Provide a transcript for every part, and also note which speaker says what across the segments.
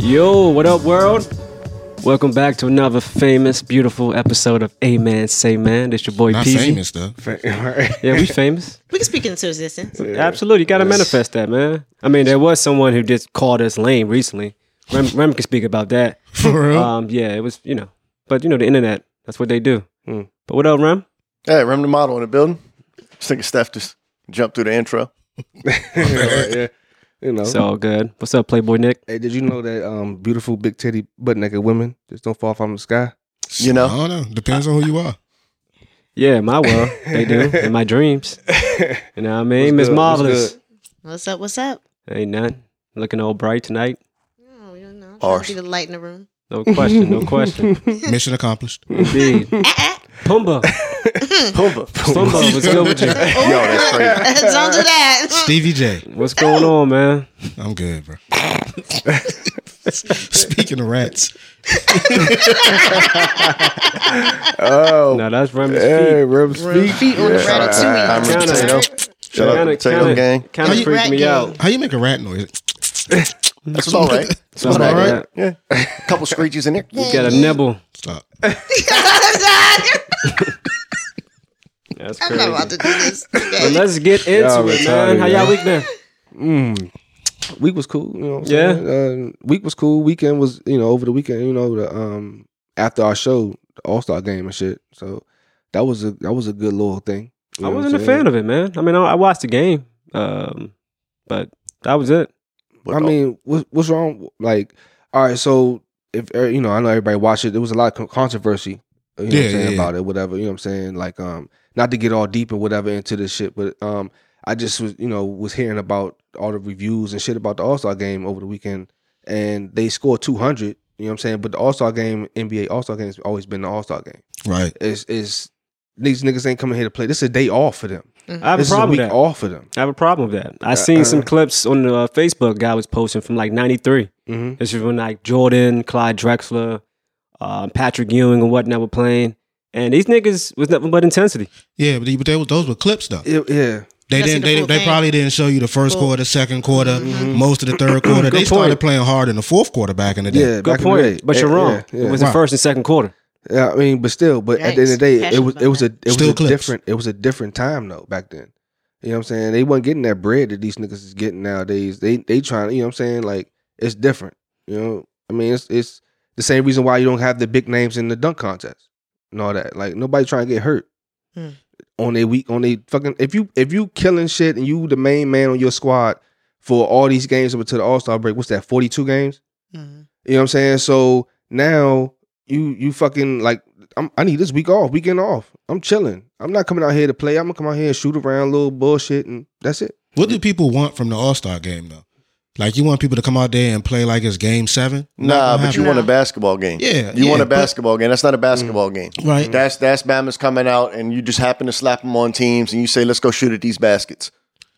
Speaker 1: Yo, what up, world? Welcome back to another famous, beautiful episode of A Man Say Man. It's your boy
Speaker 2: Not
Speaker 1: Peasy.
Speaker 2: famous though.
Speaker 1: Yeah, we famous.
Speaker 3: We can speak into existence.
Speaker 1: Absolutely, you gotta manifest that, man. I mean, there was someone who just called us lame recently. Rem, Rem can speak about that.
Speaker 2: For
Speaker 4: Uh,
Speaker 2: real.
Speaker 1: Um, yeah, it was you know, but you know, the internet. That's what they do.
Speaker 5: Hmm.
Speaker 1: But what up, Rem?
Speaker 4: Hey, Rem the model in the building. Just think of Steph just jumped through the intro.
Speaker 5: yeah. You know.
Speaker 1: It's all good. What's up, Playboy Nick?
Speaker 5: hey, did you know that um, beautiful big titty butt naked women just don't fall from the sky?
Speaker 4: you know?
Speaker 2: I don't know. Depends on who you are.
Speaker 1: Yeah, in my world, they do. In my dreams, you know what I mean?
Speaker 5: What's
Speaker 1: Miss
Speaker 5: good? What's
Speaker 1: Marvelous.
Speaker 5: good?
Speaker 3: What's up? What's up?
Speaker 1: Ain't nothing. Looking all bright tonight.
Speaker 3: Oh, you know, trying
Speaker 4: Arse.
Speaker 3: to be the light in the room.
Speaker 1: No question. No question.
Speaker 2: Mission accomplished.
Speaker 1: Indeed. Pumba.
Speaker 4: Pumba.
Speaker 1: Pumba, what's good with you?
Speaker 4: Yo, that's crazy.
Speaker 3: Don't do that.
Speaker 2: Stevie J.
Speaker 1: What's going on, man?
Speaker 2: I'm good, bro. Speaking of rats,
Speaker 5: Oh,
Speaker 1: Now that's Remy's
Speaker 5: hey,
Speaker 1: feet.
Speaker 5: Rem speak.
Speaker 3: Feet on the
Speaker 4: Shout out to
Speaker 3: ratatouille.
Speaker 4: Tom
Speaker 1: Kinda-
Speaker 4: Potato. Shout out to
Speaker 1: Kinda-
Speaker 4: Potato
Speaker 1: kinda-
Speaker 4: Gang.
Speaker 1: Kind of
Speaker 2: you-
Speaker 1: freaked me
Speaker 3: Rat
Speaker 1: out.
Speaker 2: how you make a rat noise?
Speaker 4: That's all right. That's
Speaker 1: Something
Speaker 4: all
Speaker 1: like
Speaker 4: right.
Speaker 1: that.
Speaker 4: Yeah. A couple screeches in there.
Speaker 1: You got a nibble.
Speaker 2: Stop.
Speaker 1: That's
Speaker 3: I'm not about
Speaker 1: crazy.
Speaker 3: to do this.
Speaker 1: But
Speaker 3: today.
Speaker 1: let's get into
Speaker 5: Y'all
Speaker 1: it,
Speaker 5: retarded,
Speaker 1: man. How y'all
Speaker 5: yo.
Speaker 1: week been?
Speaker 5: Uh, Week was cool. You know what I'm saying? Uh, week was cool. Weekend was, you know, over the weekend, you know, the um after our show, the All Star game and shit. So that was a that was a good little thing.
Speaker 1: I wasn't a fan of it, man. I mean, I, I watched the game, um, but that was it.
Speaker 4: What
Speaker 5: I
Speaker 4: the-
Speaker 5: mean, what, what's wrong? Like, all right, so if uh, you know, I know everybody watched it. There was a lot of con- controversy, uh, you know, what
Speaker 2: Yeah,
Speaker 5: I'm saying
Speaker 2: yeah, yeah.
Speaker 5: about it, whatever. You know, what I'm saying like, um, not to get all deep and whatever into this shit, but um, I just was, you know, was hearing about all the reviews and shit about the All Star game over the weekend, and they scored 200. You know what I'm saying? But the All Star game, NBA All Star game, has always been the All Star game.
Speaker 2: Right.
Speaker 5: It's, it's these niggas ain't coming here to play. This is a day off for them.
Speaker 1: I have a
Speaker 5: This is a
Speaker 1: problem with
Speaker 5: week
Speaker 1: that.
Speaker 5: off for them.
Speaker 1: I have a problem with that. I seen some clips on the uh, Facebook guy was posting from like '93.
Speaker 5: Mhm.
Speaker 1: This is when like Jordan, Clyde Drexler, uh, Patrick Ewing, and whatnot were playing, and these niggas was nothing but intensity.
Speaker 2: Yeah, but, they, but they, were- those were clips though.
Speaker 5: It- yeah.
Speaker 2: They
Speaker 3: That's
Speaker 2: didn't.
Speaker 3: the
Speaker 2: They,
Speaker 3: full
Speaker 2: they
Speaker 3: thing.
Speaker 2: probably didn't show you the first
Speaker 3: Full.
Speaker 2: quarter, second quarter,
Speaker 4: Mm-hmm.
Speaker 2: most of the third quarter. they
Speaker 1: Good
Speaker 2: started
Speaker 1: point.
Speaker 2: playing hard in the fourth quarter back in the day.
Speaker 5: Yeah,
Speaker 1: Good
Speaker 5: back in the day.
Speaker 1: point, but you're
Speaker 5: Yeah,
Speaker 1: wrong.
Speaker 5: yeah, yeah.
Speaker 1: It was the
Speaker 2: Wow.
Speaker 1: first and second quarter.
Speaker 5: Yeah, I mean, but still, but at the end of the
Speaker 3: Yikes.
Speaker 5: day, it
Speaker 3: Passionate
Speaker 5: was
Speaker 3: about
Speaker 5: it was a it was
Speaker 2: Still
Speaker 5: a
Speaker 2: clips.
Speaker 5: different it was a different time though back then. You know what I'm saying? They weren't getting that bread that these niggas is getting nowadays. They they trying, you know what I'm saying? Like it's different. You know, I mean, it's it's the same reason why you don't have the big names in the dunk contest and all that. Like nobody trying to get hurt
Speaker 3: Hmm.
Speaker 5: on their week on their fucking. If you if you killing shit and you the main man on your squad for all these games up until the All Star break, what's that? Forty two games.
Speaker 3: Mhm.
Speaker 5: You know what I'm saying? So now you you fucking like I'm, I need this week off, weekend off. I'm chilling. I'm not coming out here to play. I'm gonna come out here and shoot around a little bullshit, and that's it.
Speaker 2: What do people want from the All Star game though? Like you want people to come out there and play like it's Game Seven? Not
Speaker 4: Nah,
Speaker 2: gonna
Speaker 4: but you
Speaker 2: happen.
Speaker 4: want a
Speaker 3: No.
Speaker 4: basketball game.
Speaker 2: Yeah,
Speaker 4: You want
Speaker 2: yeah,
Speaker 4: a basketball game. That's not a basketball game.
Speaker 2: right?
Speaker 4: That's that's Bama's coming out, and you just happen to slap them on teams, and you say, "Let's go shoot at these baskets."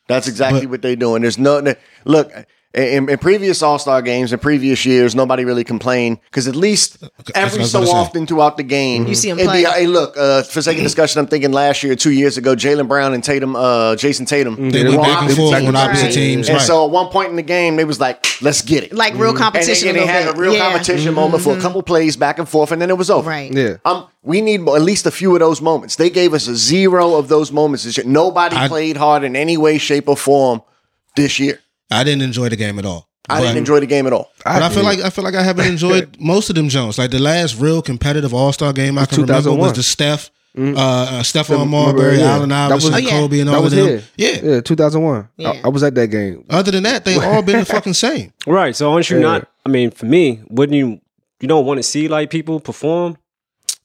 Speaker 4: That's exactly
Speaker 2: But-
Speaker 4: what they're doing. There's no look in, in previous All Star games in previous years. Nobody really complained because at least
Speaker 2: that's what I
Speaker 4: every
Speaker 2: was
Speaker 4: so
Speaker 2: about to say.
Speaker 4: often throughout the game,
Speaker 3: see 'em
Speaker 4: it'd be,
Speaker 3: play.
Speaker 4: Hey, look, uh, for sake of discussion, I'm thinking last year, two years ago, Jalen Brown and Tatum, uh, Jason Tatum,
Speaker 2: Mm, They went
Speaker 4: were
Speaker 2: back and
Speaker 4: opposite
Speaker 2: forth
Speaker 4: teams.
Speaker 2: on opposite
Speaker 3: Right.
Speaker 2: teams.
Speaker 4: And
Speaker 2: right.
Speaker 4: so at one point in the game, they was like, "Let's get it."
Speaker 3: Like real
Speaker 4: and they,
Speaker 3: competition.
Speaker 4: and they
Speaker 3: little
Speaker 4: had a
Speaker 3: bit.
Speaker 4: real
Speaker 3: Yeah. Mm-hmm.
Speaker 4: competition moment for a couple plays back and forth, and then it was over.
Speaker 3: Right.
Speaker 5: Yeah,
Speaker 4: Um, we need mo- at least a few of those moments. They gave us a zero of those moments. This year. Nobody
Speaker 2: I-
Speaker 4: played hard in any way, shape, or form this year.
Speaker 2: I didn't enjoy the game at all.
Speaker 4: I
Speaker 2: But-
Speaker 4: didn't enjoy the game at all.
Speaker 2: But I, feel like I feel like I haven't enjoyed most of them Jones. Like the last real competitive All Star game I can remember
Speaker 5: 2001.
Speaker 2: was the Steph, uh, uh, Stephon
Speaker 5: remember,
Speaker 2: Marbury,
Speaker 5: Mm. yeah.
Speaker 2: Allen
Speaker 5: That
Speaker 2: Iverson,
Speaker 5: was-
Speaker 3: Oh, yeah.
Speaker 2: Kobe, and all
Speaker 5: that was
Speaker 2: of them.
Speaker 5: here.
Speaker 2: Yeah.
Speaker 5: yeah, 2001.
Speaker 3: Yeah.
Speaker 5: I, I was at that game.
Speaker 2: Other than that, they've all been the fucking same.
Speaker 1: Right. So aren't you
Speaker 5: Yeah.
Speaker 1: not? I mean, for me, wouldn't you? You don't want to see like people perform.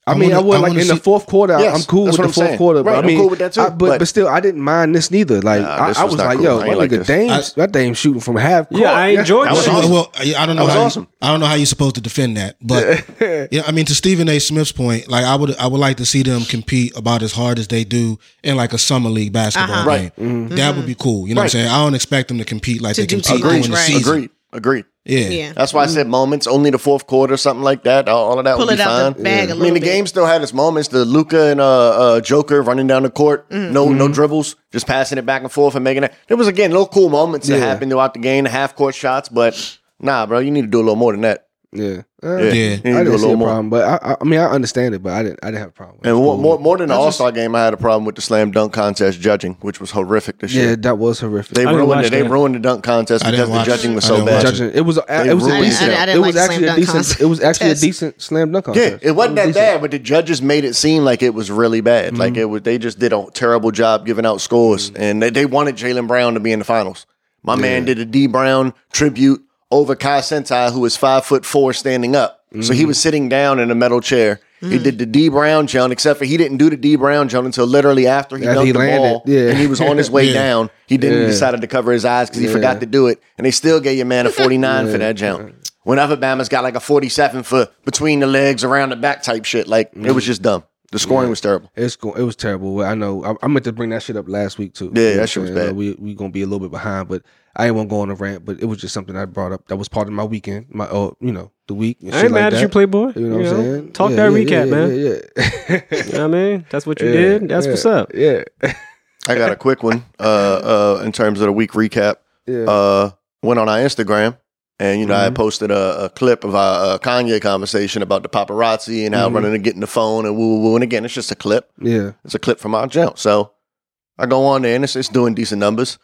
Speaker 5: I,
Speaker 2: I
Speaker 5: mean,
Speaker 2: wanna-
Speaker 5: I was
Speaker 2: I
Speaker 5: like
Speaker 2: wanna
Speaker 5: in
Speaker 2: see-
Speaker 5: the fourth quarter. I-
Speaker 4: Yes,
Speaker 5: I'm cool with
Speaker 4: that's
Speaker 5: the
Speaker 4: what I'm
Speaker 5: fourth
Speaker 4: saying.
Speaker 5: quarter.
Speaker 4: Right,
Speaker 5: but I
Speaker 4: I'm
Speaker 5: mean,
Speaker 4: cool with that too,
Speaker 5: I- but, but
Speaker 4: but-
Speaker 5: still, I didn't mind this neither. Like
Speaker 4: Nah,
Speaker 5: I,
Speaker 4: this
Speaker 5: I
Speaker 4: was
Speaker 5: was
Speaker 4: not
Speaker 5: like,
Speaker 4: cool. I
Speaker 5: yo,
Speaker 4: ain't
Speaker 5: my
Speaker 4: like
Speaker 5: nigga,
Speaker 4: this.
Speaker 5: Dame's that Dame shooting from half court.
Speaker 1: Yeah, I enjoyed
Speaker 4: that was
Speaker 1: that.
Speaker 4: awesome.
Speaker 2: Well, I don't know.
Speaker 4: was
Speaker 2: how
Speaker 4: awesome.
Speaker 2: You, I don't know how you're supposed to defend that, but yeah, I mean, to Stephen A. Smith's point, like I would, I would like to see them compete about as hard as they do in like a summer league basketball
Speaker 3: Uh-huh.
Speaker 2: game. That would be cool. You know what I'm
Speaker 4: Right.
Speaker 2: saying? I don't expect them to compete like
Speaker 3: To
Speaker 2: they
Speaker 3: do
Speaker 2: compete
Speaker 3: too
Speaker 2: during
Speaker 3: much,
Speaker 2: the
Speaker 3: right.
Speaker 2: season.
Speaker 4: Agreed. Agreed.
Speaker 2: Yeah.
Speaker 3: Yeah.
Speaker 4: That's why I said moments, only the fourth quarter, something like that. All, all of that
Speaker 3: Mm. Pull
Speaker 4: would
Speaker 3: it
Speaker 4: be
Speaker 3: out
Speaker 4: fine.
Speaker 3: the bag a
Speaker 4: I mean,
Speaker 3: little
Speaker 4: the
Speaker 3: bit.
Speaker 4: game still had its moments. The Luca and uh, uh, Joker running down the court,
Speaker 3: Mm.
Speaker 4: no no dribbles, just passing it back and forth and making it. There was again little cool moments that happened throughout the game, the half court shots, but Nah, bro, you need to do a little more than that.
Speaker 5: Yeah. Uh,
Speaker 4: Yeah.
Speaker 2: Yeah.
Speaker 4: You
Speaker 5: I
Speaker 4: need to do a
Speaker 5: didn't see
Speaker 4: little
Speaker 5: a
Speaker 4: more.
Speaker 5: problem, but I, I- I mean, I understand it, but I didn't, I didn't have a problem. with it.
Speaker 4: And more, more, more than the
Speaker 2: I just-
Speaker 4: All Star game, I had a problem with the slam dunk contest judging, which was horrific this
Speaker 5: yeah,
Speaker 4: year.
Speaker 5: that was horrific.
Speaker 4: They
Speaker 1: I didn't
Speaker 4: ruined
Speaker 1: watch
Speaker 4: it. They
Speaker 1: that.
Speaker 4: ruined the dunk contest
Speaker 2: I
Speaker 4: because
Speaker 2: didn't
Speaker 4: the
Speaker 2: watch
Speaker 4: judging
Speaker 2: it.
Speaker 4: was
Speaker 2: I
Speaker 4: so
Speaker 2: didn't
Speaker 4: bad.
Speaker 2: watch
Speaker 5: judging. It was a,
Speaker 4: They
Speaker 5: it was a
Speaker 4: ruined
Speaker 5: decent.
Speaker 4: it. I
Speaker 5: It,
Speaker 4: didn't
Speaker 5: was actually
Speaker 3: like
Speaker 5: a
Speaker 3: slam dunk
Speaker 5: decent.
Speaker 3: contest.
Speaker 5: It was actually a
Speaker 3: Yes.
Speaker 5: decent slam dunk contest.
Speaker 4: Yeah, it wasn't that
Speaker 5: decent.
Speaker 4: bad, but the judges made it seem like it was really bad. Like it was, they just did a terrible job giving out scores, and they, they wanted Jalen Brown to be in the finals. My man did a D Brown tribute over Kai Sentai, who is five foot four standing up, so he was sitting down in a metal chair. He did the D Brown jump, except for he didn't do the D Brown jump until literally after he
Speaker 5: After
Speaker 4: dunked
Speaker 5: he
Speaker 4: the
Speaker 5: landed,
Speaker 4: ball,
Speaker 5: yeah.
Speaker 4: and he was on his way
Speaker 2: Yeah.
Speaker 4: down. He didn't. He
Speaker 5: Yeah.
Speaker 4: decided to cover his eyes because he
Speaker 5: Yeah.
Speaker 4: forgot to do it, and they still gave your man a forty nine for that jump. Whenever Bama's got like a 47 for between the legs, around the back type shit. Like, it
Speaker 5: Mm.
Speaker 4: was just dumb. The scoring was terrible.
Speaker 5: It's go- it was terrible. Well, I know I, I meant to bring that shit up last week too.
Speaker 4: Yeah,
Speaker 5: You know
Speaker 4: that
Speaker 5: what
Speaker 4: shit was
Speaker 5: I'm saying?
Speaker 4: bad.
Speaker 5: We we gonna be a little bit behind, but I ain't want to go on a rant. But it was just something I brought up that was part of my weekend, my uh, you know, the week. And
Speaker 1: I
Speaker 5: shit
Speaker 1: ain't
Speaker 5: like
Speaker 1: mad
Speaker 5: that.
Speaker 1: at you, Playboy.
Speaker 5: You know what I'm saying?
Speaker 1: Talk
Speaker 5: Yeah,
Speaker 1: that
Speaker 5: yeah,
Speaker 1: recap,
Speaker 5: yeah,
Speaker 1: man.
Speaker 5: Yeah, yeah.
Speaker 1: You know what I mean? That's what you
Speaker 5: Yeah,
Speaker 1: did. That's
Speaker 5: yeah,
Speaker 1: what's up.
Speaker 5: Yeah,
Speaker 4: I got a quick one uh, uh, in terms of the week recap.
Speaker 5: yeah. Mm-hmm.
Speaker 4: Uh, went on our Instagram and, you know, I posted a, a clip of our uh, Kanye conversation about the paparazzi
Speaker 5: Mm-hmm.
Speaker 4: and how running and getting the phone and woo woo woo. And again, it's just a clip.
Speaker 5: yeah.
Speaker 4: It's a clip from our jump. So I go on there and it's, it's doing decent numbers.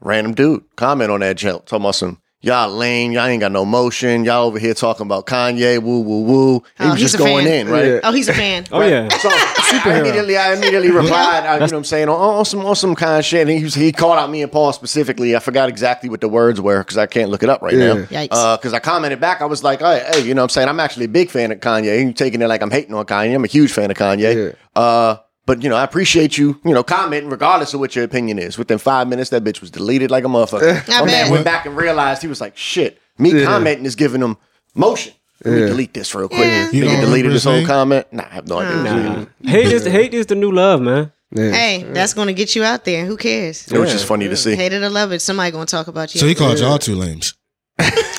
Speaker 4: Random dude comment on that jump talking about some y'all lame, y'all ain't got no motion, y'all over here talking about Kanye, woo woo woo. He
Speaker 3: Oh,
Speaker 4: was
Speaker 3: he's
Speaker 4: just
Speaker 3: a
Speaker 4: going
Speaker 3: fan.
Speaker 4: in, right?
Speaker 5: Yeah.
Speaker 3: Oh, he's a fan.
Speaker 1: Oh
Speaker 4: Right.
Speaker 1: yeah.
Speaker 4: So I immediately, I immediately replied. uh, you know what I'm saying? On, on some on some kind of shit. And he, was, he called out me and Paul specifically. I forgot exactly what the words were because I can't look it up right
Speaker 5: Yeah.
Speaker 4: now.
Speaker 3: Yikes.
Speaker 4: Because Uh, I commented back. I was like, hey, hey, you know what I'm saying? I'm actually a big fan of Kanye. you taking it like I'm hating on Kanye. I'm a huge fan of Kanye. Uh, but, you know, I appreciate you, you know, commenting regardless of what your opinion is. Within five minutes, that bitch was deleted like a motherfucker.
Speaker 3: I
Speaker 4: My man
Speaker 3: bet.
Speaker 4: went back and realized he was like, shit, me commenting is giving him motion. Let me delete this real quick.
Speaker 3: Yeah.
Speaker 2: You
Speaker 4: Nigga
Speaker 2: don't
Speaker 4: deleted
Speaker 2: remember
Speaker 4: this whole
Speaker 2: his name?
Speaker 4: comment. Nah, I have no idea.
Speaker 1: Nah. Hate is hate is the new love, man.
Speaker 5: yeah.
Speaker 3: Hey, that's going to get you out there. Who cares?
Speaker 4: It was just funny to see.
Speaker 3: Hate it or love it, somebody going to talk about you.
Speaker 2: So he called y'all two lames.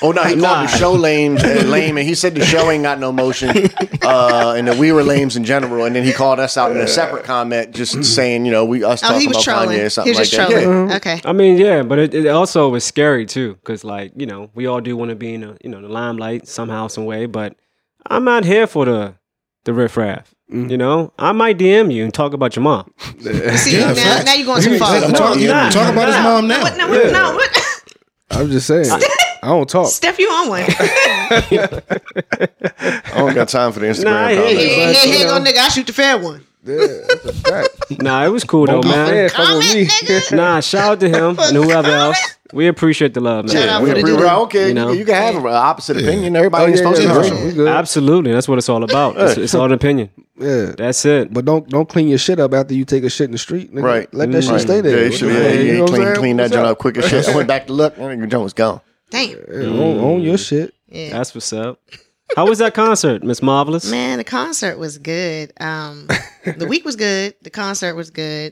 Speaker 4: Oh no, he called
Speaker 1: Nah.
Speaker 4: the show lame, uh, lame, and he said the show ain't got no motion, uh, and that we were lames in general. And then he called us out in a separate comment, just saying, you know, we us
Speaker 3: oh, he
Speaker 4: talking
Speaker 3: was
Speaker 4: about
Speaker 3: trolling.
Speaker 4: Kanye or
Speaker 3: He
Speaker 4: something
Speaker 3: was
Speaker 4: like
Speaker 3: just
Speaker 4: that.
Speaker 3: trolling.
Speaker 4: Yeah.
Speaker 3: Okay.
Speaker 1: I mean, yeah, but it, it also was scary too, because like you know, we all do want to be in the you know the limelight somehow, some way. But I'm not here for the the riffraff. You know, I might DM you and talk about your mom.
Speaker 3: See,
Speaker 2: Yeah,
Speaker 3: now,
Speaker 2: facts.
Speaker 3: now you're going too
Speaker 2: You
Speaker 3: far.
Speaker 2: talk,
Speaker 1: No,
Speaker 2: talk-
Speaker 1: I'm not.
Speaker 2: talk about his
Speaker 1: No.
Speaker 2: mom now.
Speaker 3: What, no, what, no, what?
Speaker 5: I'm just saying. I don't talk.
Speaker 3: Steph, you on one.
Speaker 4: I don't got time for the Instagram.
Speaker 1: Nah, I hear
Speaker 4: comments.
Speaker 1: you.
Speaker 3: Here,
Speaker 1: but,
Speaker 3: here,
Speaker 1: you
Speaker 3: here go,
Speaker 1: know.
Speaker 3: nigga. I shoot the fair one.
Speaker 1: Nah, it was cool though, man.
Speaker 3: Comment, nigga.
Speaker 1: Nah, shout out to him and whoever else. We appreciate the love, man.
Speaker 3: Shout out
Speaker 4: We
Speaker 3: for the
Speaker 4: agree.
Speaker 3: dude.
Speaker 4: I don't care.
Speaker 1: You know?
Speaker 4: You, can have an opposite opinion. Everybody
Speaker 5: Oh,
Speaker 4: ain't
Speaker 5: yeah,
Speaker 4: supposed
Speaker 5: yeah,
Speaker 4: to
Speaker 5: yeah.
Speaker 4: agree.
Speaker 5: We good.
Speaker 1: Absolutely, that's what it's all about. It's, it's all an opinion.
Speaker 5: Yeah.
Speaker 1: That's it.
Speaker 5: But don't don't clean your shit up after you take a shit in the street. Nigga.
Speaker 4: Right.
Speaker 5: Let that shit
Speaker 4: Right.
Speaker 5: stay there.
Speaker 4: Yeah, you should, yeah,
Speaker 5: You
Speaker 4: yeah,
Speaker 5: know what I'm
Speaker 4: clean,
Speaker 5: saying?
Speaker 4: clean that
Speaker 5: What's
Speaker 4: joint
Speaker 5: up?
Speaker 4: up quick as shit. I went back to look, and your joint was gone.
Speaker 3: Damn.
Speaker 5: Yeah, own, own your shit.
Speaker 3: Yeah.
Speaker 1: That's what's up. How was that concert, Miss Marvelous?
Speaker 3: Man, the concert was good. Um, the week was good. The concert was good.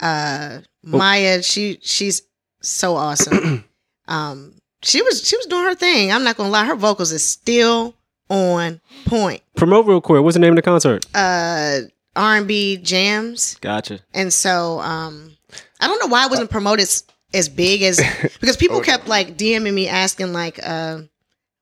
Speaker 3: Uh, Maya, she she's so awesome. um, she was she was doing her thing. I'm not gonna lie, her vocals is still on point.
Speaker 1: Promote real quick. What's the name of the concert?
Speaker 3: Uh, R&B jams,
Speaker 1: Gotcha.
Speaker 3: and so um, I don't know why it wasn't promoted as, as big as because people kept like DMing me asking like, uh,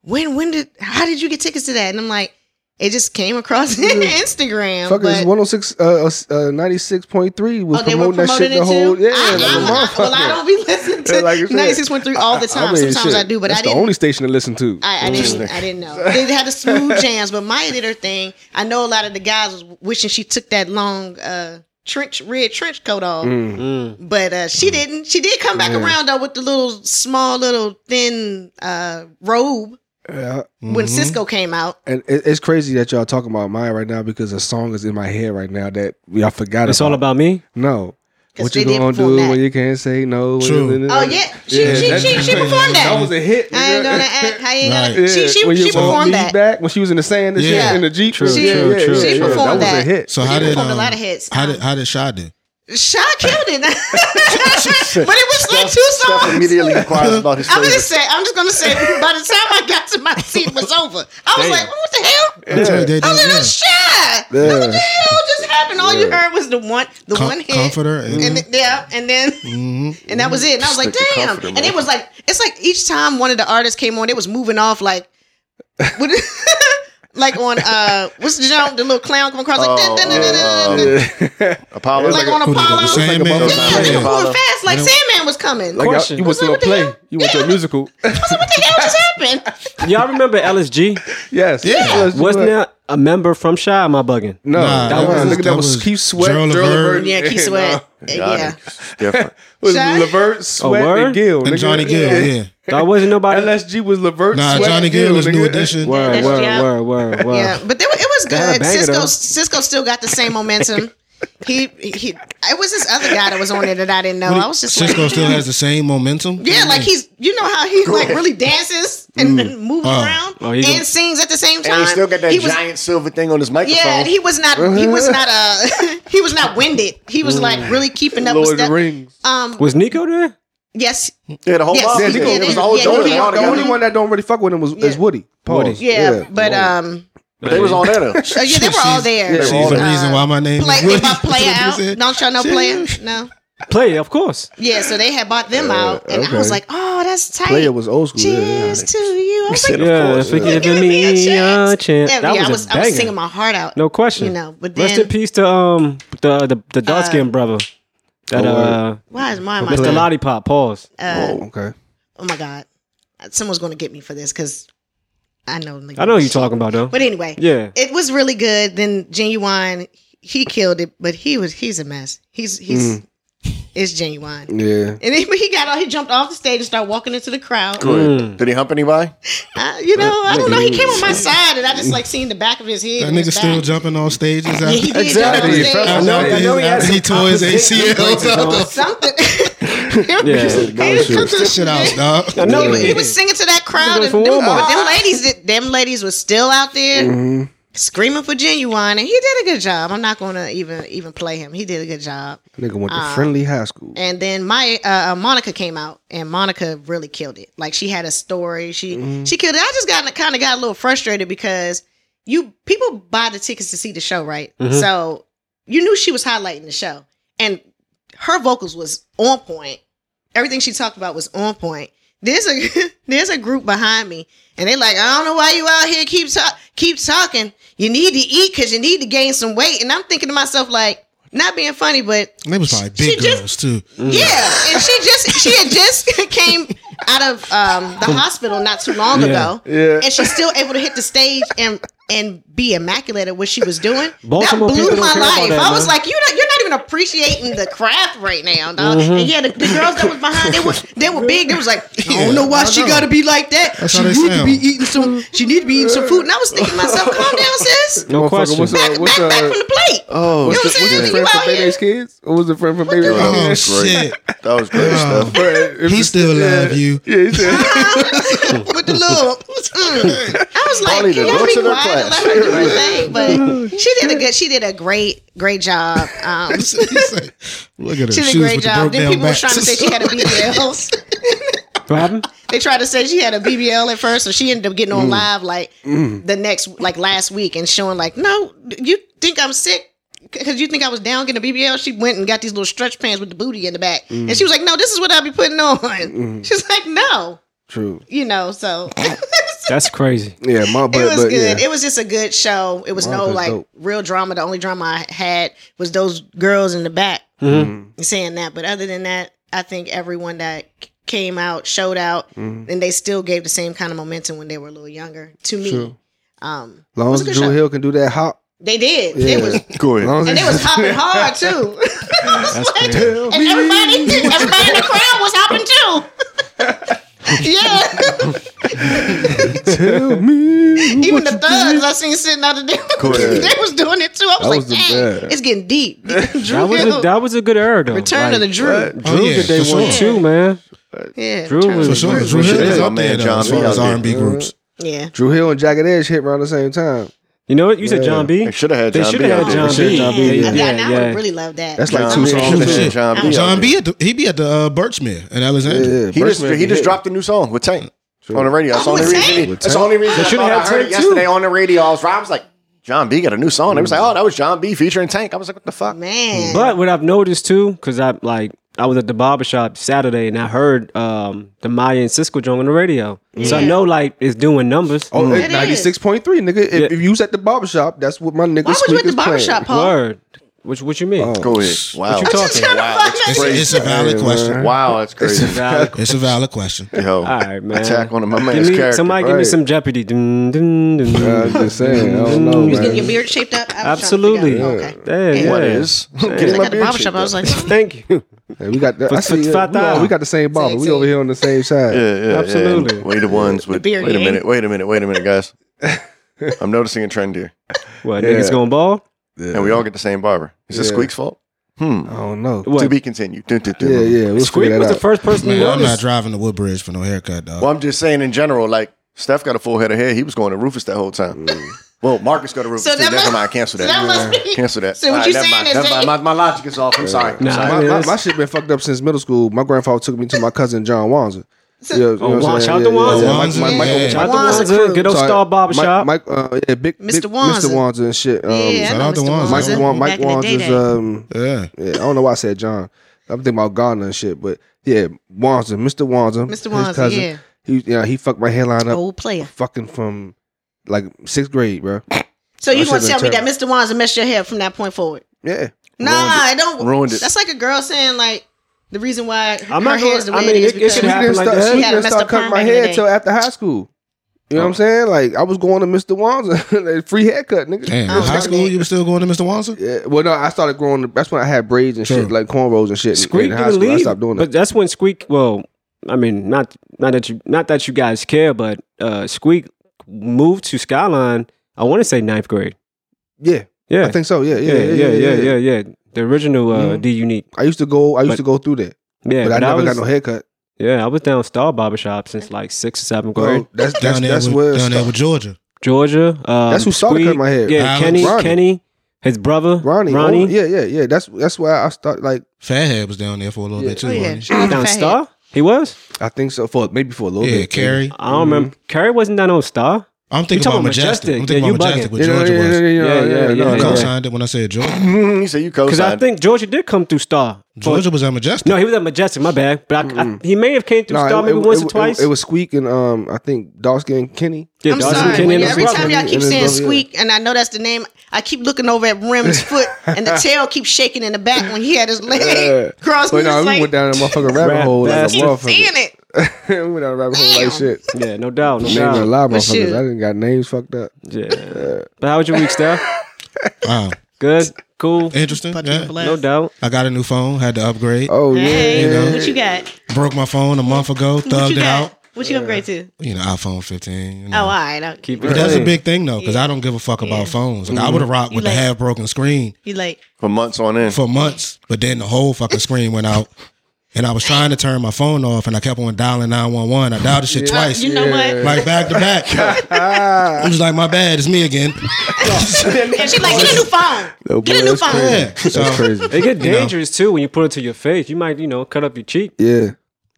Speaker 3: when when did how did you get tickets to that? And I'm like. It just came across Instagram.
Speaker 5: Mm. Fuck it, it's
Speaker 3: but-
Speaker 5: 106, uh, uh, 96.3 was
Speaker 3: Oh, they were
Speaker 5: promoting that shit
Speaker 3: promoting
Speaker 5: the
Speaker 3: it
Speaker 5: whole.
Speaker 3: too.
Speaker 5: Yeah,
Speaker 3: I,
Speaker 5: like a
Speaker 3: I'm not- well, I
Speaker 5: motherfucker.
Speaker 3: don't be listening
Speaker 5: Yeah,
Speaker 3: to
Speaker 5: like you said.
Speaker 3: ninety six point three all the time.
Speaker 5: mean, shit,
Speaker 3: Sometimes I do, but
Speaker 5: that's
Speaker 3: I didn't.
Speaker 5: the only station to listen to.
Speaker 3: I, I didn't. I didn't know. They had the smooth jams, but Maya did her thing. I know a lot of the guys was wishing she took that long uh, trench red trench coat off,
Speaker 1: Mm.
Speaker 3: but uh, she didn't. She did come back around though with the little small, little thin uh, robe
Speaker 5: Yeah. Mm-hmm.
Speaker 3: when Cisco came out.
Speaker 5: And it, it's crazy that y'all talking about mine right now because a song is in my head right now that y'all forgot
Speaker 1: It's all about me.
Speaker 5: No.
Speaker 3: 'Cause
Speaker 5: What you
Speaker 3: they did
Speaker 5: gonna
Speaker 3: perform
Speaker 5: do
Speaker 3: that.
Speaker 5: when you can't say no?
Speaker 2: True.
Speaker 3: Oh yeah, she she,
Speaker 5: that-
Speaker 3: she, she performed that.
Speaker 5: That was a hit.
Speaker 3: I ain't
Speaker 5: nigga.
Speaker 3: gonna act. I ain't
Speaker 2: Right.
Speaker 3: gonna. She she,
Speaker 5: when you
Speaker 3: she
Speaker 5: brought me
Speaker 3: performed that.
Speaker 5: back when she was in the sand and
Speaker 2: Yeah.
Speaker 5: shit in the jeep.
Speaker 1: True,
Speaker 5: yeah,
Speaker 1: true,
Speaker 5: yeah,
Speaker 1: true.
Speaker 5: yeah,
Speaker 1: She
Speaker 5: yeah.
Speaker 3: performed
Speaker 5: That was a
Speaker 3: that.
Speaker 5: hit.
Speaker 2: So how did
Speaker 3: performed a
Speaker 2: um,
Speaker 3: lot of hits.
Speaker 2: How did how did Sha do?
Speaker 3: Shaw killed it. but it was like
Speaker 4: Steph,
Speaker 3: two songs.
Speaker 4: Steph immediately inquires about his
Speaker 3: I'm gonna
Speaker 4: favorite.
Speaker 3: say I'm just gonna say by the time I got to my seat was over. I was
Speaker 1: Damn.
Speaker 3: like, what the hell?
Speaker 2: That's right, they did,
Speaker 3: I was like,
Speaker 2: yeah.
Speaker 3: that's shy.
Speaker 5: Yeah.
Speaker 3: What the hell just happened? All you heard was the one the
Speaker 2: Com-
Speaker 3: one hit.
Speaker 2: comforter and-
Speaker 3: and th- yeah, and then
Speaker 2: Mhm.
Speaker 3: and that was it. And I was like,
Speaker 4: Stick to
Speaker 3: damn.
Speaker 4: comforter,
Speaker 3: And it
Speaker 4: man.
Speaker 3: was like it's like each time one of the artists came on, it was moving off like what- like on uh what's the jump the little clown come across like dun,
Speaker 4: Oh,
Speaker 3: dun, dun, dun, dun, dun, dun.
Speaker 5: Yeah.
Speaker 4: Apollo.
Speaker 3: like on
Speaker 2: Who did it?
Speaker 3: Apollo.
Speaker 2: The Sandman?
Speaker 5: like a
Speaker 3: Yeah, they were
Speaker 4: Yeah.
Speaker 3: moving fast like Sandman was coming.
Speaker 5: Like, I-
Speaker 1: Question.
Speaker 5: you went
Speaker 3: I
Speaker 5: to a
Speaker 3: was like,
Speaker 5: play.
Speaker 3: what the
Speaker 5: You went to a
Speaker 3: hell?
Speaker 5: musical.
Speaker 3: what the hell just happened?
Speaker 1: Y'all remember LSG?
Speaker 5: Yes.
Speaker 2: Yeah.
Speaker 5: Let's do
Speaker 1: Wasn't
Speaker 5: it.
Speaker 1: there a member from Shy? Am I bugging?
Speaker 5: No,
Speaker 2: Nah,
Speaker 5: that
Speaker 1: that
Speaker 5: was,
Speaker 1: was-
Speaker 5: look at that
Speaker 2: that
Speaker 5: was,
Speaker 2: was
Speaker 5: Keith Sweat,
Speaker 2: Gerald
Speaker 5: Gerald
Speaker 2: Levert.
Speaker 5: Levert,
Speaker 3: Yeah, Keith
Speaker 5: and,
Speaker 3: Sweat.
Speaker 5: uh,
Speaker 3: Yeah.
Speaker 4: It's different.
Speaker 5: it was
Speaker 3: Johnny-
Speaker 5: Levert, Sweat, and
Speaker 1: word?
Speaker 5: Gill.
Speaker 2: And
Speaker 5: nigga.
Speaker 2: Johnny Gill, yeah.
Speaker 1: That wasn't nobody.
Speaker 5: LSG was Levert.
Speaker 2: Nah,
Speaker 5: Sweat,
Speaker 2: Johnny
Speaker 5: and
Speaker 2: Gill is
Speaker 5: nigga.
Speaker 2: New Edition.
Speaker 1: Word,
Speaker 3: Yeah,
Speaker 1: word,
Speaker 3: yeah.
Speaker 1: word, word, word.
Speaker 3: Yeah, but they were, it was
Speaker 1: Got a
Speaker 3: good.
Speaker 1: banger,
Speaker 3: Cisco
Speaker 1: though.
Speaker 3: Cisco still got the same momentum. He he. It was this other guy that was on there that I didn't know. I was just
Speaker 2: Cisco
Speaker 3: like,
Speaker 2: still has the same momentum.
Speaker 3: yeah, like he's you know how he like really dances and, and moves
Speaker 2: Oh.
Speaker 3: around
Speaker 1: Oh, he
Speaker 3: and
Speaker 1: gonna-
Speaker 3: sings at the same time.
Speaker 4: And he still got that
Speaker 3: He was-
Speaker 4: giant silver thing on his microphone.
Speaker 3: Yeah, he was not. He was not. Uh, he was not winded. He was like really keeping up
Speaker 5: Lord
Speaker 3: with
Speaker 5: of the
Speaker 3: stuff.
Speaker 5: Rings.
Speaker 3: Um.
Speaker 1: Was Nico there?
Speaker 3: Yes.
Speaker 4: Yeah, the whole
Speaker 3: Yes,
Speaker 4: mob.
Speaker 3: he
Speaker 4: was
Speaker 5: did.
Speaker 4: there.
Speaker 5: Yeah,
Speaker 4: It was the whole
Speaker 3: yeah,
Speaker 5: The
Speaker 3: Oh,
Speaker 4: Jordan.
Speaker 5: only,
Speaker 3: yeah,
Speaker 5: the only
Speaker 3: yeah.
Speaker 5: one that don't really fuck with him was, is
Speaker 3: Yeah.
Speaker 5: Woody. Pause.
Speaker 1: Woody.
Speaker 3: Yeah. but um.
Speaker 4: But they was all there. though.
Speaker 3: oh, yeah, they were all there.
Speaker 2: She's
Speaker 4: all
Speaker 2: the
Speaker 4: there.
Speaker 2: reason why my name
Speaker 3: Play,
Speaker 2: is
Speaker 3: they
Speaker 2: Woody.
Speaker 3: bought player
Speaker 2: That's
Speaker 3: out.
Speaker 2: what you said.
Speaker 3: Don't y'all know
Speaker 2: Shit.
Speaker 3: player? No.
Speaker 1: Play, of course.
Speaker 3: Yeah, so they had bought them out, and
Speaker 5: okay.
Speaker 3: I was like, "Oh, that's tight."
Speaker 5: Player was old school. yeah, yeah.
Speaker 3: Cheers to you. I was like,
Speaker 4: Of
Speaker 1: Yeah,
Speaker 4: course,
Speaker 1: if you
Speaker 4: yeah.
Speaker 1: giving
Speaker 3: Giving
Speaker 1: me a chance.
Speaker 3: yeah,
Speaker 1: That
Speaker 3: yeah, I
Speaker 1: was
Speaker 3: was,
Speaker 1: a
Speaker 3: I was
Speaker 1: banger.
Speaker 3: singing my heart out.
Speaker 1: No question.
Speaker 3: You know, but
Speaker 1: Rest
Speaker 3: then-
Speaker 1: in peace to um the the, the dark skinned brother. That
Speaker 5: Oh,
Speaker 1: uh
Speaker 3: Why is mine my
Speaker 1: Mr. Lollipop. Pause.
Speaker 5: Oh, okay.
Speaker 3: Oh my god, someone's gonna get me for this because I know.
Speaker 1: I know who you're talking about though.
Speaker 3: But anyway,
Speaker 1: Yeah.
Speaker 3: it was really good. Then genuine, he killed it, but he was he's a mess. He's
Speaker 1: Mm.
Speaker 3: he's it's genuine.
Speaker 5: Yeah.
Speaker 3: And then he got out, he jumped off the stage and started walking into the crowd.
Speaker 4: Good. Did he hump anybody?
Speaker 3: I- you know, I don't know. He came on my side, and I just like seen the back of his head.
Speaker 2: That
Speaker 3: and
Speaker 2: nigga
Speaker 3: his
Speaker 2: still
Speaker 3: back.
Speaker 2: jumping on stages.
Speaker 3: Yeah,
Speaker 2: after-
Speaker 3: he did jump
Speaker 5: Exactly.
Speaker 3: on
Speaker 5: He
Speaker 3: stage.
Speaker 5: fell
Speaker 1: I know- I know he has
Speaker 2: after he tore his ACL.
Speaker 3: something. yeah,
Speaker 2: Cut that shit out, dog.
Speaker 1: I know
Speaker 3: He,
Speaker 1: he
Speaker 3: he
Speaker 1: did.
Speaker 3: was singing to that crowd,
Speaker 1: He's looking
Speaker 3: and them,
Speaker 1: for Walmart.
Speaker 3: but them ladies, did- them ladies was still out there screaming for genuine, and he did a good job. I'm not gonna even even play him. He did a good job.
Speaker 5: Nigga went to friendly high school.
Speaker 3: And then my uh, uh, Monica came out, and Monica really killed it. Like she had a story. She
Speaker 2: Mm-hmm.
Speaker 3: she killed it. I just got kind of got a little frustrated because you people buy the tickets to see the show, right?
Speaker 2: Mm-hmm.
Speaker 3: So you knew she was highlighting the show, and her vocals was on point. Everything she talked about was on point. There's a there's a group behind me, and they like, I don't know why you out here keep talk, keep talking. You need to eat because you need to gain some weight. And I'm thinking to myself like, not being funny, but
Speaker 2: They was probably
Speaker 3: She
Speaker 2: big
Speaker 3: just-
Speaker 2: girls too.
Speaker 3: yeah, and she just she had just came out of um, the hospital not too long ago,
Speaker 5: Yeah.
Speaker 3: and she's still able to hit the stage and and be immaculate at what she was doing.
Speaker 1: Baltimore
Speaker 3: that blew
Speaker 1: people don't
Speaker 3: my
Speaker 1: care about
Speaker 3: life.
Speaker 1: that,
Speaker 3: I was
Speaker 1: man.
Speaker 3: like, you not you're not even appreciating the craft right now, dog. And yeah, the, the girls that was behind they were they were big. They was like, I don't know why
Speaker 2: I
Speaker 3: she
Speaker 2: know.
Speaker 3: got to be like that.
Speaker 2: That's
Speaker 3: she
Speaker 2: how they
Speaker 3: need to
Speaker 2: sound.
Speaker 3: be eating some. She need to be eating some food. And I was thinking to myself, calm down, sis.
Speaker 1: No
Speaker 5: Motherfucker,
Speaker 1: question.
Speaker 5: what's up?
Speaker 3: Back, back, back from the plate.
Speaker 4: Oh,
Speaker 3: you know what I'm
Speaker 5: What's the, what's the
Speaker 3: saying? You
Speaker 5: friend from
Speaker 3: out here.
Speaker 5: Baby's Kids? What was the friend from Baby's
Speaker 4: hell?
Speaker 2: Oh
Speaker 5: Kids?
Speaker 2: shit!
Speaker 4: That was great
Speaker 2: Oh.
Speaker 4: stuff.
Speaker 5: But it
Speaker 2: He
Speaker 5: was-
Speaker 2: still
Speaker 5: yeah.
Speaker 2: love you.
Speaker 5: Yeah, he said.
Speaker 3: with the little. Mm. I was
Speaker 4: Probably
Speaker 3: like,
Speaker 4: the
Speaker 3: can y'all
Speaker 4: looks
Speaker 3: be
Speaker 4: of the
Speaker 3: quiet and
Speaker 4: class.
Speaker 3: let her do her thing? But she did a good. She did a great, great job. Um,
Speaker 2: He said- Look at her.
Speaker 3: she did
Speaker 2: She
Speaker 3: a
Speaker 2: was
Speaker 3: great
Speaker 2: with the
Speaker 3: job.
Speaker 2: broke
Speaker 3: Then
Speaker 2: down
Speaker 3: people were trying
Speaker 2: back.
Speaker 3: to say she had a BBL.
Speaker 1: What happened?
Speaker 3: they tried to say she had a BBL at first, so she ended up getting
Speaker 2: Mm.
Speaker 3: on live like the next, like last week, and showing like, no, you think I'm sick. Because you think I was down getting a BBL, she went and got these little stretch pants with the booty in the back, and she was like, "No, this is what I'll be putting on."
Speaker 2: Mm.
Speaker 3: She's like, "No,
Speaker 5: True.
Speaker 3: you know." So
Speaker 1: That's crazy.
Speaker 5: Yeah, my but,
Speaker 3: it was
Speaker 5: but
Speaker 3: good.
Speaker 5: yeah.
Speaker 3: It was just a good show. It was no
Speaker 5: Monica's
Speaker 3: like
Speaker 5: dope.
Speaker 3: real drama. The only drama I had was those girls in the back
Speaker 5: Mhm.
Speaker 3: saying that. But other than that, I think everyone that c- came out showed out, and they still gave the same kind of momentum when they were a little younger. To me,
Speaker 5: True.
Speaker 3: um,
Speaker 5: Long
Speaker 3: was
Speaker 5: as
Speaker 3: a good
Speaker 5: Drew
Speaker 3: show.
Speaker 5: Hill can do that hop.
Speaker 3: they did.
Speaker 5: Yeah.
Speaker 3: They was
Speaker 4: Go ahead.
Speaker 5: Long as
Speaker 3: and
Speaker 5: he-
Speaker 3: they was hopping hard too. I was
Speaker 1: That's
Speaker 3: like-
Speaker 1: crazy.
Speaker 3: and everybody, everybody in the crowd was hopping too. yeah,
Speaker 5: Tell me.
Speaker 3: even the thugs I seen sitting out of there,
Speaker 4: Correct.
Speaker 3: they was doing it too. I was
Speaker 5: That
Speaker 3: like,
Speaker 5: was the-
Speaker 3: dang,
Speaker 5: yeah.
Speaker 3: it's getting deep. Drew
Speaker 1: That was
Speaker 3: Hill.
Speaker 1: a, that was a good era though.
Speaker 3: Return of the
Speaker 1: Like,
Speaker 3: Drew.
Speaker 2: Oh,
Speaker 1: Drew
Speaker 2: yeah,
Speaker 1: did they
Speaker 2: for sure.
Speaker 1: one too, man.
Speaker 3: Yeah.
Speaker 1: Drew
Speaker 3: Return of
Speaker 1: was-
Speaker 3: the
Speaker 2: For
Speaker 3: Drew.
Speaker 2: sure,
Speaker 4: Drew
Speaker 2: Drew Hill
Speaker 4: Hill,
Speaker 2: is
Speaker 4: my
Speaker 2: up there
Speaker 4: man
Speaker 2: though,
Speaker 4: John
Speaker 2: as
Speaker 4: B
Speaker 2: far as
Speaker 4: out there.
Speaker 2: R and B groups.
Speaker 3: Yeah.
Speaker 5: Drew Hill and Jagged Edge hit around the same time.
Speaker 1: You know what? You said John B.
Speaker 4: They should have had
Speaker 1: They
Speaker 4: John
Speaker 1: should
Speaker 4: B.
Speaker 1: have had
Speaker 4: out there.
Speaker 1: John
Speaker 5: They
Speaker 1: B.
Speaker 5: should have
Speaker 3: Yeah,
Speaker 5: John B.
Speaker 3: yeah,
Speaker 5: Yeah,
Speaker 3: now I would really love that.
Speaker 5: That's like
Speaker 4: John
Speaker 5: two
Speaker 4: B.
Speaker 5: songs.
Speaker 4: Shoulda had
Speaker 2: Shit.
Speaker 4: John B. out
Speaker 2: John
Speaker 4: there.
Speaker 2: B. At the, he be at the uh, Birchmere in Alexandria.
Speaker 5: Yeah,
Speaker 4: He just,
Speaker 5: Birdman
Speaker 4: he
Speaker 5: can
Speaker 4: just
Speaker 5: hit.
Speaker 4: dropped a new song with Tank
Speaker 5: True.
Speaker 4: on the radio. That's the
Speaker 3: Oh,
Speaker 4: only
Speaker 3: with
Speaker 4: reason.
Speaker 3: Tank?
Speaker 4: He, that's the only reason.
Speaker 1: They should've
Speaker 4: I, thought
Speaker 1: had
Speaker 4: I heard it
Speaker 1: Tank,
Speaker 4: yesterday
Speaker 1: too.
Speaker 4: on the radio. I was, I was like, John B got a new song. They was like, oh, that was John B featuring Tank. I was like, what the fuck?
Speaker 3: Man.
Speaker 1: But what I've noticed too, because I like I was at the barbershop Saturday and I heard um, the Maya and Cisco joint on the radio, so I
Speaker 3: Yeah.
Speaker 1: know like it's doing numbers.
Speaker 5: Oh,
Speaker 3: It is.
Speaker 5: ninety six point three, nigga. If, if you was at the barbershop, that's what my nigga.
Speaker 3: Why was
Speaker 5: squeak
Speaker 3: you at the
Speaker 5: is playing.
Speaker 3: barbershop, Paul?
Speaker 1: word. Which what you mean?
Speaker 5: Oh.
Speaker 4: Go ahead. Wow.
Speaker 1: you
Speaker 3: I'm just
Speaker 1: talking?
Speaker 3: trying to
Speaker 4: Wow,
Speaker 3: find that
Speaker 4: that's
Speaker 2: It's,
Speaker 3: shit.
Speaker 4: crazy.
Speaker 2: it's a valid
Speaker 5: Yeah,
Speaker 2: question.
Speaker 5: man.
Speaker 4: Wow, that's crazy.
Speaker 1: Valid-
Speaker 2: It's a valid question.
Speaker 4: Yo,
Speaker 1: All right, man.
Speaker 4: attack on my
Speaker 1: Give
Speaker 4: man's
Speaker 1: me,
Speaker 4: character.
Speaker 1: somebody give me
Speaker 5: right.
Speaker 1: some Jeopardy. Dun, dun, dun, dun.
Speaker 5: Yeah, Uh, I'm just saying. I don't know,
Speaker 1: You
Speaker 3: Getting
Speaker 5: man.
Speaker 3: your beard shaped up? I was trying to
Speaker 1: Absolutely.
Speaker 3: figure
Speaker 1: Yeah.
Speaker 3: out- Okay.
Speaker 1: Yeah, yeah.
Speaker 4: What is?
Speaker 3: Because
Speaker 4: Getting
Speaker 3: I
Speaker 4: my
Speaker 3: got the
Speaker 4: beard
Speaker 3: barbershop. I was like,
Speaker 1: Thank you.
Speaker 5: Hey, we got the,
Speaker 1: For-
Speaker 5: I see,
Speaker 1: for
Speaker 5: uh,
Speaker 1: five
Speaker 5: we, all- we got the same barber. We over here on the same side.
Speaker 4: Yeah, yeah, yeah.
Speaker 1: Absolutely.
Speaker 4: We the ones with.
Speaker 3: beard
Speaker 4: wait a
Speaker 3: gang.
Speaker 4: minute. Wait a minute. Wait a minute, guys. I'm noticing a trend here,
Speaker 1: What
Speaker 5: Yeah.
Speaker 1: niggas going ball?
Speaker 4: and we all get the same barber. Is this
Speaker 5: Yeah.
Speaker 4: Squeak's fault? Hmm.
Speaker 5: I don't know.
Speaker 1: What?
Speaker 4: To be continued. Dun, dun, dun.
Speaker 5: Yeah, yeah. We'll
Speaker 1: Squeak
Speaker 5: figure
Speaker 1: was
Speaker 5: that
Speaker 1: the
Speaker 5: out.
Speaker 1: first person
Speaker 2: Man,
Speaker 1: who
Speaker 2: I'm not
Speaker 1: noticed.
Speaker 2: driving to Woodbridge for no haircut, dog.
Speaker 4: Well, I'm just saying in general, like Steph got a full head of hair. He was going to Rufus that whole time.
Speaker 1: Mm.
Speaker 4: Well, Marcus got a Rufus
Speaker 3: So
Speaker 4: too.
Speaker 3: that
Speaker 4: Never
Speaker 3: must-
Speaker 4: mind. Cancel
Speaker 3: so
Speaker 4: that.
Speaker 3: that must be-
Speaker 4: Cancel that.
Speaker 3: so what
Speaker 4: All
Speaker 3: you
Speaker 4: never
Speaker 3: saying
Speaker 4: mind,
Speaker 3: is
Speaker 4: never
Speaker 3: that-
Speaker 4: mind. My, my logic is off. I'm sorry. I'm
Speaker 1: Nah,
Speaker 4: sorry.
Speaker 5: my, my,
Speaker 1: Yes.
Speaker 5: my shit been fucked up since middle school. My grandfather took me to my cousin John Wanzer.
Speaker 3: So-
Speaker 5: You know- you know
Speaker 1: Oh,
Speaker 5: what I'm
Speaker 1: Wan-
Speaker 5: saying?
Speaker 1: shout out to Wanzer.
Speaker 5: My- my- my-
Speaker 3: Wanzer,
Speaker 5: my-
Speaker 2: yeah.
Speaker 5: my-
Speaker 1: Shout
Speaker 3: Wanzer
Speaker 1: out to
Speaker 3: crew.
Speaker 1: Wanza, good old
Speaker 5: so,
Speaker 1: Star Barbershop.
Speaker 5: Mike, Mike uh, yeah, big,
Speaker 3: Mr.
Speaker 5: big- Mr.
Speaker 3: Wanzer.
Speaker 5: Wanzer and shit. Um,
Speaker 3: yeah, I
Speaker 2: shout
Speaker 3: know
Speaker 2: out to
Speaker 3: Mr.
Speaker 2: Wands.
Speaker 3: Wands.
Speaker 5: Mike,
Speaker 2: Wanzer.
Speaker 5: Wan-
Speaker 3: Back
Speaker 5: Mike
Speaker 3: in the day
Speaker 5: Wanzer's.
Speaker 3: day.
Speaker 5: Um,
Speaker 2: yeah.
Speaker 5: yeah, I don't know why I said John. I'm thinking about Ghana and shit, but yeah, Wanzer, Mr. Wanzer,
Speaker 3: Mr.
Speaker 5: his
Speaker 3: Wands,
Speaker 5: cousin,
Speaker 3: yeah.
Speaker 5: He, yeah, he fucked my hairline
Speaker 1: Oh.
Speaker 5: up,
Speaker 3: Old player.
Speaker 5: fucking from like sixth grade, bro.
Speaker 3: So you
Speaker 5: shit
Speaker 3: going to
Speaker 5: been
Speaker 3: tell me that Mr. Wands messed your hair from that point forward?
Speaker 5: Yeah,
Speaker 3: Nah, I don't.
Speaker 4: Ruined it.
Speaker 3: That's like a girl saying, like, the reason why her,
Speaker 1: I'm not
Speaker 3: hair is the
Speaker 1: gonna-
Speaker 3: way
Speaker 1: I mean,
Speaker 3: it is.
Speaker 1: it- it
Speaker 3: because
Speaker 1: should
Speaker 5: Sweet
Speaker 1: happen
Speaker 5: didn't
Speaker 1: like
Speaker 5: start,
Speaker 1: that.
Speaker 5: Sweet
Speaker 1: You
Speaker 3: had a
Speaker 5: didn't
Speaker 3: messed
Speaker 5: start
Speaker 3: up
Speaker 5: cutting
Speaker 3: perm
Speaker 5: my
Speaker 3: back in
Speaker 5: hair
Speaker 3: the day.
Speaker 5: till after high school. You
Speaker 1: Oh.
Speaker 5: know what I'm saying? Like I was going to Mr. Wanza, free haircut, nigga.
Speaker 2: Damn,
Speaker 3: Oh,
Speaker 2: high
Speaker 3: okay.
Speaker 2: school, you were still going to Mr. Wanzer?
Speaker 5: Yeah, well, no, I started growing. That's when I had braids and
Speaker 2: True.
Speaker 5: shit, like cornrows and shit. in-
Speaker 1: Squeak
Speaker 5: in high
Speaker 1: didn't
Speaker 5: school, I
Speaker 1: leave,
Speaker 5: stopped doing
Speaker 1: but
Speaker 5: that.
Speaker 1: that's when Squeak. Well, I mean, not not that you not that you guys care, but uh, Squeak moved to Skyline. I want to say ninth grade.
Speaker 5: Yeah,
Speaker 1: Yeah,
Speaker 5: I think so. Yeah,
Speaker 1: yeah,
Speaker 5: yeah,
Speaker 1: yeah, yeah, yeah, yeah. The original uh,
Speaker 5: Mhm.
Speaker 1: D Unique.
Speaker 5: I used to go. I used
Speaker 1: But-
Speaker 5: to go through that,
Speaker 1: Yeah,
Speaker 5: but I never
Speaker 1: was,
Speaker 5: got no haircut.
Speaker 1: Yeah, I was down Star Barbershop since like sixth or seventh
Speaker 5: Bro,
Speaker 1: grade.
Speaker 5: that's that's
Speaker 2: Down there,
Speaker 5: that's
Speaker 2: with,
Speaker 5: where. it
Speaker 2: down there
Speaker 5: started.
Speaker 2: with Georgia.
Speaker 1: Georgia. Um,
Speaker 5: That's who started
Speaker 1: Squeak,
Speaker 5: cutting my hair.
Speaker 1: Yeah,
Speaker 2: Alex
Speaker 1: Kenny,
Speaker 5: Ronnie.
Speaker 1: Kenny, his brother
Speaker 5: Ronnie,
Speaker 1: Ronnie,
Speaker 5: Ronnie, yeah, yeah, yeah. That's that's why I started. Like
Speaker 2: Fathead was down there for a little
Speaker 5: Yeah.
Speaker 2: bit too.
Speaker 3: Oh, yeah.
Speaker 2: wasn't he?
Speaker 3: Shout out to
Speaker 1: down
Speaker 3: Fathead.
Speaker 1: Star. He was.
Speaker 5: I think so for maybe for a little
Speaker 2: Yeah,
Speaker 5: bit.
Speaker 2: Carrie.
Speaker 1: I
Speaker 5: Mm-hmm.
Speaker 1: don't remember. Carrie wasn't down on Star.
Speaker 2: I'm
Speaker 1: You
Speaker 2: thinking
Speaker 1: talking
Speaker 2: about Majestic.
Speaker 1: Majestic.
Speaker 2: I'm thinking
Speaker 1: Yeah,
Speaker 2: about
Speaker 1: you
Speaker 2: Majestic
Speaker 1: bugging.
Speaker 2: with
Speaker 5: Yeah, yeah,
Speaker 2: Georgia
Speaker 5: yeah,
Speaker 2: was.
Speaker 5: yeah,
Speaker 1: Yeah,
Speaker 5: yeah,
Speaker 1: yeah,
Speaker 5: no,
Speaker 2: You
Speaker 1: yeah.
Speaker 5: no.
Speaker 2: co-signed it when I said Georgia.
Speaker 4: mm-hmm, He said you
Speaker 1: Because I
Speaker 4: co-signed.
Speaker 1: think Georgia did come through Star. For-
Speaker 2: Georgia was at Majestic.
Speaker 1: No, he was at Majestic. My bad. But I, I, he may have came through Star maybe once or twice.
Speaker 5: Mm-hmm. It, was Squeak and um, I think dark skin Kenny.
Speaker 1: Yeah,
Speaker 3: I'm
Speaker 1: Dawson
Speaker 3: sorry.
Speaker 1: Kenny
Speaker 3: when
Speaker 1: and
Speaker 5: his
Speaker 3: every
Speaker 1: his brother.
Speaker 3: time y'all
Speaker 5: and
Speaker 3: keep
Speaker 5: his
Speaker 3: saying
Speaker 5: brother, yeah.
Speaker 3: squeak, and I know that's the name, I keep looking over at Rim's foot, and the tail keeps shaking in the back when he had his leg
Speaker 5: Yeah.
Speaker 3: crossed.
Speaker 5: But
Speaker 3: But
Speaker 5: no, we
Speaker 3: like,
Speaker 5: went down a motherfucking rabbit
Speaker 1: Rap
Speaker 5: hole like a
Speaker 1: bastard.
Speaker 5: motherfucker.
Speaker 3: seeing it.
Speaker 5: we went down a rabbit hole like
Speaker 3: Damn.
Speaker 5: shit.
Speaker 1: Yeah, no doubt, no
Speaker 5: Name a
Speaker 1: doubt.
Speaker 5: lot of
Speaker 3: But
Speaker 5: motherfuckers.
Speaker 3: shoot.
Speaker 5: I didn't got names fucked up.
Speaker 1: Yeah. But how was your week, Steph?
Speaker 2: Wow,
Speaker 1: Good, cool,
Speaker 2: interesting. Yeah.
Speaker 1: no doubt.
Speaker 2: I got a new phone. Had to upgrade.
Speaker 5: Oh
Speaker 3: Hey,
Speaker 5: yeah,
Speaker 2: know.
Speaker 3: what you got?
Speaker 2: Broke my phone a month ago.
Speaker 3: What
Speaker 2: Thugged
Speaker 3: you
Speaker 2: it
Speaker 3: got?
Speaker 2: out.
Speaker 3: What you upgrade to?
Speaker 2: You know, iPhone 15. you
Speaker 3: Oh,
Speaker 2: know.
Speaker 3: all right. I-
Speaker 1: Keep
Speaker 2: But
Speaker 1: it
Speaker 2: that's a
Speaker 1: clean.
Speaker 2: big thing though, because I don't give a fuck about phones. Like I would have rocked with
Speaker 3: You
Speaker 2: the
Speaker 3: like-
Speaker 2: half broken screen
Speaker 3: You like
Speaker 4: for months on end.
Speaker 2: for months, but then the whole fucking screen went out. And I was trying to turn my phone off, and I kept on dialing 911. I dialed the shit twice,
Speaker 3: uh, you know what?
Speaker 2: like back to back. I was like, my bad, it's me again.
Speaker 3: And she like get a new phone.
Speaker 5: No,
Speaker 3: get
Speaker 5: boy,
Speaker 3: a new
Speaker 5: that's
Speaker 3: phone.
Speaker 5: crazy.
Speaker 2: Yeah, so
Speaker 5: that's crazy.
Speaker 1: It get
Speaker 2: know.
Speaker 1: dangerous too when you put it to your face. You might, you know, cut up your cheek,
Speaker 5: Yeah,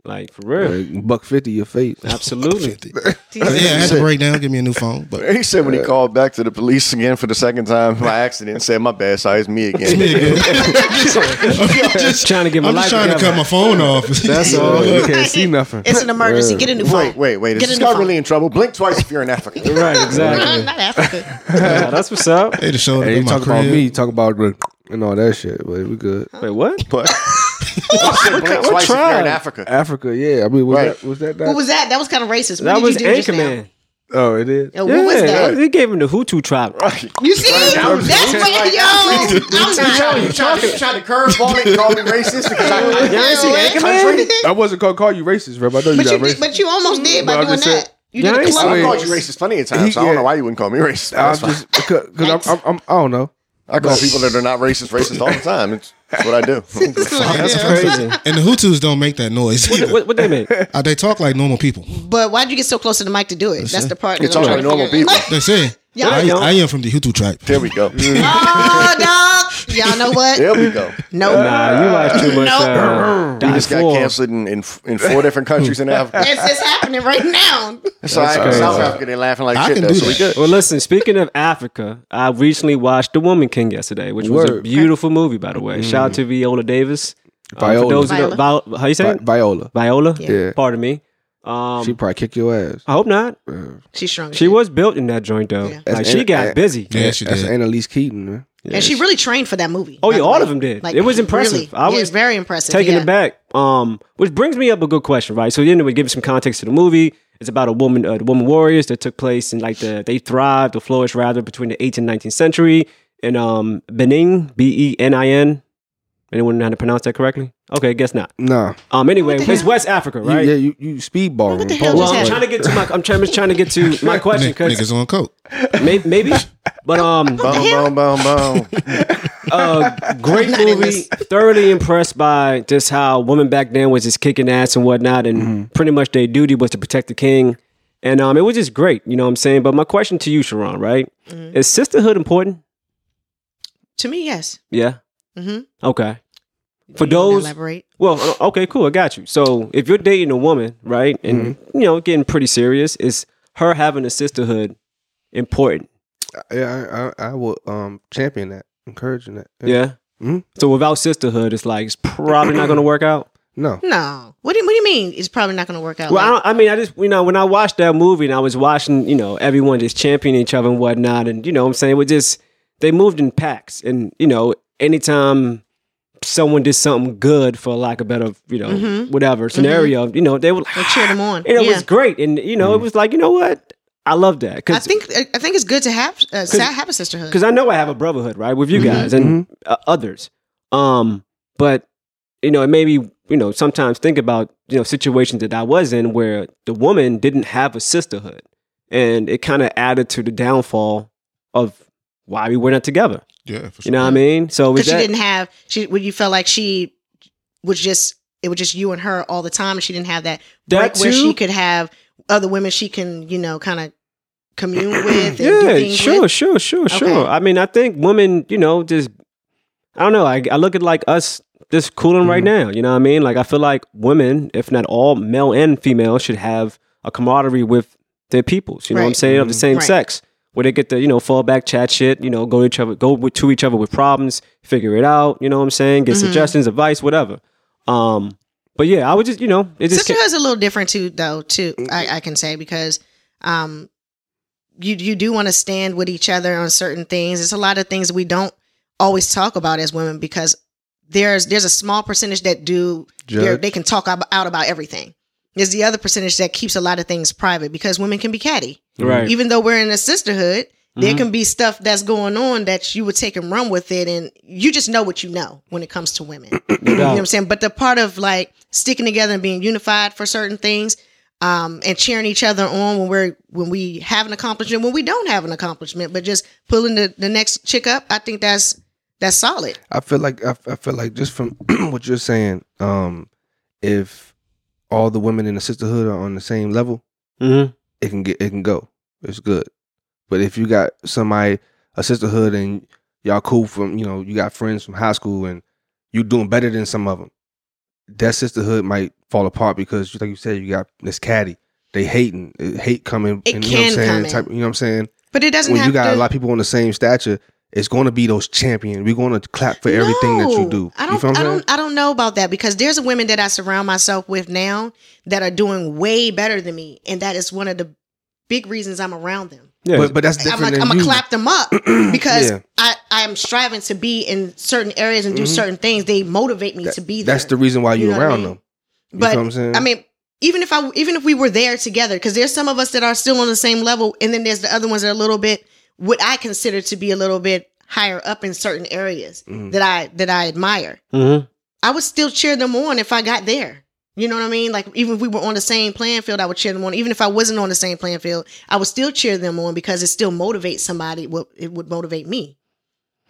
Speaker 1: like for real.
Speaker 5: Like, buck fifty your face.
Speaker 1: Absolutely.
Speaker 2: yeah, I had to break down, give me a new phone. But
Speaker 4: He said when he called back to the police again for the second time by accident, and said, "My bad, sorry, it's me again."
Speaker 2: me again. I'm just,
Speaker 1: Trying to get my
Speaker 2: I'm
Speaker 1: life
Speaker 2: just trying to
Speaker 1: together.
Speaker 2: cut my phone off.
Speaker 5: That's all. You can't see nothing.
Speaker 3: It's an emergency. Get a new phone.
Speaker 4: Wait, wait, wait! Is
Speaker 3: Get
Speaker 4: this
Speaker 3: in the
Speaker 4: guy
Speaker 3: phone.
Speaker 4: really in trouble? Blink twice if you're in Africa.
Speaker 1: Right,
Speaker 3: Uh,
Speaker 1: exactly.
Speaker 3: not Africa.
Speaker 1: Yeah, that's what's up.
Speaker 2: They just showed up
Speaker 5: Hey, you
Speaker 2: in my
Speaker 5: talk about
Speaker 2: crib.
Speaker 5: me. You talk about the- and all that shit. But we good.
Speaker 1: Wait, what?
Speaker 4: But I said, Oh,
Speaker 1: what
Speaker 4: blink twice if you're
Speaker 1: tribe?
Speaker 4: in Africa.
Speaker 5: Africa. Yeah. I mean, was
Speaker 4: Right.
Speaker 5: that was that?
Speaker 3: what
Speaker 5: that?
Speaker 3: was that? That was kind of racist. What
Speaker 1: That
Speaker 3: did
Speaker 1: was
Speaker 3: you do just now?
Speaker 1: Anchorman.
Speaker 5: Oh, it is.
Speaker 3: Uh, What
Speaker 1: Yeah,
Speaker 3: was that?
Speaker 1: that- he gave him the Hutu tribe.
Speaker 3: You see?
Speaker 4: That was-
Speaker 3: That's
Speaker 4: that's
Speaker 3: where
Speaker 4: like-
Speaker 3: yo. I'm
Speaker 4: You tried to, you tried to curveball it and call me racist because I
Speaker 1: Y'all ain't see
Speaker 3: not.
Speaker 1: Anchorman?
Speaker 5: I wasn't gonna call you racist, Rev. I know you
Speaker 3: But you
Speaker 5: got
Speaker 3: did,
Speaker 5: racist.
Speaker 3: but you almost did
Speaker 5: But
Speaker 3: by
Speaker 5: I
Speaker 3: doing
Speaker 5: just said-
Speaker 3: that. You
Speaker 1: Yeah,
Speaker 3: did
Speaker 1: I
Speaker 3: a
Speaker 1: ain't
Speaker 3: club
Speaker 4: I've
Speaker 5: mean-
Speaker 4: called
Speaker 3: voice.
Speaker 4: you racist plenty of times.
Speaker 5: He-
Speaker 4: so I don't know
Speaker 5: yeah.
Speaker 4: why you wouldn't call me racist.
Speaker 5: I'm
Speaker 4: That's fine.
Speaker 5: just because I'm, I'm, I'm I don't know.
Speaker 4: I call people that are not racist racist all the time. It's, it's what I do.
Speaker 1: That's
Speaker 2: Yeah.
Speaker 1: crazy.
Speaker 2: And the Hutus don't make that noise. either.
Speaker 1: What, what they make?
Speaker 2: Uh, they talk like normal people.
Speaker 3: But why'd you get so close to the mic to do it? That's the part.
Speaker 4: You're
Speaker 3: that I'm
Speaker 4: talking to
Speaker 3: trying
Speaker 4: normal
Speaker 3: figure
Speaker 4: people.
Speaker 3: out.
Speaker 2: They say
Speaker 3: Y'all,
Speaker 2: I,
Speaker 1: don't.
Speaker 2: I am from the Hutu tribe.
Speaker 4: There we go.
Speaker 3: oh, dog. Y'all know what?
Speaker 4: There we go.
Speaker 3: No.
Speaker 1: Nah, you watch too much. Uh,
Speaker 4: We
Speaker 1: Dot
Speaker 4: just got
Speaker 1: four.
Speaker 4: canceled in, in in four different countries in Africa.
Speaker 3: It's just happening right now.
Speaker 4: That's all right.
Speaker 1: crazy.
Speaker 4: South Africa, they laughing like
Speaker 2: I
Speaker 4: shit.
Speaker 2: can
Speaker 4: though,
Speaker 2: do
Speaker 4: so we
Speaker 2: that.
Speaker 4: good.
Speaker 1: Well, listen. Speaking of Africa, I recently watched The Woman King yesterday, which was a
Speaker 5: Word.
Speaker 1: beautiful movie, by the way. Shout out to Viola Davis. Uh, for
Speaker 5: Viola.
Speaker 1: those who don't- Vi- how you say
Speaker 5: Vi-
Speaker 1: it?
Speaker 5: Viola.
Speaker 1: Viola?
Speaker 3: Yeah.
Speaker 5: Yeah.
Speaker 1: Pardon me. Um,
Speaker 5: she probably kick your ass.
Speaker 1: I hope not.
Speaker 3: She shrunk.
Speaker 1: She was built in that joint though.
Speaker 3: Yeah.
Speaker 1: Like
Speaker 5: That's-
Speaker 1: she got
Speaker 5: and-
Speaker 1: busy.
Speaker 2: Yeah, she
Speaker 5: That's
Speaker 2: did.
Speaker 5: Annalise Keaton, man.
Speaker 3: And she really trained for that movie.
Speaker 1: Oh,
Speaker 3: by
Speaker 1: yeah,
Speaker 3: the
Speaker 1: all
Speaker 3: way.
Speaker 1: of them did. It was impressive.
Speaker 3: really.
Speaker 1: I
Speaker 3: Yeah,
Speaker 1: was
Speaker 3: very impressive.
Speaker 1: Taking
Speaker 3: yeah.
Speaker 1: it back. Um, which brings me up a good question, right? So anyway, giving some context to the movie. It's about a woman, uh, the woman warriors that took place in like the they thrived or flourished rather between the 18th and 19th century in um Benin, B E N I N. Anyone know how to pronounce that correctly? Okay, guess not.
Speaker 5: Nah.
Speaker 1: Um, anyway,
Speaker 3: the
Speaker 1: it's
Speaker 3: hell?
Speaker 1: West Africa,
Speaker 5: You-
Speaker 1: right?
Speaker 5: yeah, you, you speedball.
Speaker 3: What the
Speaker 5: him.
Speaker 3: hell
Speaker 1: Well,
Speaker 3: just
Speaker 1: I'm
Speaker 3: happened?
Speaker 1: trying to get to my. I'm trying, I'm trying to get to my question
Speaker 2: Nick-
Speaker 1: because
Speaker 2: Niggas on coke.
Speaker 1: maybe, maybe, but um,
Speaker 4: Boom, boom, boom, boom.
Speaker 1: uh, great
Speaker 3: Not in
Speaker 1: movie.
Speaker 3: this.
Speaker 1: Thoroughly impressed by just how women back then was just kicking ass and whatnot, and pretty much their duty was to protect the king. And um, it was just great, you know what I'm saying? But my question to you, Sharon, right?
Speaker 3: Mm-hmm.
Speaker 1: Is sisterhood important?
Speaker 3: To me, yes.
Speaker 1: Yeah.
Speaker 3: Mm-hmm.
Speaker 1: Okay. For those,
Speaker 3: elaborate.
Speaker 1: well, uh, okay, cool, I got you. So if you're dating a woman, right, and you know, getting pretty serious, is her having a sisterhood important?
Speaker 5: Yeah, I, I, I will um, champion that, encouraging that.
Speaker 1: Yeah. Mm-hmm.
Speaker 5: Mhm.
Speaker 1: So without sisterhood, it's like it's probably not going to work out.
Speaker 5: No.
Speaker 3: No. What do you, What do you mean? It's probably not going to work out.
Speaker 1: Well, I,
Speaker 3: Like,
Speaker 1: don't, I mean, I just you know when I watched that movie and I was watching you know everyone just championing each other and whatnot, and you know what I'm saying it was just they moved in packs, and you know anytime someone did something good for lack of better you know
Speaker 3: Mhm.
Speaker 1: whatever scenario, you know they were
Speaker 3: they cheer them on.
Speaker 1: and it
Speaker 3: yeah.
Speaker 1: was great, and you know it was like you know what I love that
Speaker 3: I
Speaker 1: because
Speaker 3: think I I think it's good to have uh, to have a sisterhood.
Speaker 1: because I know I have a brotherhood, right, with
Speaker 5: Mm-hmm.
Speaker 1: you guys and uh, others. Um, but you know, it made me, you know, sometimes think about you know situations that I was in where the woman didn't have a sisterhood, and it kind of added to the downfall of why we were not together.
Speaker 2: Yeah, for
Speaker 1: You know what I mean? So was
Speaker 3: because she
Speaker 1: that
Speaker 3: didn't have she when you felt like she was just it was just you and her all the time and she didn't have that break
Speaker 1: that
Speaker 3: where she
Speaker 1: too?
Speaker 3: could have other women she can you know kind of commune with and do
Speaker 1: Yeah,
Speaker 3: things
Speaker 1: sure,
Speaker 3: with.
Speaker 1: sure, sure,
Speaker 3: Okay.
Speaker 1: sure. I mean, I think women, you know, just I don't know. I, I look at like us just cooling right
Speaker 3: Mm-hmm.
Speaker 1: now. You know what I mean? Like I feel like women, if not all male and female, should have a camaraderie with their peoples. You know what I'm
Speaker 3: Right. Mm-hmm.
Speaker 1: saying? Of the same
Speaker 3: Right.
Speaker 1: sex, where they get to you know fall back, chat shit. You know, go to each other, go with, to each other with problems, figure it out. You know what I'm saying?
Speaker 3: Mm-hmm.
Speaker 1: Get suggestions, advice, whatever. Um, but yeah, I would just you know it just Mm-hmm.
Speaker 3: sisterhood's a little different too though too I, I can say because um you you do want to stand with each other on certain things it's a lot of things we don't always talk about as women because there's there's a small percentage that do they're-
Speaker 5: Judge.
Speaker 3: they can talk ab- out about everything there's the other percentage that keeps a lot of things private because women can be catty
Speaker 1: right.
Speaker 3: even though we're in a sisterhood there
Speaker 1: Mhm.
Speaker 3: can be stuff that's going on that you would take and run with it and you just know what you know when it comes to women
Speaker 1: No
Speaker 3: you know
Speaker 1: doubt.
Speaker 3: what I'm saying? But the part of like sticking together and being unified for certain things, um, and cheering each other on when we're when we have an accomplishment, when we don't have an accomplishment, but just pulling the, the next chick up, I think that's that's solid.
Speaker 5: I feel like I, I feel like just from what you're saying, um, if all the women in the sisterhood are on the same level,
Speaker 1: Mhm.
Speaker 5: it can get it can go. It's good. But if you got somebody a sisterhood and y'all cool from you know you got friends from high school and you doing better than some of them, that sisterhood might fall apart because like you said you got this caddy. They hating Uh, hate coming.
Speaker 3: It
Speaker 5: and you know what
Speaker 3: can
Speaker 5: I'm saying?
Speaker 3: come in.
Speaker 5: Type, you know what I'm saying?
Speaker 3: But it doesn't
Speaker 5: when
Speaker 3: have
Speaker 5: you got
Speaker 3: to
Speaker 5: a lot of people on the same stature, it's going to be those champions. We're going to clap for everything that you
Speaker 3: No,
Speaker 5: do.
Speaker 3: I
Speaker 5: you
Speaker 3: don't
Speaker 5: feel what
Speaker 3: I
Speaker 5: I'm saying?
Speaker 3: don't I don't know about that because there's women that I surround myself with now that are doing way better than me. And that is one of the big reasons I'm around them.
Speaker 1: Yeah,
Speaker 5: But, but that's
Speaker 3: I'm
Speaker 5: different
Speaker 3: like,
Speaker 5: than
Speaker 3: I'm
Speaker 5: you.
Speaker 3: gonna clap them up because
Speaker 5: Yeah.
Speaker 3: I I am striving to be in certain areas and do certain things. They motivate me to be there.
Speaker 5: Mm-hmm. That's the reason why
Speaker 3: You
Speaker 5: you're
Speaker 3: know what I
Speaker 5: around
Speaker 3: mean?
Speaker 5: them. You
Speaker 3: but
Speaker 5: feel what I'm saying?
Speaker 3: I mean, even if I even if we were there together, because there's some of us that are still on the same level, and then there's the other ones that are a little bit what I consider to be a little bit higher up in certain areas
Speaker 5: Mhm.
Speaker 3: that I that I admire.
Speaker 1: Mhm.
Speaker 3: I would still cheer them on if I got there. You know what I mean? Like even if we were on the same playing field, I would cheer them on. Even if I wasn't on the same playing field, I would still cheer them on because it still motivates somebody. What it would motivate me.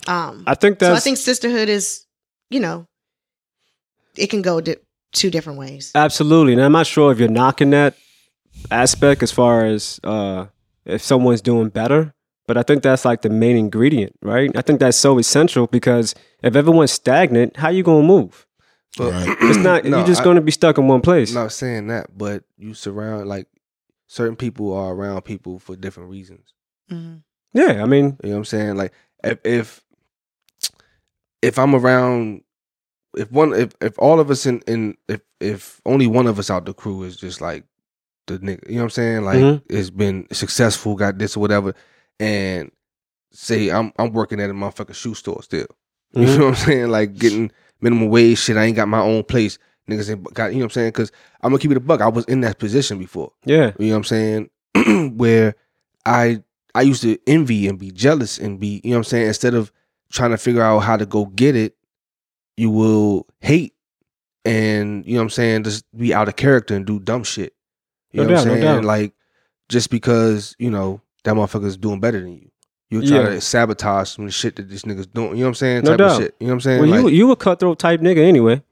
Speaker 3: Um,
Speaker 1: I think
Speaker 3: so I
Speaker 1: that's
Speaker 3: think sisterhood is, you know, it can go di- two different ways.
Speaker 1: Absolutely, and I'm not sure if you're knocking that aspect as far as uh, if someone's doing better, But I think that's like the main ingredient, right? I think that's so essential because if everyone's stagnant, how you gonna move?
Speaker 5: But-
Speaker 2: Right.
Speaker 1: It's not
Speaker 5: No,
Speaker 1: you're just
Speaker 5: I-
Speaker 1: gonna be stuck in one place.
Speaker 5: not saying that, but you surround like certain people are around people for different reasons.
Speaker 3: Mhm.
Speaker 1: Yeah, I mean,
Speaker 5: You know what I'm saying? Like if if if I'm around if one if if all of us in in if if only one of us out the crew is just like the nigga, you know what I'm saying? Like
Speaker 1: Mhm.
Speaker 5: it's been successful, got this or whatever, and say I'm I'm working at a motherfucking shoe store still. You
Speaker 1: mhm.
Speaker 5: know what I'm saying? Like getting minimum wage shit. I ain't got my own place. Niggas ain't got, you know what I'm saying? Because I'm going to keep it a buck. I was in that position before.
Speaker 1: yeah,
Speaker 5: You know what I'm saying? Where I I used to envy and be jealous and be, you know what I'm saying? Instead of trying to figure out how to go get it, you will hate and, you know what I'm saying? Just be out of character and do dumb shit. You
Speaker 1: No
Speaker 5: know what
Speaker 1: doubt,
Speaker 5: I'm
Speaker 1: no
Speaker 5: saying?
Speaker 1: doubt.
Speaker 5: Like just because, you know, that motherfucker's doing better than you. You'll try
Speaker 1: Yeah.
Speaker 5: to sabotage some of the shit that this nigga's doing. You know what I'm saying?
Speaker 1: No
Speaker 5: type
Speaker 1: doubt.
Speaker 5: of shit. You know what I'm saying?
Speaker 1: well, you
Speaker 5: Like-
Speaker 1: you a cutthroat type nigga anyway.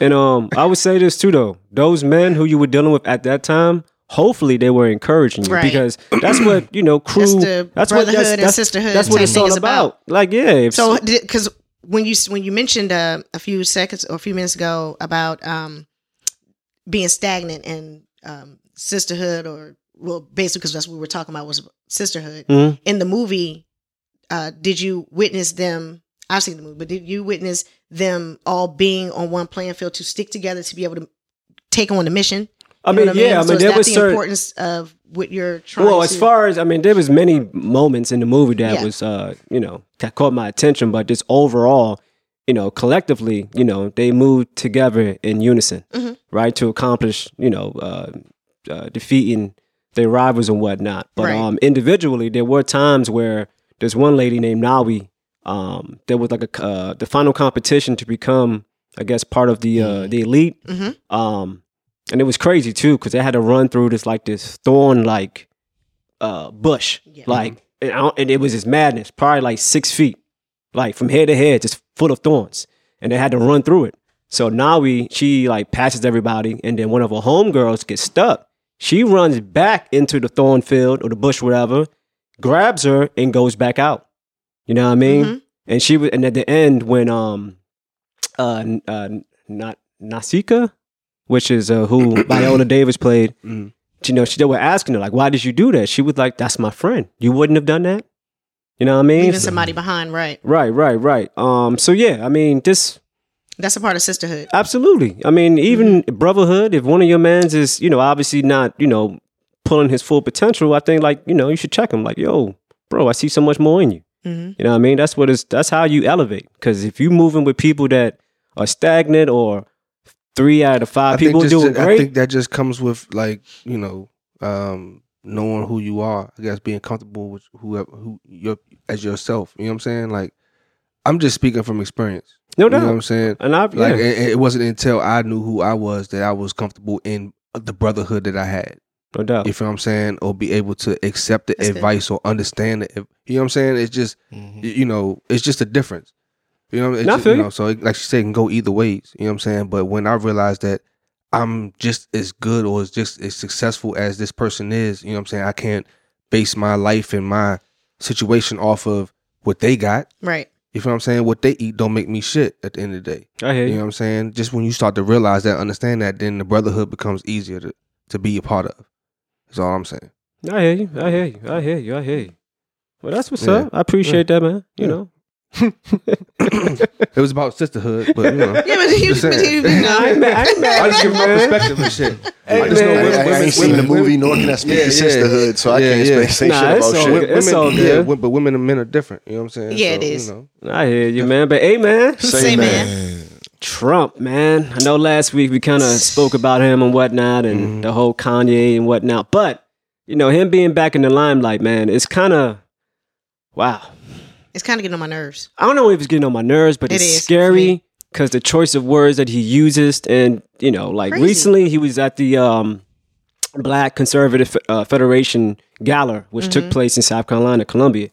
Speaker 1: and um, I would say this too though: those men who you were dealing with at that time, hopefully they were encouraging you
Speaker 3: Right.
Speaker 1: because that's what you know crew.
Speaker 3: That's the brotherhood
Speaker 1: that's,
Speaker 3: and
Speaker 1: that's-
Speaker 3: sisterhood
Speaker 1: That's what
Speaker 3: type
Speaker 1: it's
Speaker 3: thing
Speaker 1: all
Speaker 3: is
Speaker 1: about.
Speaker 3: about.
Speaker 1: Like yeah, if,
Speaker 3: So, because when you when you mentioned uh, a few seconds or a few minutes ago about um, being stagnant and um, sisterhood, or well, basically because that's what we were talking about was sisterhood
Speaker 1: Mhm.
Speaker 3: in the movie. Uh, did you witness them? I've seen the movie, but did you witness them all being on one playing field to stick together to be able to take on the mission?
Speaker 1: I
Speaker 3: You
Speaker 1: mean,
Speaker 3: know what
Speaker 1: yeah, I
Speaker 3: So
Speaker 1: mean
Speaker 3: is
Speaker 1: there
Speaker 3: that
Speaker 1: was
Speaker 3: the
Speaker 1: certain.
Speaker 3: importance of what you're trying.
Speaker 1: Well, as
Speaker 3: to-
Speaker 1: far as I mean, there was many moments in the movie that
Speaker 3: Yeah.
Speaker 1: was, uh, you know, that caught my attention. But just overall, you know, collectively, you know, they moved together in unison,
Speaker 3: Mhm.
Speaker 1: right, to accomplish, you know, uh, uh, defeating their rivals and whatnot. But
Speaker 3: Right.
Speaker 1: um, individually, there were times where there's one lady named Nawi. Um, there was like a c- uh, the final competition to become, I guess, part of the uh, the elite.
Speaker 3: Mhm.
Speaker 1: Um, and it was crazy too because they had to run through this like this thorn like uh bush
Speaker 3: Yeah.
Speaker 1: like and, I don't- and it was just madness probably like six feet like from head to head just full of thorns and they had to run through it so nawi she like passes everybody and then one of her homegirls gets stuck she runs back into the thorn field or the bush whatever grabs her and goes back out you know what i mean
Speaker 3: Mhm.
Speaker 1: and she was and at the end when um uh, n- uh not nasika which is uh, who Viola Davis played.
Speaker 5: Mm.
Speaker 1: You know, she they were asking her like, "Why did you do that?" She was like, "That's my friend. You wouldn't have done that." You know what I mean?
Speaker 3: leaving somebody behind, right?
Speaker 1: Right, right, right. Um, so yeah, I mean, this
Speaker 3: That's a part of sisterhood.
Speaker 1: absolutely. I mean, even brotherhood. If one of your mans is, you know, obviously not, you know, pulling his full potential, I think like, you know, you should check him. Like, yo, bro, I see so much more in you.
Speaker 3: Mm-hmm.
Speaker 1: You know what I mean? That's what is. That's how you elevate. Because if you moving with people that are stagnant or three out of five people
Speaker 5: just,
Speaker 1: doing
Speaker 5: I
Speaker 1: great,
Speaker 5: think that just comes with like you know um, knowing who you are. I guess being comfortable with whoever who your as yourself. You know what I'm saying? Like I'm just speaking from experience.
Speaker 1: no
Speaker 5: You
Speaker 1: doubt.
Speaker 5: know what I'm saying?
Speaker 1: And I
Speaker 5: Like eh,
Speaker 1: yeah.
Speaker 5: it, it wasn't until I knew who I was that I was comfortable in the brotherhood that I had.
Speaker 1: no doubt.
Speaker 5: You feel what I'm saying? Or be able to accept the
Speaker 3: That's good.
Speaker 5: advice or understand it. You know what I'm saying? It's just
Speaker 2: Mhm.
Speaker 5: y- you know, it's just a difference. You know, it's
Speaker 1: No, I
Speaker 5: just-
Speaker 1: feel
Speaker 5: you
Speaker 1: you.
Speaker 5: know, so it, like she said, it can go either ways. You know what I'm saying? But when I realized that I'm just as good or as just as successful as this person is, you know what I'm saying? I can't base my life and my situation off of what they got.
Speaker 3: Right.
Speaker 5: You feel what I'm saying? What they eat don't make me shit at the end of the day.
Speaker 1: I hear
Speaker 5: You
Speaker 1: you.
Speaker 5: know what I'm saying? Just when you start to realize that, understand that, then the brotherhood becomes easier to, to be a part of. That's all I'm saying.
Speaker 1: I hear you. I hear you. I hear you. I hear you. Well, that's what's
Speaker 5: Yeah.
Speaker 1: up. I appreciate that, man. You
Speaker 5: Yeah.
Speaker 1: know.
Speaker 5: It was about sisterhood, but you know.
Speaker 3: Yeah, but you,
Speaker 5: Just
Speaker 3: but
Speaker 5: saying.
Speaker 3: you, you know,
Speaker 1: I ain't mad. I ain't mad.
Speaker 5: I just give my
Speaker 1: Man.
Speaker 5: perspective and shit.
Speaker 1: Hey,
Speaker 5: I just know
Speaker 1: man.
Speaker 5: women-
Speaker 4: I, I
Speaker 5: women-
Speaker 4: ain't seen the
Speaker 5: women-
Speaker 4: movie, nor can I speak
Speaker 5: Yeah,
Speaker 4: to
Speaker 5: yeah.
Speaker 4: sisterhood, so I
Speaker 5: Yeah,
Speaker 4: can't
Speaker 5: yeah.
Speaker 4: speak- say
Speaker 1: Nah,
Speaker 4: shit
Speaker 1: it's
Speaker 4: about
Speaker 1: all
Speaker 5: Oh,
Speaker 4: shit.
Speaker 1: good. It's all
Speaker 5: Yeah,
Speaker 1: good.
Speaker 5: wo- but women and men are different. You know what I'm saying?
Speaker 3: Yeah, it is.
Speaker 5: You know,
Speaker 1: I hear you, man. But hey, man,
Speaker 4: Say
Speaker 3: Say man.
Speaker 1: Trump, man. I know last week we kind of spoke about him and whatnot, and
Speaker 5: Mm-hmm.
Speaker 1: the whole Kanye and whatnot. But you know, him being back in the limelight, man, it's kind of wow.
Speaker 3: it's kind of getting on my nerves.
Speaker 1: I don't know if it's getting on my nerves, but
Speaker 3: It
Speaker 1: it's
Speaker 3: is, Mm-hmm. for
Speaker 1: scary because the choice of words that he uses, and you know, like
Speaker 3: Crazy.
Speaker 1: recently he was at the um, Black Conservative uh, Federation Gala, which
Speaker 3: Mm-hmm.
Speaker 1: took place in South Carolina, Columbia,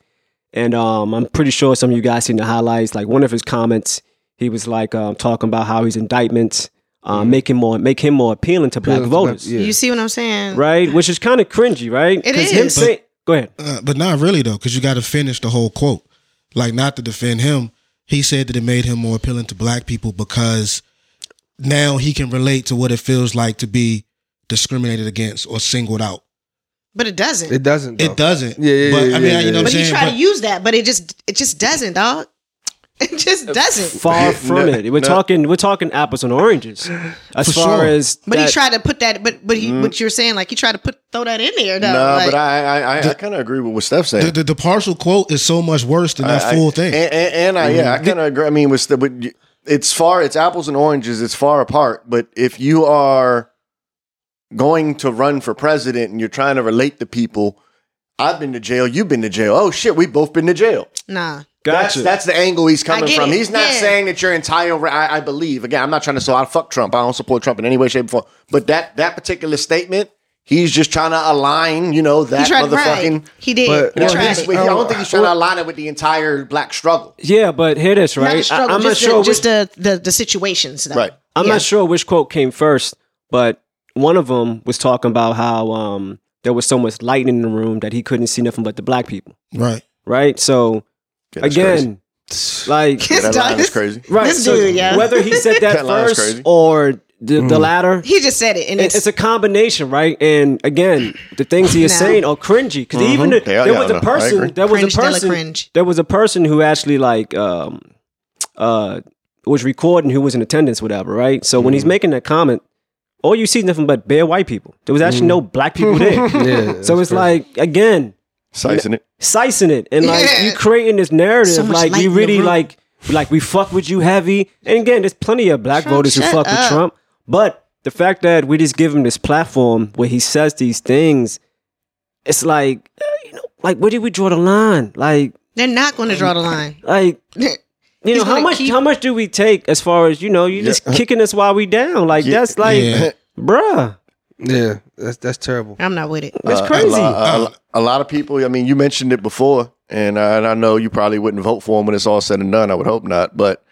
Speaker 1: and um, I'm pretty sure some of you guys seen the highlights. Like one of his comments, he was like um, talking about how his indictments uh, make him more make him more appealing to black
Speaker 5: Appealing to black-
Speaker 1: voters,
Speaker 5: Yeah.
Speaker 3: You see what I'm saying?
Speaker 1: right? Which is kind of cringy, right?
Speaker 3: It
Speaker 1: 'Cause
Speaker 3: is.
Speaker 1: Him
Speaker 3: But-
Speaker 1: saying, Go ahead.
Speaker 2: Uh, but not really though, because you got to finish the whole quote. Like, not to defend him, he said that it made him more appealing to black people because now he can relate to what it feels like to be discriminated against or singled out.
Speaker 3: but it doesn't.
Speaker 5: It doesn't.
Speaker 2: It
Speaker 5: though.
Speaker 2: doesn't.
Speaker 5: Yeah, yeah,
Speaker 2: But
Speaker 5: yeah,
Speaker 2: I mean,
Speaker 5: yeah,
Speaker 2: you know
Speaker 5: yeah.
Speaker 2: what
Speaker 3: but
Speaker 2: I'm
Speaker 3: you
Speaker 2: saying.
Speaker 3: try
Speaker 2: But-
Speaker 3: to use that, but it just it just doesn't, dog. It just doesn't.
Speaker 1: Far
Speaker 4: Yeah,
Speaker 1: from
Speaker 4: no,
Speaker 1: it. We're
Speaker 4: no.
Speaker 1: talking. We're talking apples and oranges. As
Speaker 2: For
Speaker 1: far
Speaker 2: sure.
Speaker 1: as
Speaker 3: But he
Speaker 1: that-
Speaker 3: tried to put that. But but he, what you're saying, like he tried to put throw that in there. Though,
Speaker 4: Nah,
Speaker 3: like,
Speaker 4: but I I, I, I kind of agree with what Steph said.
Speaker 2: The, the, the partial quote is so much worse than that
Speaker 4: I-
Speaker 2: full thing. Mm-hmm.
Speaker 4: And, and, and I, yeah, I kind of agree. I mean, with, the- with y- it's far, it's apples and oranges. It's far apart. But if you are going to run for president and you're trying to relate to people, I've been to jail. You've been to jail. Oh shit, we've both been to jail.
Speaker 3: nah.
Speaker 1: gotcha.
Speaker 4: That's that's the angle he's coming
Speaker 3: I get
Speaker 4: from.
Speaker 3: it.
Speaker 4: He's not
Speaker 3: Yeah.
Speaker 4: saying that your entire. ra- I, I believe again. I'm not trying to. So I fuck Trump. I don't support Trump in any way, shape, or form. But that that particular statement, he's just trying to align. You know
Speaker 3: He
Speaker 4: that
Speaker 3: tried to
Speaker 4: motherfucking.
Speaker 3: right. He did.
Speaker 5: But-
Speaker 3: he
Speaker 5: Well,
Speaker 4: Well,
Speaker 3: tried
Speaker 4: he's-
Speaker 3: it.
Speaker 4: I don't think he's trying
Speaker 3: Oh.
Speaker 4: to align it with the entire black struggle.
Speaker 1: yeah, but hear this
Speaker 3: Not
Speaker 1: right.
Speaker 3: the struggle,
Speaker 1: I, am
Speaker 3: just
Speaker 1: not
Speaker 3: the,
Speaker 1: sure. which-
Speaker 3: just the, the the situations. Though.
Speaker 4: Right.
Speaker 1: I'm
Speaker 3: Yeah.
Speaker 1: not sure which quote came first, but one of them was talking about how um, there was so much lightning in the room that he couldn't see nothing but the black people,
Speaker 2: right.
Speaker 1: right? So
Speaker 4: that's
Speaker 1: again, like
Speaker 3: This
Speaker 4: That line
Speaker 3: dog-
Speaker 4: is crazy.
Speaker 1: right,
Speaker 3: This
Speaker 1: so
Speaker 3: dude, yeah.
Speaker 1: whether he said that
Speaker 4: That line's
Speaker 1: first
Speaker 4: crazy. Mm.
Speaker 1: or the, the latter,
Speaker 3: He just said it, and
Speaker 1: it-
Speaker 3: it's,
Speaker 1: it's a combination, right? And again, the things he is
Speaker 3: No.
Speaker 1: saying are cringy because even the,
Speaker 4: Yeah,
Speaker 1: there
Speaker 4: Mm-hmm. yeah,
Speaker 1: was
Speaker 4: no,
Speaker 1: a
Speaker 4: I agree.
Speaker 1: person, there was
Speaker 3: Cringe
Speaker 1: a
Speaker 3: de la
Speaker 1: person,
Speaker 3: cringe.
Speaker 1: there was a person who actually like um, uh, was recording who was in attendance, whatever, right? So
Speaker 4: Mm-hmm.
Speaker 1: when he's making that comment, all you see is nothing but bare white people. There was actually
Speaker 4: Mm-hmm.
Speaker 1: no black people there.
Speaker 5: Yeah,
Speaker 1: so it's
Speaker 5: that's crazy.
Speaker 1: like again,
Speaker 4: Sizing it.
Speaker 1: sicing it and like
Speaker 3: Yeah.
Speaker 1: you creating this narrative,
Speaker 3: So much
Speaker 1: like
Speaker 3: light
Speaker 1: we
Speaker 3: in the
Speaker 1: really
Speaker 3: room.
Speaker 1: like like we fuck with you heavy. And again, there's plenty of black
Speaker 3: Trump,
Speaker 1: voters who
Speaker 3: shut
Speaker 1: fuck with
Speaker 3: up.
Speaker 1: Trump, but the fact that we just give him this platform where he says these things, it's like eh, you know, like where do we draw the line? Like
Speaker 3: they're not going to draw the line.
Speaker 1: like you
Speaker 3: He's
Speaker 1: know how
Speaker 3: gonna
Speaker 1: much
Speaker 3: keep-
Speaker 1: how much do we take as far as you know you just kicking us while we down? Like
Speaker 4: Yeah.
Speaker 1: that's like
Speaker 2: Yeah.
Speaker 1: bruh,
Speaker 5: Yeah, that's that's terrible.
Speaker 3: I'm not with it.
Speaker 1: it's
Speaker 4: Uh,
Speaker 1: crazy.
Speaker 4: A, lo- a lo- a lot of people. I mean, you mentioned it before, and I, and I know you probably wouldn't vote for him when it's all said and done. I would hope not, but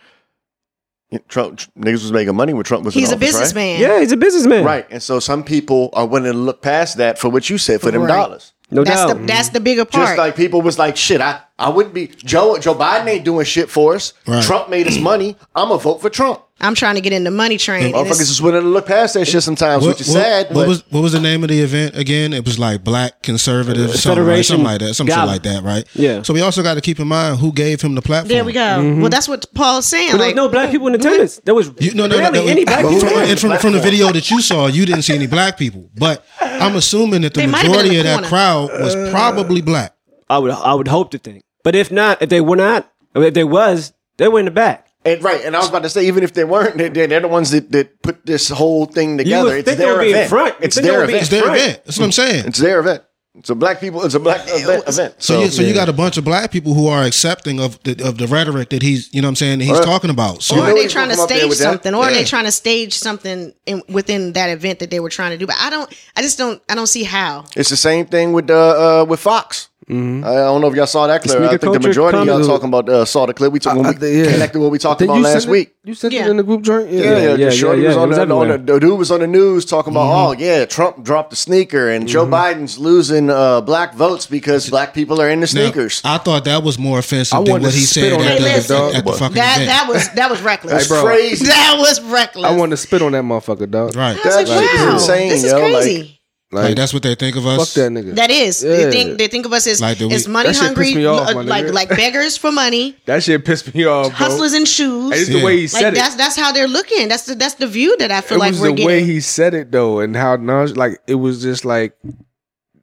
Speaker 4: Trump tr- niggas was making money when Trump was. in
Speaker 3: He's a
Speaker 4: office, right?
Speaker 3: businessman.
Speaker 1: yeah, he's a businessman,
Speaker 4: Right. And so some people are willing to look past that for what you said for them
Speaker 3: Right.
Speaker 4: dollars.
Speaker 1: No
Speaker 3: That's
Speaker 1: doubt.
Speaker 3: the that's the bigger
Speaker 4: Just
Speaker 3: part.
Speaker 4: like people was like, shit, I, I wouldn't be Joe Joe Biden ain't doing shit for us.
Speaker 2: Right.
Speaker 4: Trump made us money. I'ma vote for Trump.
Speaker 3: I'm trying to get in the money train. and
Speaker 4: Motherfuckers
Speaker 3: it's-
Speaker 4: is willing to look past that shit sometimes, which is sad.
Speaker 2: What
Speaker 4: but
Speaker 2: was what was the name of the event again? It was like Black Conservative something, right?
Speaker 1: Federation
Speaker 2: something like that, some shit
Speaker 1: Gala.
Speaker 2: like that, right?
Speaker 1: Yeah.
Speaker 2: So we also got to keep in mind who gave him the platform.
Speaker 3: there we go.
Speaker 2: Mm-hmm.
Speaker 3: Well, that's what Paul's saying.
Speaker 1: But there was
Speaker 3: Like,
Speaker 1: no black people in attendance. There was
Speaker 2: You, no, no, no,
Speaker 1: barely
Speaker 2: no.
Speaker 1: any black
Speaker 2: Well,
Speaker 1: people.
Speaker 2: from,
Speaker 1: there.
Speaker 2: it's from, from the video that you saw, you didn't see any black people. But I'm assuming that the
Speaker 3: They might have been in
Speaker 2: majority
Speaker 3: the
Speaker 2: of that
Speaker 3: corner.
Speaker 2: crowd was probably black.
Speaker 1: I would I would hope to think. But if not, if they were not, or if they was, they were in the back.
Speaker 4: and right, and I was about to say, even if they weren't, they, they're the ones that, that put this whole thing together.
Speaker 1: would
Speaker 4: It's
Speaker 1: think they
Speaker 4: their
Speaker 1: would be in
Speaker 4: event.
Speaker 1: front. You'd
Speaker 4: It's
Speaker 1: think they
Speaker 4: their
Speaker 1: would be-
Speaker 4: event.
Speaker 2: It's their
Speaker 1: Right.
Speaker 2: event. That's what I'm saying.
Speaker 4: It's their event. It's a black people. It's a black event. event.
Speaker 2: So,
Speaker 4: So,
Speaker 2: you, so you got a bunch of black people who are accepting of the, of the rhetoric that he's, you know what I'm saying, that he's
Speaker 4: Or-
Speaker 2: talking about. So
Speaker 3: or are
Speaker 4: know
Speaker 3: they
Speaker 4: he's
Speaker 3: trying to
Speaker 4: gonna come up there
Speaker 3: stage
Speaker 4: with that.
Speaker 3: something? Or are
Speaker 2: Yeah.
Speaker 3: they trying to stage something in, within that event that they were trying to do? But I don't. I just don't. I don't see how.
Speaker 4: it's the same thing with uh, uh with Fox. I don't know if y'all saw that clip. I
Speaker 1: sneaker
Speaker 4: think the
Speaker 1: culture
Speaker 4: majority of y'all
Speaker 1: comes-
Speaker 4: talking about uh, saw the clip. We talked when
Speaker 5: I
Speaker 4: we
Speaker 5: think- yeah.
Speaker 4: connected what we talked
Speaker 5: Did
Speaker 4: about
Speaker 5: you
Speaker 4: last
Speaker 5: send it-
Speaker 4: week.
Speaker 5: you sent
Speaker 3: Yeah.
Speaker 5: it in the group joint.
Speaker 4: Yeah, yeah,
Speaker 1: yeah,
Speaker 4: yeah. Shorty
Speaker 1: yeah,
Speaker 4: was
Speaker 1: yeah. It
Speaker 4: on,
Speaker 1: was
Speaker 4: the, on the,
Speaker 1: everywhere.
Speaker 4: the dude was on the news talking about, oh yeah, Trump dropped the sneaker and Joe Biden's losing uh, black votes because black people are into
Speaker 2: now,
Speaker 4: sneakers.
Speaker 2: I thought that was more offensive
Speaker 5: I
Speaker 2: than
Speaker 5: wanted
Speaker 2: what
Speaker 5: to
Speaker 2: he
Speaker 5: spit
Speaker 2: said
Speaker 5: on
Speaker 2: at
Speaker 3: that
Speaker 2: the,
Speaker 3: nigga, dog.
Speaker 2: at, at the
Speaker 4: That-
Speaker 2: fucking
Speaker 3: That
Speaker 2: event.
Speaker 3: that was that was reckless.
Speaker 4: That's
Speaker 5: bro.
Speaker 4: crazy.
Speaker 3: that was reckless.
Speaker 5: I wanted to spit on that motherfucker, dog.
Speaker 2: right.
Speaker 3: I was
Speaker 4: That
Speaker 3: like,
Speaker 4: shit is
Speaker 3: wow,
Speaker 4: insane,
Speaker 3: this is
Speaker 4: yo, like-
Speaker 3: crazy.
Speaker 5: Like,
Speaker 2: Like, that's what they think of
Speaker 5: fuck
Speaker 2: us.
Speaker 5: that nigga.
Speaker 3: That is.
Speaker 5: Yeah.
Speaker 3: They think they think of us as
Speaker 2: Like, do we-
Speaker 3: as money
Speaker 5: That shit
Speaker 3: hungry,
Speaker 5: pissed me off,
Speaker 3: uh,
Speaker 5: my
Speaker 3: like
Speaker 5: nigga.
Speaker 3: like beggars for money,
Speaker 5: That shit pissed me off, bro.
Speaker 3: hustlers in
Speaker 5: And
Speaker 3: shoes.
Speaker 5: it's
Speaker 2: Yeah.
Speaker 5: the way he
Speaker 3: like
Speaker 5: said
Speaker 3: that's
Speaker 5: it.
Speaker 3: that's how they're looking. That's the that's the view that I feel
Speaker 5: It
Speaker 3: like
Speaker 5: was
Speaker 3: we're
Speaker 5: the
Speaker 3: getting.
Speaker 5: way he said it though, and how nonch- like it was just like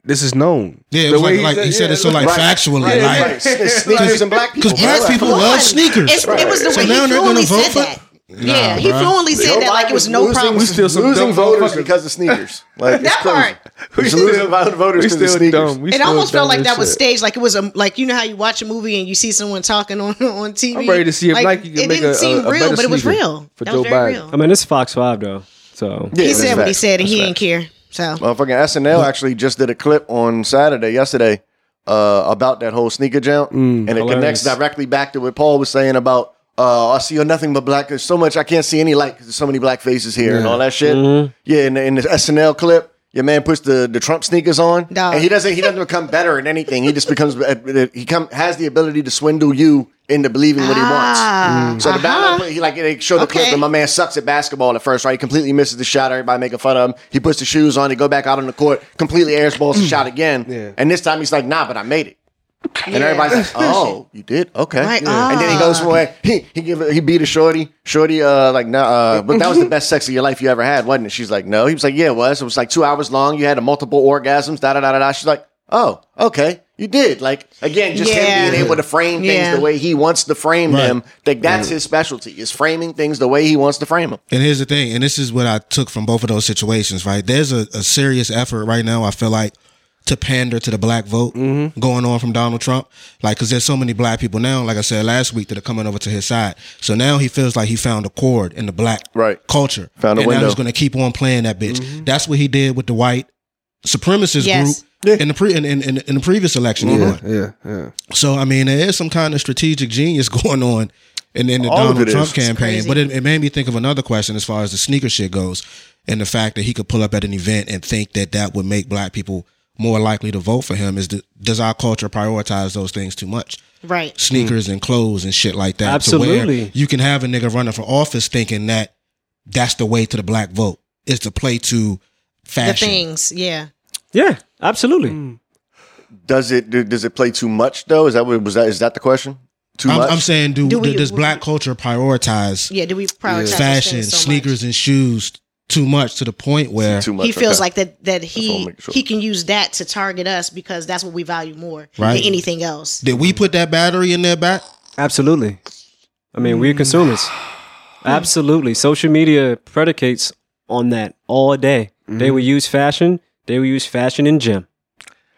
Speaker 5: this is known.
Speaker 2: Yeah, it
Speaker 5: the
Speaker 2: was like, like he said
Speaker 5: yeah,
Speaker 2: it so like
Speaker 4: Right.
Speaker 2: factually,
Speaker 4: Right,
Speaker 2: like
Speaker 4: right. Sneakers and black people.
Speaker 2: because black
Speaker 4: Right.
Speaker 2: people
Speaker 3: Come
Speaker 2: love
Speaker 3: on.
Speaker 2: sneakers.
Speaker 3: It's- It was the
Speaker 2: So
Speaker 3: way
Speaker 2: now
Speaker 3: he
Speaker 2: they're gonna
Speaker 3: fluently
Speaker 2: vote
Speaker 3: said
Speaker 2: for-
Speaker 3: that. yeah, he
Speaker 2: bruh.
Speaker 3: fluently
Speaker 4: Joe
Speaker 3: said that like
Speaker 4: Biden
Speaker 3: it was no
Speaker 4: losing,
Speaker 3: problem.
Speaker 5: We still some
Speaker 4: losing
Speaker 5: dumb
Speaker 4: voters
Speaker 5: motherfuckers.
Speaker 4: because of sneakers. Like it's
Speaker 3: That
Speaker 4: crazy.
Speaker 3: part.
Speaker 4: He's losing voters because of sneakers.
Speaker 5: We
Speaker 3: It
Speaker 5: still
Speaker 3: almost felt
Speaker 5: dumb
Speaker 3: like
Speaker 5: as
Speaker 3: that was
Speaker 5: shit.
Speaker 3: staged, like it was a like you know how you watch a movie and you see someone talking on on TV.
Speaker 5: I'm ready to see if Nike can
Speaker 3: it
Speaker 5: make
Speaker 3: didn't
Speaker 5: a-
Speaker 3: seem
Speaker 5: a- a
Speaker 3: real,
Speaker 5: better
Speaker 3: but it was
Speaker 5: sneaker
Speaker 3: real.
Speaker 5: for
Speaker 3: that
Speaker 5: Joe
Speaker 3: was very
Speaker 5: Biden.
Speaker 1: I
Speaker 3: real.
Speaker 1: mean, it's Fox Five though, so
Speaker 4: Yeah,
Speaker 3: He
Speaker 4: that's
Speaker 3: said what he
Speaker 4: facts.
Speaker 3: said, and
Speaker 4: That's
Speaker 3: he
Speaker 4: facts.
Speaker 3: didn't care. So
Speaker 4: Motherfucking SNL actually just did a clip on Saturday, yesterday, uh, about that whole sneaker jump, and it
Speaker 1: hilarious.
Speaker 4: connects directly back to what Paul was saying about. Uh, I see nothing but black. There's so much I can't see any light because there's so many black faces here and all that shit. Yeah, in the, in the SNL clip, Your man puts the, the Trump sneakers on,
Speaker 3: Dog.
Speaker 4: and he doesn't he doesn't become better at anything. He just becomes uh, he come has the ability to swindle you into believing what he
Speaker 3: Ah,
Speaker 4: wants. Mm. So the battle, he like they show the clip,
Speaker 3: Okay.
Speaker 4: and my man sucks at basketball at first, right? He completely misses the shot. Everybody making fun of him. He puts the shoes on, they go back out on the court, completely airballs the shot again,
Speaker 5: Yeah.
Speaker 4: and this time he's like, nah, but I made it. And everybody's like, "Oh, you did? Okay."
Speaker 3: Like, oh.
Speaker 4: And then he goes away. He he give he beat a shorty. Shorty, uh, like no, uh, but that was the best sex of your life you ever had, wasn't it? She's like, "No." He was like, "Yeah, it was. It was like two hours long. You had a multiple orgasms. Da da da da da." She's like, "Oh, okay, you did." Like again, just
Speaker 3: Yeah.
Speaker 4: him being able to frame things
Speaker 3: Yeah.
Speaker 4: the way he wants to frame
Speaker 2: Right.
Speaker 4: them. Like that's his specialty is framing things the way he wants to frame them.
Speaker 2: And here's the thing, and this is what I took from both of those situations, right? There's a, a serious effort right now, I feel like, to pander to the black vote
Speaker 4: Mm-hmm.
Speaker 2: going on from Donald Trump. Like, because there's so many black people now, like I said last week, that are coming over to his side. So now he feels like he found a chord in the black
Speaker 4: Right.
Speaker 2: culture.
Speaker 4: Found
Speaker 2: and
Speaker 4: a
Speaker 2: now
Speaker 4: window. Mm-hmm.
Speaker 2: he's going to keep on playing that bitch. That's what he did with the white supremacist
Speaker 3: Yes.
Speaker 2: group in the pre in, in, in, in the previous election. he
Speaker 4: Mm-hmm.
Speaker 5: Yeah,
Speaker 2: won.
Speaker 5: yeah, yeah.
Speaker 2: So I mean, there is some kind of strategic genius going on in, in the
Speaker 4: All of
Speaker 2: Donald
Speaker 4: it
Speaker 2: Trump
Speaker 4: is. It's
Speaker 2: campaign.
Speaker 3: crazy.
Speaker 2: But it, it made me think of another question as far as the sneaker shit goes, and the fact that he could pull up at an event and think that that would make black people more likely to vote for him. Is th- does our culture prioritize those things too much?
Speaker 3: right.
Speaker 2: Sneakers and clothes and shit like that. to
Speaker 1: Absolutely.
Speaker 2: where you can have a nigga running for office thinking that that's the way to the black vote. It's to play to
Speaker 3: The
Speaker 2: fashion.
Speaker 3: things, yeah.
Speaker 1: Yeah, absolutely.
Speaker 3: Mm.
Speaker 4: Does it do- does it play too much though? Is that what was that is that the question? Too
Speaker 2: I'm,
Speaker 4: much.
Speaker 2: I'm saying, do,
Speaker 3: Do we-
Speaker 2: does black culture prioritize
Speaker 3: Yeah, do we prioritize those
Speaker 2: fashion,
Speaker 3: things so
Speaker 2: sneakers, and shoes too much to the point where
Speaker 4: too
Speaker 3: much?
Speaker 4: much.
Speaker 3: He feels
Speaker 4: okay.
Speaker 3: like that that
Speaker 4: That's all
Speaker 3: he
Speaker 4: make sure.
Speaker 3: he can use that to target us because that's what we value more
Speaker 2: Right.
Speaker 3: than anything else.
Speaker 2: did we put that battery in their back?
Speaker 1: Absolutely. I mean, we're consumers. Absolutely. Social media predicates on that all day.
Speaker 3: Mm-hmm.
Speaker 1: They will use fashion. They will use fashion in gym.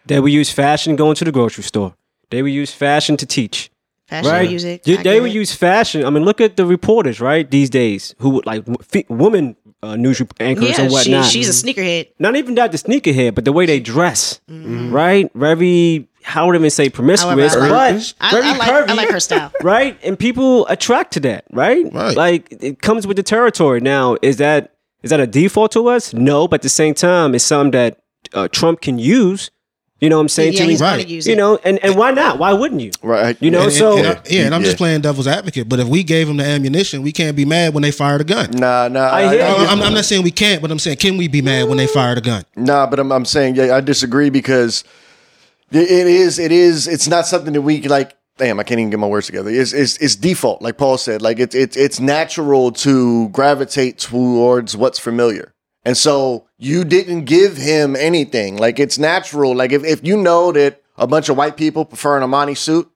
Speaker 1: They will use fashion going to the grocery store. They will use fashion to teach.
Speaker 3: Fashion
Speaker 1: right?
Speaker 3: music.
Speaker 1: You-
Speaker 3: I
Speaker 1: they
Speaker 3: get
Speaker 1: would
Speaker 3: it.
Speaker 1: use fashion. I mean, look at the reporters, right? These days, who would like w- fe- women uh, news rep- anchors
Speaker 3: Yeah,
Speaker 1: and
Speaker 3: she,
Speaker 1: whatnot.
Speaker 3: she's a sneakerhead.
Speaker 1: Not even that the sneakerhead, but the way they dress, right? Very, how would I even say promiscuous,
Speaker 3: Mm-hmm. However, I like-
Speaker 1: but
Speaker 3: I,
Speaker 1: very
Speaker 3: I like
Speaker 1: curvy,
Speaker 3: I like her style.
Speaker 1: right? And people attract to that, right?
Speaker 2: Right.
Speaker 1: Like it comes with the territory. Now, is that is that a default to us? No, but at the same time, it's something that uh, Trump can use. You know what I'm saying?
Speaker 3: yeah,
Speaker 1: to
Speaker 3: he's
Speaker 1: his-
Speaker 3: gonna
Speaker 2: right.
Speaker 3: use
Speaker 1: you
Speaker 3: it.
Speaker 1: know, and, and why not? Why wouldn't you?
Speaker 4: right.
Speaker 1: You know,
Speaker 2: And,
Speaker 1: so
Speaker 2: and I, yeah, and I'm
Speaker 4: Yeah.
Speaker 2: just playing devil's advocate. But if we gave them the ammunition, we can't be mad when they fired a gun.
Speaker 4: Nah, nah.
Speaker 1: I hear
Speaker 2: I-
Speaker 1: you.
Speaker 2: I'm, I'm not saying we can't, but I'm saying can we be mad when they fired a gun?
Speaker 4: Nah, but I'm, I'm saying yeah, I disagree because it it is it is it's not something that we can, like. Damn, I can't even get my words together. It's it's, it's default, like Paul said. Like it's it's it's natural to gravitate towards what's familiar. And so you didn't give him anything. Like it's natural. Like if, if you know that a bunch of white people prefer an Armani suit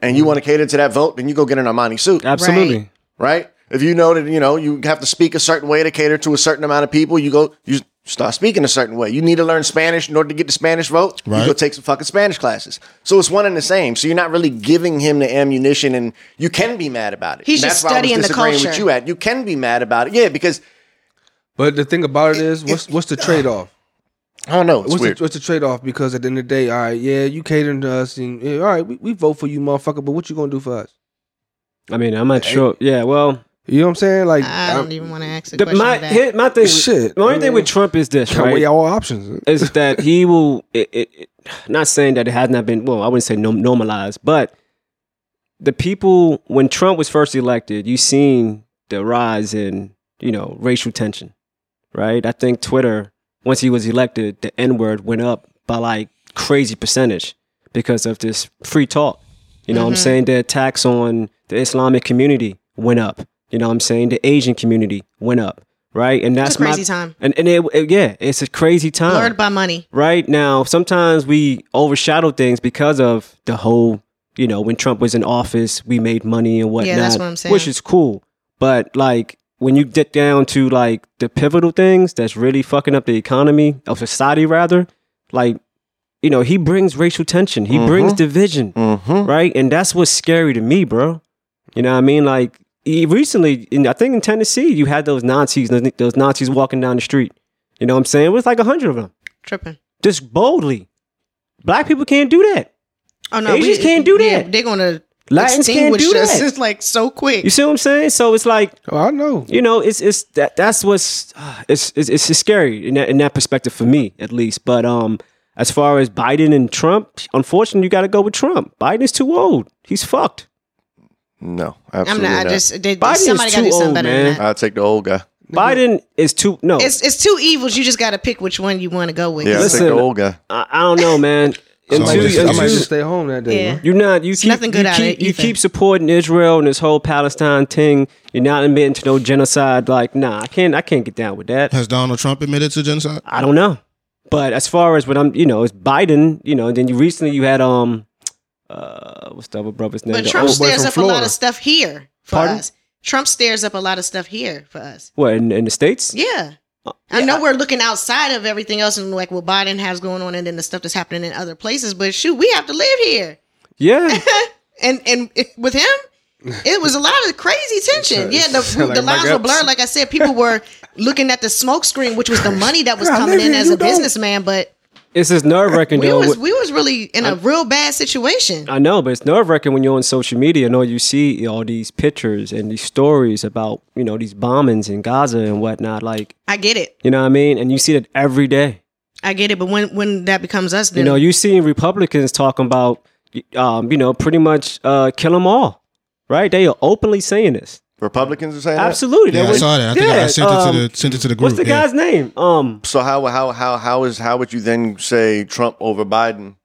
Speaker 4: and you want to cater to that vote, then you go get an Armani suit
Speaker 1: Absolutely.
Speaker 3: Right.
Speaker 4: right? If you know that you know you have to speak a certain way to cater to a certain amount of people, you go you start speaking a certain way. You need to learn Spanish in order to get the Spanish vote. You
Speaker 2: Right.
Speaker 4: go take some fucking Spanish classes. So it's one and the same. So you're not really giving him the ammunition, and you can be mad about it.
Speaker 3: He's
Speaker 4: And
Speaker 3: just
Speaker 4: why I was
Speaker 3: studying the
Speaker 4: disagreeing With
Speaker 3: culture.
Speaker 4: you at you can be mad about it, yeah, because
Speaker 5: But the thing about it is, what's what's the trade off?
Speaker 4: I don't know. It's
Speaker 5: What's
Speaker 4: weird.
Speaker 5: the, what's the trade off? Because at the end of the day, all right, yeah, you catering to us, and yeah, all right, we, we vote for you, motherfucker. But what you gonna do for us?
Speaker 1: I mean, I'm not sure. Yeah, well,
Speaker 5: You know what I'm saying? Like,
Speaker 3: I
Speaker 5: I'm-
Speaker 3: don't even want to ask the
Speaker 1: um, the,
Speaker 3: question.
Speaker 1: my
Speaker 3: of that.
Speaker 1: hit, my thing, with-
Speaker 5: Shit,
Speaker 1: the only
Speaker 5: I
Speaker 1: thing
Speaker 5: mean-
Speaker 1: with Trump is this,
Speaker 5: Can't weigh
Speaker 1: right?
Speaker 5: all options.
Speaker 1: Is that he will? It, it, it, not saying that it has not been. Well, I wouldn't say nom- normalized, but the people when Trump was first elected, you seen the rise in you know racial tension, right? I think Twitter once he was elected, the N word went up by like crazy percentage because of this free talk. You know what I'm
Speaker 3: Mm-hmm.
Speaker 1: saying? The attacks on the Islamic community went up. You know what I'm saying? The Asian community went up, right? And that's
Speaker 3: a crazy
Speaker 1: my,
Speaker 3: time.
Speaker 1: And and it, it- yeah, it's a crazy time.
Speaker 3: Blurred by money.
Speaker 1: Right now, sometimes we overshadow things because of the whole, you know, when Trump was in office, we made money and whatnot.
Speaker 3: Yeah, that's what I'm saying.
Speaker 1: Which is cool. But like when you get down to like the pivotal things that's really fucking up the economy of society, rather, like, you know, he brings racial tension, he brings division,
Speaker 4: Mm-hmm.
Speaker 1: right? And that's what's scary to me, bro. You know what I mean? Like, he recently, in, I think in Tennessee, you had those Nazis, those Nazis walking down the street. You know what I'm saying? It was like a hundred of them
Speaker 3: Tripping.
Speaker 1: just boldly. Black people can't do that.
Speaker 3: Oh no,
Speaker 1: Asians can't do
Speaker 3: yeah,
Speaker 1: that.
Speaker 3: they're gonna
Speaker 1: Latins can't do
Speaker 3: extinguished us.
Speaker 1: that.
Speaker 3: It's like so quick.
Speaker 1: You see what I'm saying? So it's like
Speaker 5: Oh, I know.
Speaker 1: you know, it's it's that that's what's ah, it's it's, it's scary in that in that perspective for me at least. But um, as far as Biden and Trump, unfortunately, you got to go with Trump. Biden is too old. He's fucked.
Speaker 4: No,
Speaker 3: I'm
Speaker 4: absolutely
Speaker 3: not. I
Speaker 4: not.
Speaker 3: just they,
Speaker 1: Biden is
Speaker 3: somebody got
Speaker 1: too
Speaker 3: to do something
Speaker 1: old,
Speaker 3: better
Speaker 1: man.
Speaker 3: than that.
Speaker 4: I'll take the old guy.
Speaker 1: Biden is too no.
Speaker 3: It's it's two evils. You just got to pick which one you want to go with.
Speaker 4: Yeah, I'll
Speaker 3: It's-
Speaker 4: take
Speaker 1: Listen,
Speaker 4: the old guy.
Speaker 1: I, I don't know, man.
Speaker 5: I
Speaker 1: Until,
Speaker 5: might, just, I might
Speaker 1: until-
Speaker 5: just stay home that day.
Speaker 3: Yeah.
Speaker 5: huh?
Speaker 1: You're not. You keep,
Speaker 3: nothing good
Speaker 1: you,
Speaker 3: out of
Speaker 1: keep,
Speaker 3: it
Speaker 1: you
Speaker 3: either.
Speaker 1: keep supporting Israel and this whole Palestine thing. You're not admitting to no genocide. Like, nah, I can't. I can't get down with that.
Speaker 2: Has Donald Trump admitted to genocide?
Speaker 1: I don't know. But as far as what I'm, you know, it's Biden. You know, then you recently you had um, uh, what's the other brother's name? Oh,
Speaker 3: but
Speaker 1: The
Speaker 3: Trump
Speaker 1: old boy
Speaker 3: stares
Speaker 1: from
Speaker 3: up a lot
Speaker 1: Florida.
Speaker 3: of stuff here for
Speaker 1: Pardon?
Speaker 3: us. Trump stares up a lot of stuff here for us.
Speaker 1: What in, in the states?
Speaker 3: Yeah. I know we're looking outside of everything else and like what Biden has going on and then the stuff that's happening in other places, but shoot, we have to live here.
Speaker 1: Yeah,
Speaker 3: and and with him, it was a lot of crazy tension.
Speaker 5: It
Speaker 3: Yeah, the,
Speaker 5: sound like
Speaker 3: the
Speaker 5: Mike
Speaker 3: lines were
Speaker 5: Epps.
Speaker 3: blurred. Like I said, people were looking at the smoke screen, which was the money that was
Speaker 5: I
Speaker 3: coming
Speaker 5: live
Speaker 3: in
Speaker 5: here,
Speaker 3: as
Speaker 5: you
Speaker 3: a
Speaker 5: don't.
Speaker 3: businessman. But
Speaker 1: it's just nerve wracking
Speaker 3: we
Speaker 1: though.
Speaker 3: was we was really in a real bad situation.
Speaker 1: I know, but it's nerve wracking when you're on social media and all you see all these pictures and these stories about you know these bombings in Gaza and whatnot. Like,
Speaker 3: I get it,
Speaker 1: you know what I mean? And you see that every day.
Speaker 3: I get it. But when when that becomes us, then
Speaker 1: You know, you seeing Republicans talking about, um, you know, pretty much uh, kill them all, right? They are openly saying this.
Speaker 4: Republicans are saying that?
Speaker 1: Absolutely.
Speaker 2: Yeah,
Speaker 1: They
Speaker 2: I
Speaker 1: were-
Speaker 2: saw that. I think I
Speaker 1: yeah,
Speaker 2: sent
Speaker 1: um,
Speaker 2: it to the sent it to the group.
Speaker 1: What's the
Speaker 2: yeah.
Speaker 1: guy's name? Um,
Speaker 4: So how how how how is how would you then say Trump over Biden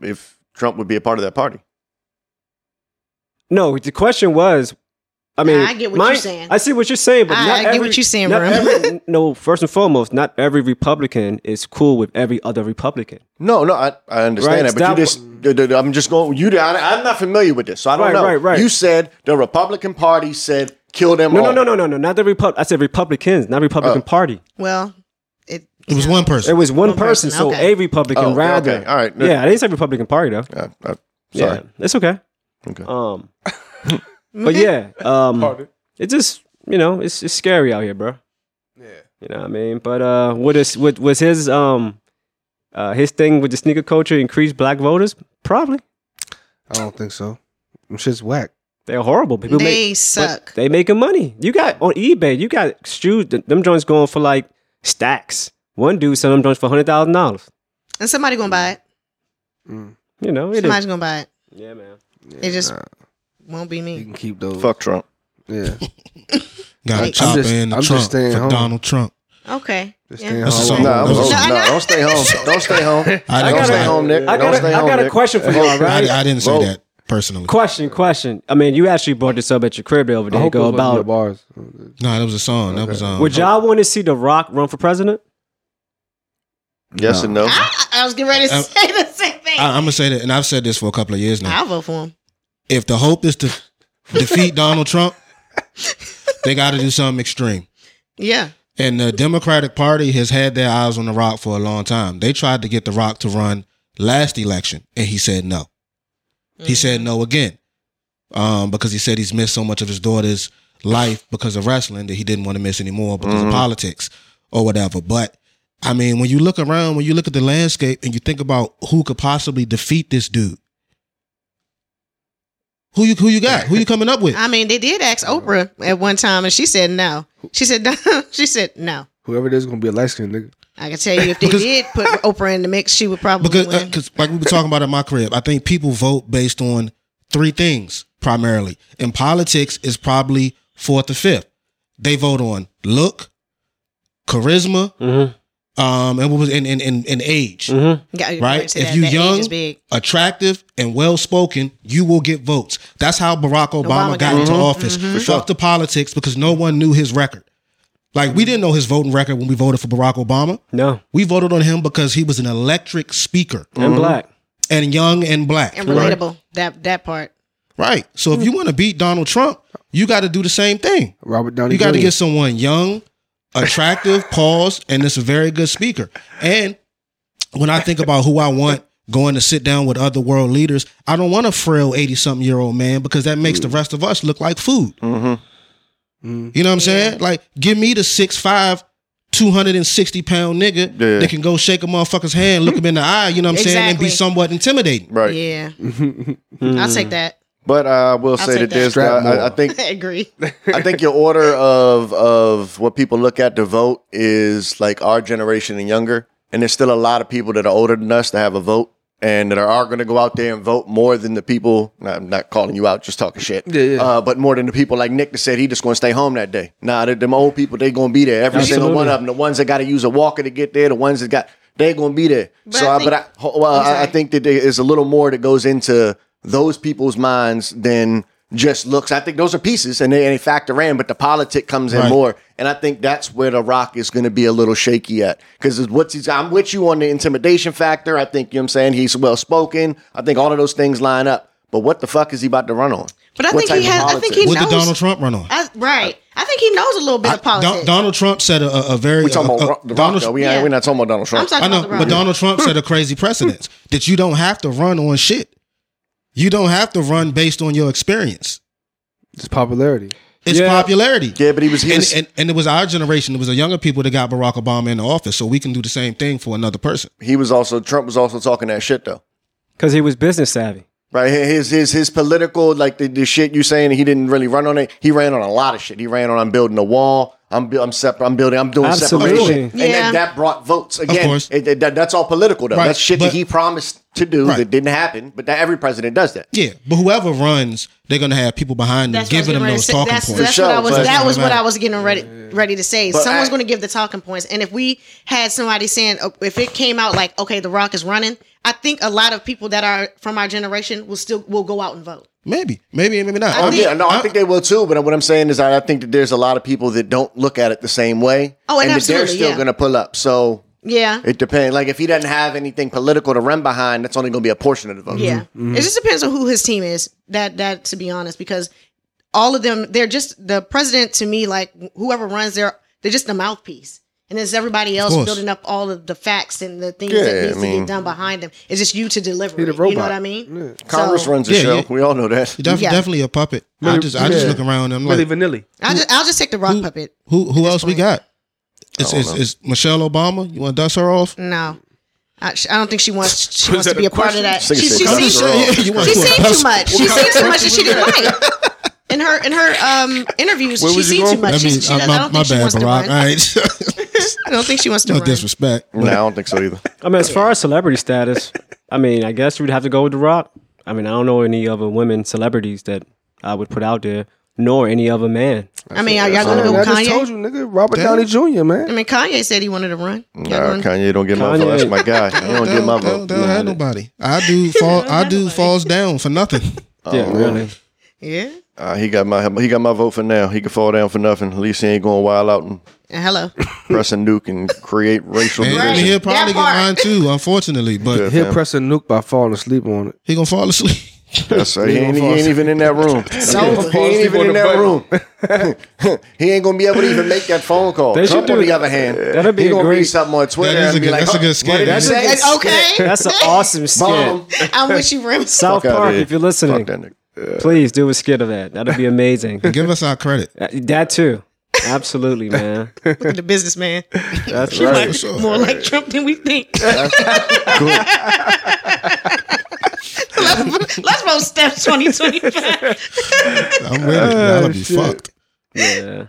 Speaker 4: if Trump would be a part of that party?
Speaker 1: no, the question was. I mean,
Speaker 3: I get what
Speaker 1: my-
Speaker 3: you're saying.
Speaker 1: I see what you're saying, but
Speaker 3: I-
Speaker 1: not
Speaker 3: I get
Speaker 1: every-
Speaker 3: what you're saying,
Speaker 1: not
Speaker 3: Ram.
Speaker 1: every- no, first and foremost, not every Republican is cool with every other Republican.
Speaker 4: No, no, I, I
Speaker 1: Right,
Speaker 4: understand that, but
Speaker 1: that
Speaker 4: you just d- d- d- I'm just going you. I, I'm not familiar with this, so I don't
Speaker 1: Right,
Speaker 4: know.
Speaker 1: right, right.
Speaker 4: You said the Republican Party said kill them
Speaker 1: No,
Speaker 4: all.
Speaker 1: no, no, no, no, no, not the Repub. I said Republicans, not
Speaker 2: Oh.
Speaker 1: Republican Party.
Speaker 3: well, it
Speaker 2: It was one person.
Speaker 1: It was one,
Speaker 3: One
Speaker 1: person,
Speaker 3: person,
Speaker 1: so
Speaker 3: okay.
Speaker 1: a Republican
Speaker 4: Oh, okay,
Speaker 1: rather.
Speaker 4: okay, all right.
Speaker 1: Yeah, I didn't say Republican Party though.
Speaker 4: Uh, uh, sorry.
Speaker 1: Yeah, it's okay.
Speaker 4: Okay.
Speaker 1: Um, but yeah, um, it just you know it's it's scary out here, bro. Yeah, you know what I mean. But uh, what is what was his um uh his thing with the sneaker culture increase black voters? Probably
Speaker 5: I don't think so. Them shit's whack.
Speaker 1: they're horrible people.
Speaker 3: they
Speaker 1: make,
Speaker 3: suck.
Speaker 1: they making money. You got on eBay. You got shoes. th- Them joints going for like stacks. One dude selling them joints for hundred thousand dollars.
Speaker 3: and somebody gonna buy it.
Speaker 1: You know it is.
Speaker 3: Somebody's gonna buy it.
Speaker 1: Yeah, man.
Speaker 3: It just
Speaker 5: nah.
Speaker 3: won't be
Speaker 5: You
Speaker 3: me.
Speaker 5: can keep those.
Speaker 4: Fuck Trump.
Speaker 5: Yeah.
Speaker 2: Got a
Speaker 3: I'm
Speaker 2: chopper
Speaker 5: just-
Speaker 2: and a
Speaker 5: I'm just
Speaker 2: trunk
Speaker 5: staying
Speaker 2: for
Speaker 5: home.
Speaker 2: Donald Trump.
Speaker 3: Okay.
Speaker 5: Just
Speaker 3: Yeah.
Speaker 5: staying
Speaker 2: That's a
Speaker 5: home.
Speaker 2: song.
Speaker 4: No, I'm-
Speaker 2: That was-
Speaker 4: no,
Speaker 3: I
Speaker 4: no,
Speaker 3: know.
Speaker 4: don't stay home. Don't stay
Speaker 2: I
Speaker 4: home. Don't
Speaker 2: didn't
Speaker 1: gotta-
Speaker 4: stay
Speaker 2: say-
Speaker 4: home, Nick.
Speaker 1: I
Speaker 4: don't
Speaker 1: got a,
Speaker 4: stay
Speaker 1: I
Speaker 4: home,
Speaker 1: got a
Speaker 4: Nick.
Speaker 1: question for you.
Speaker 4: All
Speaker 1: All
Speaker 4: right.
Speaker 1: right.
Speaker 2: I, I didn't say
Speaker 4: Vote.
Speaker 2: that personally.
Speaker 1: Question, question. I mean, you actually brought this up at your crib the other
Speaker 5: I
Speaker 1: day
Speaker 5: hope
Speaker 1: ago
Speaker 5: those wasn't your
Speaker 1: about
Speaker 5: bars.
Speaker 2: No, that was a song. That was um.
Speaker 1: would y'all want to see The Rock run for president?
Speaker 4: Yes and no.
Speaker 3: I, I was getting ready to
Speaker 2: Uh,
Speaker 3: say the same thing.
Speaker 2: I, I'm gonna say that, and I've said this for a couple of years now.
Speaker 3: I'll vote for him.
Speaker 2: if the hope is to defeat Donald Trump, they got to do something extreme.
Speaker 3: Yeah.
Speaker 2: And the Democratic Party has had their eyes on The Rock for a long time. They tried to get The Rock to run last election, and he said no. He said no again um, because he said he's missed so much of his daughter's life because of wrestling that he didn't want to miss anymore because of politics or whatever. But I mean, when you look around, when you look at the landscape and you think about who could possibly defeat this dude, who you who you got? Who you coming up with?
Speaker 3: I mean, they did ask Oprah at one time, and she said no. She said no. she said no.
Speaker 5: Whoever it is gonna be a light skinned nigga.
Speaker 3: I can tell you, if they
Speaker 2: Because-
Speaker 3: did put Oprah in the mix, she would probably
Speaker 2: because uh,
Speaker 3: win.
Speaker 2: because like we were talking about at my crib, I think people vote based on three things primarily, and politics is probably fourth or fifth. They vote on look, charisma, um, and what was in in in, in age,
Speaker 3: Yeah, you
Speaker 2: right?
Speaker 3: already said
Speaker 2: If
Speaker 3: that.
Speaker 2: you
Speaker 3: That age
Speaker 2: young,
Speaker 3: is big.
Speaker 2: attractive, and well spoken, you will get votes. That's how Barack Obama,
Speaker 3: Obama
Speaker 2: got
Speaker 3: got Mm-hmm.
Speaker 2: into office. Fuck the politics because no one knew his record. Like we didn't know his voting record when we voted for Barack Obama.
Speaker 1: No,
Speaker 2: We voted on him because he was an electric speaker
Speaker 1: and black.
Speaker 2: and young and black.
Speaker 3: and relatable. That that part.
Speaker 2: Right. So if you want to beat Donald Trump, you got to do the same thing.
Speaker 5: Robert Downey.
Speaker 2: You got to
Speaker 5: Jr.
Speaker 2: get someone young, attractive, paused, and it's a very good speaker. And when I think about who I want going to sit down with other world leaders, I don't want a frail 80 something year old man because that makes the rest of us look like food. You know what I'm saying? Like, give me the 6'5, 260 pound nigga
Speaker 4: Yeah.
Speaker 2: that can go shake a motherfucker's hand, look him in the eye, you know what I'm saying, and be
Speaker 3: Exactly.
Speaker 2: somewhat intimidating.
Speaker 4: Right.
Speaker 3: Yeah. I'll take that.
Speaker 4: But I will say
Speaker 3: take
Speaker 4: that there's,
Speaker 5: that. Strap
Speaker 4: I, I
Speaker 5: more.
Speaker 4: think,
Speaker 3: I agree.
Speaker 4: I think your order of of what people look at to vote is like our generation and younger, and there's still a lot of people that are older than us that have a vote and that are going to go out there and vote more than the people. I'm not calling you out, just talking shit.
Speaker 5: Yeah, yeah.
Speaker 4: Uh, but more than the people like Nick that said he just going to stay home that day. Nah, the, them old people they going to be there. Every single one of them. The ones that got to use a walker to get there. The ones that got they're going to be there.
Speaker 3: But
Speaker 4: so,
Speaker 3: I
Speaker 4: I
Speaker 3: think-
Speaker 4: but I, ho- well,
Speaker 3: I'm
Speaker 4: I, I
Speaker 3: sorry.
Speaker 4: think that there is a little more that goes into those people's minds than just looks. I think those are pieces and they, and they factor in, but the politic comes in
Speaker 2: Right.
Speaker 4: more. And I think that's where the rock is going to be a little shaky at. Because what's he's, I'm with you on the intimidation factor. I think, you know what I'm saying? He's well spoken. I think all of those things line up. But what the fuck is he about to run on?
Speaker 3: But I
Speaker 4: What
Speaker 3: think
Speaker 4: type
Speaker 3: he
Speaker 4: of
Speaker 3: has. I
Speaker 4: politics?
Speaker 3: think he
Speaker 2: What
Speaker 3: knows.
Speaker 2: did Donald Trump run on?
Speaker 3: I, right. I think he knows a little bit of
Speaker 2: Don-
Speaker 3: politics.
Speaker 2: Donald Trump said a, a, a very.
Speaker 4: we talking
Speaker 2: a-
Speaker 4: about
Speaker 2: a-
Speaker 4: Ro- the rock,
Speaker 2: uh, Donald-
Speaker 4: though. We,
Speaker 3: Yeah.
Speaker 4: ain't We're not talking about Donald Trump.
Speaker 3: I'm talking
Speaker 2: I know,
Speaker 3: about the
Speaker 2: but
Speaker 3: Rock.
Speaker 2: Donald Trump set a crazy precedence that you don't have to run on shit. You don't have to run based on your experience.
Speaker 5: It's popularity.
Speaker 2: It's
Speaker 1: Yeah.
Speaker 2: popularity.
Speaker 4: Yeah, but he was, he
Speaker 2: And,
Speaker 4: was
Speaker 2: and, and it was our generation. It was the younger people that got Barack Obama in the office, so we can do the same thing for another person.
Speaker 4: he was also Trump was also talking that shit though.
Speaker 1: because he was business savvy.
Speaker 4: Right, his his his political like the, the shit you saying he didn't really run on it. He ran on a lot of shit. He ran on I'm building a wall. I'm bu- I'm sep- I'm building. I'm doing
Speaker 1: Absolutely.
Speaker 4: separation. And then
Speaker 3: Yeah.
Speaker 4: that brought votes again.
Speaker 2: course.
Speaker 4: it- it- that- that's all political though.
Speaker 2: Right,
Speaker 4: That's shit
Speaker 2: but-
Speaker 4: that he promised to do
Speaker 2: Right.
Speaker 4: that didn't happen. But that every president does that.
Speaker 2: Yeah, but whoever runs, they're gonna have people behind them
Speaker 3: That's what I was
Speaker 2: giving them
Speaker 3: getting ready
Speaker 2: those
Speaker 3: to say.
Speaker 2: talking
Speaker 3: that's,
Speaker 2: points.
Speaker 3: That's what I
Speaker 4: Sure,
Speaker 3: was.
Speaker 4: but-
Speaker 3: that was what
Speaker 2: Right.
Speaker 3: I was getting ready ready to say.
Speaker 4: But
Speaker 3: Someone's
Speaker 4: I-
Speaker 3: going to give the talking points, and if we had somebody saying, uh, if it came out like, okay, The Rock is running, I think a lot of people that are from our generation will still will go out and vote.
Speaker 2: Maybe, maybe, maybe not.
Speaker 3: I
Speaker 2: I'm-
Speaker 3: think-
Speaker 4: Oh, Yeah, no, I, think they will too. But what I'm saying is, I, I think that there's a lot of people that don't look at it the same way,
Speaker 3: Oh, and
Speaker 4: that they're
Speaker 3: absolutely,
Speaker 4: still
Speaker 3: yeah.
Speaker 4: going to pull up. So
Speaker 3: Yeah,
Speaker 4: it depends. Like if he doesn't have anything political to run behind, that's only going to be a portion of the vote.
Speaker 3: yeah. It just depends on who his team is. That that to be honest, because all of them, they're just the president to me. Like whoever runs there, they're just the mouthpiece. And there's everybody else
Speaker 2: course.
Speaker 3: building up all of the facts and the things
Speaker 4: Yeah,
Speaker 3: that needs to
Speaker 4: I mean-
Speaker 3: get done behind them. It's just you to deliver.
Speaker 5: the
Speaker 3: It, you know
Speaker 5: robot.
Speaker 3: what I mean?
Speaker 4: Congress
Speaker 3: So-
Speaker 4: runs the
Speaker 2: Yeah,
Speaker 4: show.
Speaker 2: yeah.
Speaker 4: We all know that.
Speaker 2: You're def-
Speaker 3: Yeah.
Speaker 2: definitely a puppet. I just, I just look around and I'm
Speaker 5: Milli
Speaker 2: like,
Speaker 5: Vanilli.
Speaker 3: I'll just, I'll just take the rock puppet.
Speaker 2: who, who else we
Speaker 3: point.
Speaker 2: got? It's, it's, it's Michelle Obama. You want to dust her off?
Speaker 3: No, I, sh- I don't think she wants. She wants
Speaker 5: that
Speaker 3: to be
Speaker 5: a
Speaker 3: a part of that. She,
Speaker 4: question?
Speaker 3: she,
Speaker 4: Sing it, sing it.
Speaker 3: seems-
Speaker 4: Sing it.
Speaker 2: you
Speaker 3: she
Speaker 2: to
Speaker 3: seen
Speaker 2: dust-
Speaker 3: too much. She seen too much that she didn't like. In her in her um interviews, she
Speaker 5: was you
Speaker 3: seen
Speaker 5: going?
Speaker 3: too much.
Speaker 2: I
Speaker 3: She-
Speaker 2: mean,
Speaker 3: she
Speaker 2: uh,
Speaker 3: does- I
Speaker 2: my,
Speaker 3: don't
Speaker 2: my
Speaker 3: think she
Speaker 2: bad,
Speaker 3: wants to
Speaker 2: Barack.
Speaker 3: run.
Speaker 2: I ain't-
Speaker 3: I don't think she wants to
Speaker 2: no
Speaker 3: run.
Speaker 2: disrespect.
Speaker 4: No, I don't think so either.
Speaker 1: I mean, as far as celebrity status, I mean, I guess we'd have to go with The Rock. I mean, I don't know any other women celebrities that I would put out there, nor any other man.
Speaker 3: I mean, are y'all
Speaker 5: Man,
Speaker 3: gonna go
Speaker 5: I
Speaker 3: with
Speaker 5: just told
Speaker 3: Kanye?
Speaker 5: you, nigga, Robert Downey Jr. Man,
Speaker 3: I mean, Kanye said he wanted to run. Y'all
Speaker 4: Nah,
Speaker 3: going-
Speaker 4: Uh, Kanye don't get my vote. That's my guy. He don't get my
Speaker 2: Don't, don't,
Speaker 4: vote.
Speaker 2: don't have nobody. I do fall. I do falls down for nothing.
Speaker 1: yeah, really.
Speaker 3: Yeah.
Speaker 4: Uh, he got my he got my vote for now. He can fall down for nothing. At least he ain't going wild out and
Speaker 3: And Hello.
Speaker 4: press a nuke and create racial
Speaker 2: And
Speaker 3: Right.
Speaker 4: division.
Speaker 2: he'll probably
Speaker 3: That
Speaker 2: get
Speaker 3: part.
Speaker 2: mine too, unfortunately. But
Speaker 3: Mm.
Speaker 4: Yeah.
Speaker 5: he'll press a nuke by falling asleep on it.
Speaker 2: he gonna fall asleep.
Speaker 4: That's right. he, ain't, he ain't even in that room. he ain't even in that room. he ain't gonna be able to even make that phone call.
Speaker 1: They
Speaker 4: Trump
Speaker 1: should
Speaker 4: on
Speaker 1: do-
Speaker 4: the other hand,
Speaker 1: that'd be
Speaker 4: he
Speaker 1: a
Speaker 4: gonna read
Speaker 1: great-
Speaker 4: something on Twitter
Speaker 2: That is
Speaker 4: and
Speaker 2: a
Speaker 4: be
Speaker 2: good-
Speaker 4: like,
Speaker 2: that's a
Speaker 4: "Huh,
Speaker 2: good
Speaker 4: What
Speaker 2: skin.
Speaker 4: did he
Speaker 2: That's a
Speaker 4: say? oh,
Speaker 1: good
Speaker 4: Fuck
Speaker 3: Okay.
Speaker 1: That's an awesome skit.
Speaker 4: Bomb.
Speaker 3: I'm with you, Rim.
Speaker 1: South
Speaker 4: outta
Speaker 1: Park,
Speaker 4: here.
Speaker 1: if you're listening,
Speaker 4: that nigga.
Speaker 1: please do a skit of that. That'd be amazing.
Speaker 2: Give us our credit.
Speaker 1: Uh, that too. Absolutely, man.
Speaker 3: Look at the businessman.
Speaker 1: That's
Speaker 3: He
Speaker 1: right.
Speaker 2: for
Speaker 3: might be
Speaker 2: sure.
Speaker 3: more like Trump than we think. let's, let's roll step 2025.
Speaker 2: I'm with it.
Speaker 4: Ah,
Speaker 2: That'll be
Speaker 5: shit.
Speaker 2: fucked.
Speaker 1: Yeah.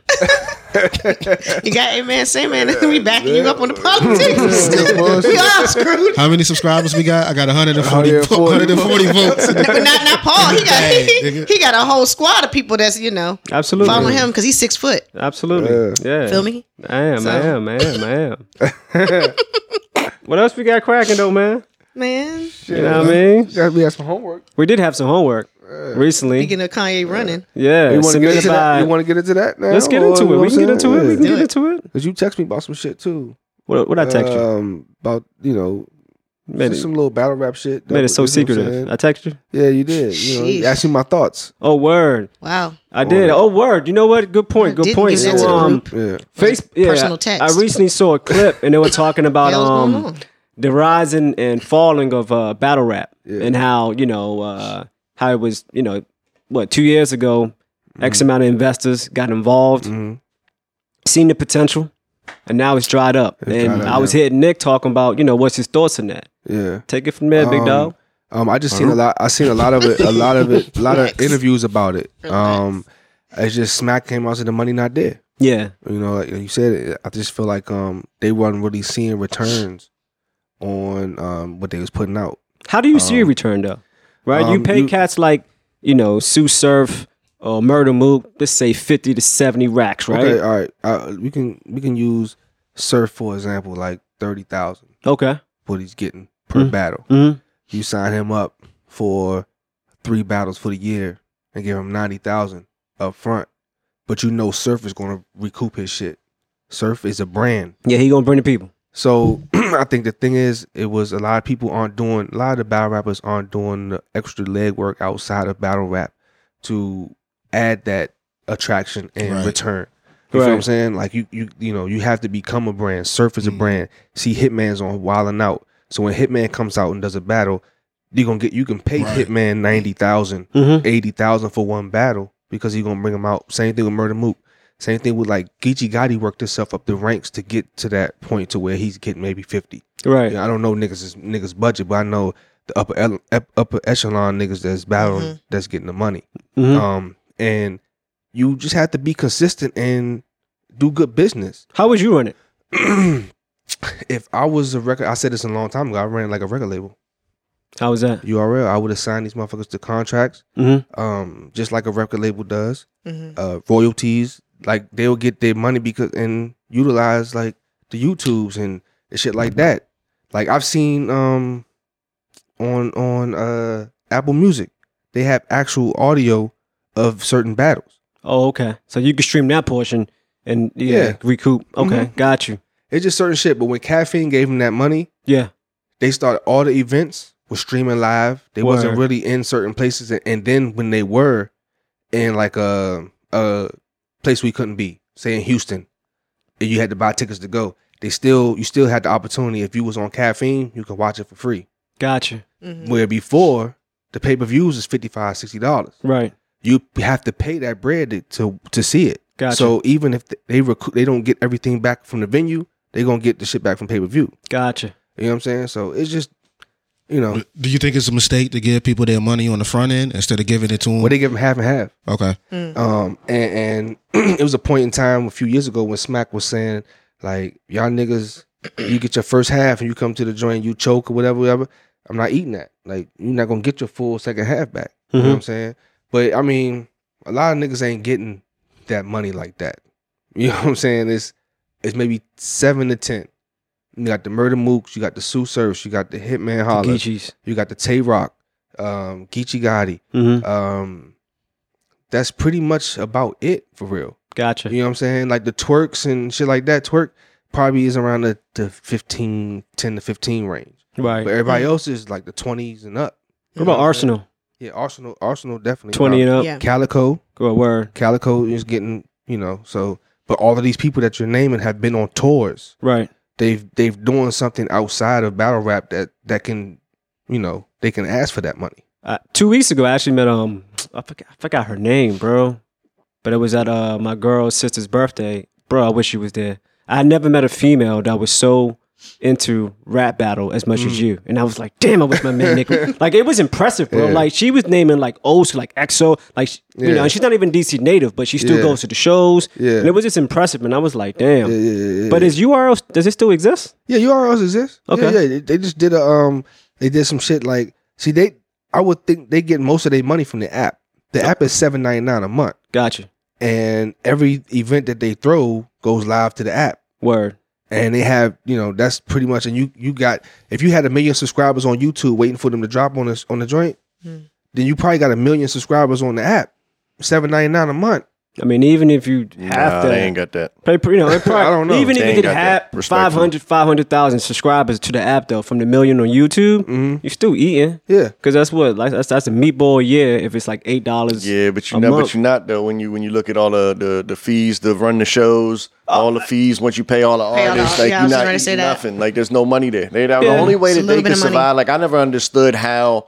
Speaker 3: You got a man, say man, and we backing you up on the politics.
Speaker 5: Bullshit.
Speaker 3: we all screwed.
Speaker 2: How many subscribers we got? I got 140,
Speaker 5: 140.
Speaker 2: 140 votes.
Speaker 3: But not, not Paul. He got, he,
Speaker 2: Nigga.
Speaker 3: he got a whole squad of people that's, you know,
Speaker 1: Absolutely.
Speaker 3: following him because he's six foot.
Speaker 1: Absolutely. Yeah.
Speaker 3: Feel me?
Speaker 1: I am, I
Speaker 3: So-
Speaker 1: am, I am, I am. what else we got cracking though, man?
Speaker 3: Man,
Speaker 1: You know what I mean?
Speaker 5: Gotta be asking homework.
Speaker 1: We did have some homework recently.
Speaker 3: speaking of Kanye running,
Speaker 1: Yeah.
Speaker 5: You want to get
Speaker 1: submitted
Speaker 5: into that?
Speaker 1: by-
Speaker 5: You want to get into that? Now,
Speaker 1: Let's get
Speaker 5: or
Speaker 1: into
Speaker 5: you
Speaker 1: it.
Speaker 5: know
Speaker 1: We
Speaker 5: what
Speaker 1: can get
Speaker 5: I'm
Speaker 1: into it.
Speaker 5: saying?
Speaker 1: We can
Speaker 5: Yeah.
Speaker 1: get into it.
Speaker 5: Cause you text me about some shit too.
Speaker 1: What what I text you?
Speaker 5: Um, about you know
Speaker 1: Made
Speaker 5: just
Speaker 1: it,
Speaker 5: some little battle rap shit. that
Speaker 1: made it
Speaker 5: was-
Speaker 1: so
Speaker 5: you know what I'm
Speaker 1: secretive.
Speaker 5: saying?
Speaker 1: I text you.
Speaker 5: yeah, you did. You know,
Speaker 3: Sheesh.
Speaker 5: you asked me my thoughts.
Speaker 1: Oh word.
Speaker 3: wow.
Speaker 1: I did. Oh word. You know what? Good point. Good
Speaker 3: Didn't
Speaker 1: point.
Speaker 3: give that to
Speaker 1: So
Speaker 3: the
Speaker 1: um
Speaker 3: group.
Speaker 5: Yeah,
Speaker 1: face yeah,
Speaker 3: personal text.
Speaker 1: I recently saw a clip and they were talking about
Speaker 3: Hell's going
Speaker 1: um
Speaker 3: on?
Speaker 1: the rising and falling of uh, battle rap
Speaker 5: Yeah.
Speaker 1: and how you know uh, how it was you know what two years ago
Speaker 5: Mm-hmm.
Speaker 1: x amount of investors got involved
Speaker 5: Mhm.
Speaker 1: seen the potential and now it's dried up
Speaker 5: It's
Speaker 1: and
Speaker 5: dried up,
Speaker 1: i was
Speaker 5: yeah.
Speaker 1: hearing nick talking about you know what's his thoughts on that
Speaker 5: yeah.
Speaker 1: take it from there big
Speaker 5: Um,
Speaker 1: dog
Speaker 5: Um, I just
Speaker 1: Uh-huh.
Speaker 5: seen a lot. I seen a lot of it. A lot of it. A lot of
Speaker 3: Relax.
Speaker 5: interviews about it. Um, it's just Smack came out and said the money not there.
Speaker 1: Yeah.
Speaker 5: You know, like you said, I just feel like um they weren't really seeing returns on um what they was putting out.
Speaker 1: How do you see a
Speaker 5: Um,
Speaker 1: return though? Right? you
Speaker 5: um,
Speaker 1: pay
Speaker 5: you-
Speaker 1: cats like, you know, Sue Surf or Murder Mook, let's say 50 to 70 racks, right?
Speaker 5: Okay,
Speaker 1: Okay.
Speaker 5: all right. Uh, we can we can use Surf for example, like thirty thousand what he's getting per
Speaker 1: Mhm.
Speaker 5: battle.
Speaker 1: Mhm.
Speaker 5: You sign him up for three battles for the year and give him ninety thousand up front, but you know Surf is going to recoup his shit. Surf is a brand.
Speaker 1: Yeah, he going to bring the people.
Speaker 5: So I think the thing is, it was a lot of people aren't doing a lot of the battle rappers aren't doing the extra legwork outside of battle rap to add that attraction and
Speaker 2: Right.
Speaker 5: return. You feel what I'm
Speaker 1: Right.
Speaker 5: saying? Like you, you, you know, you have to become a brand. Surf is a
Speaker 2: Mhm.
Speaker 5: brand. See, Hitman's on Wildin' Out. So when Hitman comes out and does a battle, you gonna get you can pay
Speaker 2: Right.
Speaker 5: Hitman ninety thousand,
Speaker 1: Mhm.
Speaker 5: eighty thousand for one battle because he gonna bring him out. Same thing with Murder Mook. Same thing with like Geechee Gotti worked himself up the ranks to get to that point to where he's getting maybe fifty.
Speaker 1: Right.
Speaker 5: Yeah, I don't know niggas niggas budget, but I know the upper el- ep- upper echelon niggas that's battling
Speaker 3: Mhm.
Speaker 5: that's getting the money.
Speaker 1: Mhm.
Speaker 5: Um, and you just have to be consistent and do good business.
Speaker 1: How would you run it?
Speaker 5: if I was a record, I said this a long time ago. I ran like a record label.
Speaker 1: How was that?
Speaker 5: URL. I would have signed these motherfuckers to contracts,
Speaker 1: Mhm.
Speaker 5: um, just like a record label does.
Speaker 3: Mhm.
Speaker 5: Uh, royalties, like they'll get their money because and utilize like the YouTubes and shit like that. Like I've seen um on on uh Apple Music, they have actual audio of certain battles.
Speaker 1: Oh, okay. So you can stream that portion and yeah,
Speaker 5: Yeah.
Speaker 1: recoup. Okay, got you.
Speaker 5: It's just certain shit. But when Caffeine gave them that money,
Speaker 1: Yeah.
Speaker 5: they started all the events were streaming live. They wasn't
Speaker 1: Word.
Speaker 5: really in certain places, and, and then when they were in like a a place we couldn't be, say in Houston, and you had to buy tickets to go, they still you still had the opportunity. If you was on Caffeine, you could watch it for free.
Speaker 1: Got you.
Speaker 3: Mhm.
Speaker 5: Where before the pay per views is $55, $60.
Speaker 1: Right.
Speaker 5: You have to pay that bread to to, to see it.
Speaker 1: Got you.
Speaker 5: So even if they recoup, they don't get everything back from the venue, they gonna get the shit back from pay per view.
Speaker 1: Got you.
Speaker 5: You know what I'm saying? So it's just, you know,
Speaker 2: Do you think it's a mistake to give people their money on the front end instead of giving it to them?
Speaker 5: well, they give them half and half.
Speaker 2: okay,
Speaker 3: mm-hmm.
Speaker 5: Um, and, and it was a point in time a few years ago when Smack was saying, like, y'all niggas, you get your first half and you come to the joint, you choke or whatever, whatever. I'm not eating that. Like, you're not gonna get your full second half back. You know what I'm saying? But I mean, a lot of niggas ain't getting that money like that. You know what I'm saying? It's it's maybe seven to ten. You got the murder mooks, you got the Sue Surfs, you got the Hitman Holler,
Speaker 1: Geechees.
Speaker 5: you got the Tay Rock, um, Geechee Gotti.
Speaker 1: Mm-hmm.
Speaker 5: Um, that's pretty much about it for real.
Speaker 1: Gotcha.
Speaker 5: You know what I'm saying? Like the twerks and shit like that. Twerk probably is around the, the 15, 10 to 15 range.
Speaker 1: Right.
Speaker 5: But everybody else is like the 20s and up.
Speaker 1: What about
Speaker 5: Yeah.
Speaker 1: Arsenal?
Speaker 5: Yeah, Arsenal, Arsenal definitely.
Speaker 1: 20 and up.
Speaker 3: Yeah.
Speaker 5: Calico,
Speaker 1: Good word.
Speaker 5: Calico is getting, you know, so, but all of these people that you're naming have been on tours.
Speaker 1: Right.
Speaker 5: They've, they've doing something outside of battle rap that, that can, you know, they can ask for that money.
Speaker 1: Uh, two weeks ago, I actually met um, I forgot, I forgot her name, bro, but it was at uh my girl's sister's birthday, bro. I wish you was there. I never met a female that was so into rap battle as much
Speaker 5: Mm.
Speaker 1: as you, and I was like, damn, I wish my man Nick. was-" like it was impressive, bro.
Speaker 5: Yeah.
Speaker 1: Like she was naming like old, like EXO, like she- you
Speaker 5: Yeah.
Speaker 1: know, and she's not even DC native, but she still
Speaker 5: Yeah.
Speaker 1: goes to the shows,
Speaker 5: Yeah.
Speaker 1: and it was just impressive. And I was like, damn.
Speaker 5: Yeah, yeah, yeah, yeah.
Speaker 1: But is URL does it still exist?
Speaker 5: Yeah, URLs exist.
Speaker 1: Okay.
Speaker 5: Yeah, yeah. They, they just did a um they did some shit like see they I would think they get most of their money from the app. The app is seven ninety nine a month.
Speaker 1: Gotcha.
Speaker 5: And every event that they throw goes live to the app.
Speaker 1: Word.
Speaker 5: And they have, you know, that's pretty much and you you got if you had a million subscribers on YouTube waiting for them to drop on this on the joint,
Speaker 3: Mhm.
Speaker 5: then you probably got a million subscribers on the app. Seven ninety nine a month.
Speaker 1: I mean, even if you
Speaker 4: Nah,
Speaker 1: have to,
Speaker 4: they ain't got that.
Speaker 1: They, pr- you know, it probably,
Speaker 5: I don't know.
Speaker 1: Even
Speaker 4: They
Speaker 1: if
Speaker 4: ain't
Speaker 1: you did
Speaker 4: got
Speaker 1: have
Speaker 4: that respect for
Speaker 1: 500 500,000 subscribers to the app though, from the million on YouTube,
Speaker 5: Mhm.
Speaker 1: you still eating
Speaker 5: Yeah.
Speaker 1: because that's what like that's that's a meatball a year if it's like eight dollars.
Speaker 4: Yeah, but you
Speaker 1: a
Speaker 4: not,
Speaker 1: month.
Speaker 4: but you're not though. When you when you look at all the the, the fees to run the shows, all the fees once you pay all the
Speaker 3: Uh, Pay all the-
Speaker 4: artists, like
Speaker 3: yeah, I
Speaker 4: you're
Speaker 3: was
Speaker 4: not
Speaker 3: ready to
Speaker 4: eating
Speaker 3: say that.
Speaker 4: nothing. Like there's no money there. They, the
Speaker 1: Yeah.
Speaker 4: only way
Speaker 3: It's a
Speaker 4: that
Speaker 3: little
Speaker 4: they
Speaker 3: bit
Speaker 4: can
Speaker 3: of money.
Speaker 4: survive. Like I never understood how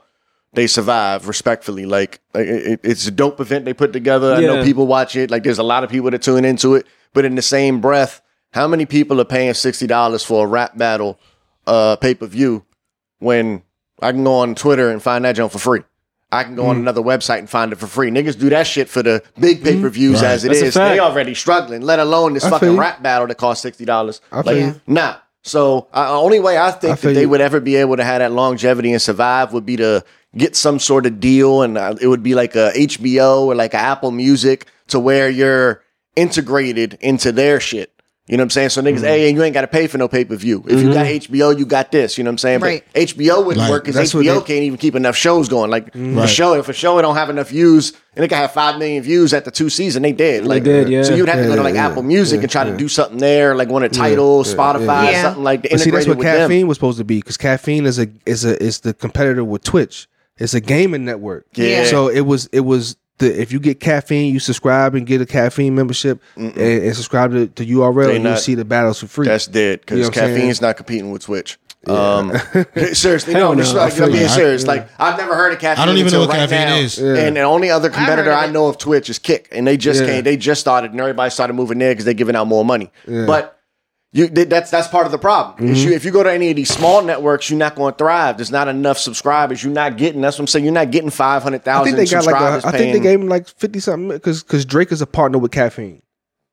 Speaker 4: they survive. Respectfully, like it- it, it's a dope event they put together. I
Speaker 1: Yeah.
Speaker 4: know people watch it. Like there's a lot of people that tune into it. But in the same breath, how many people are paying sixty dollars for a rap battle, uh, pay per view, when I can go on Twitter and find that junk for free. I can go
Speaker 5: Hmm.
Speaker 4: on another website and find it for free. Niggas do that shit for the big pay per views
Speaker 2: Right.
Speaker 4: as it
Speaker 1: That's
Speaker 4: is.
Speaker 1: a fact.
Speaker 4: They already struggling, let alone this
Speaker 5: I feel
Speaker 4: fucking
Speaker 5: you.
Speaker 4: rap battle that cost sixty dollars.
Speaker 5: I feel
Speaker 4: Like,
Speaker 5: you.
Speaker 4: nah. So I the only way I think
Speaker 5: I feel
Speaker 4: that they
Speaker 5: you.
Speaker 4: would ever be able to have that longevity and survive would be to get some sort of deal, and uh, it would be like a HBO or like a Apple Music to where you're integrated into their shit. You know what I'm saying? So niggas,
Speaker 5: Mm-hmm.
Speaker 4: hey, and you ain't got to pay for no pay per view. If you got HBO, you got this. You know what I'm saying?
Speaker 3: Right.
Speaker 4: But HBO wouldn't
Speaker 2: Like,
Speaker 4: work because
Speaker 5: that's what
Speaker 4: HBO
Speaker 5: they- Mm-hmm.
Speaker 4: can't even keep enough shows going. Like for
Speaker 2: Right.
Speaker 4: show, if a show don't have enough views, and it can have five million views at the two season, they did. Like
Speaker 1: did, yeah.
Speaker 4: So you'd have to go to like
Speaker 5: yeah,
Speaker 4: Apple Music
Speaker 5: yeah,
Speaker 4: and try to
Speaker 5: yeah.
Speaker 4: do something there, like one a title,
Speaker 5: yeah,
Speaker 4: Spotify,
Speaker 3: yeah.
Speaker 4: something like that.
Speaker 5: But see, that's
Speaker 4: Integrated
Speaker 5: what
Speaker 4: with them.
Speaker 5: caffeine was supposed to be because caffeine is a is a is the competitor with Twitch. It's a gaming network.
Speaker 4: Yeah.
Speaker 5: So it was it was the if you get caffeine, you subscribe and get a caffeine membership and, and subscribe to, to
Speaker 4: They
Speaker 5: URL, you will
Speaker 4: not-
Speaker 5: see the battles for free.
Speaker 4: That's dead because
Speaker 5: You know what I'm saying?
Speaker 4: caffeine's not competing with Twitch. Um, seriously, no,
Speaker 1: Hell no,
Speaker 4: this-
Speaker 1: I
Speaker 4: like,
Speaker 1: feel
Speaker 4: I'm being
Speaker 2: you. I-
Speaker 4: serious. like I've never heard of caffeine.
Speaker 2: I don't even know
Speaker 4: until
Speaker 2: what
Speaker 4: right
Speaker 2: caffeine
Speaker 4: now.
Speaker 2: is.
Speaker 5: Yeah.
Speaker 4: And the only other
Speaker 3: heard
Speaker 4: competitor
Speaker 3: of
Speaker 4: I
Speaker 3: it.
Speaker 4: know of Twitch is Kick, and they just
Speaker 5: Yeah.
Speaker 4: came. They just started, and everybody started moving there because they're giving out more money.
Speaker 5: Yeah. Mm-hmm.
Speaker 4: But you th- that's that's part of the problem. Is you, if you go to any of these small networks, you're not going to thrive. There's not enough subscribers. You're not getting. That's what I'm saying. You're not getting five hundred
Speaker 5: I
Speaker 4: thousand
Speaker 5: think they got like
Speaker 4: subscribers.
Speaker 5: a, I think they
Speaker 4: paying-
Speaker 5: gave him like fifty something because because Drake is a partner with caffeine.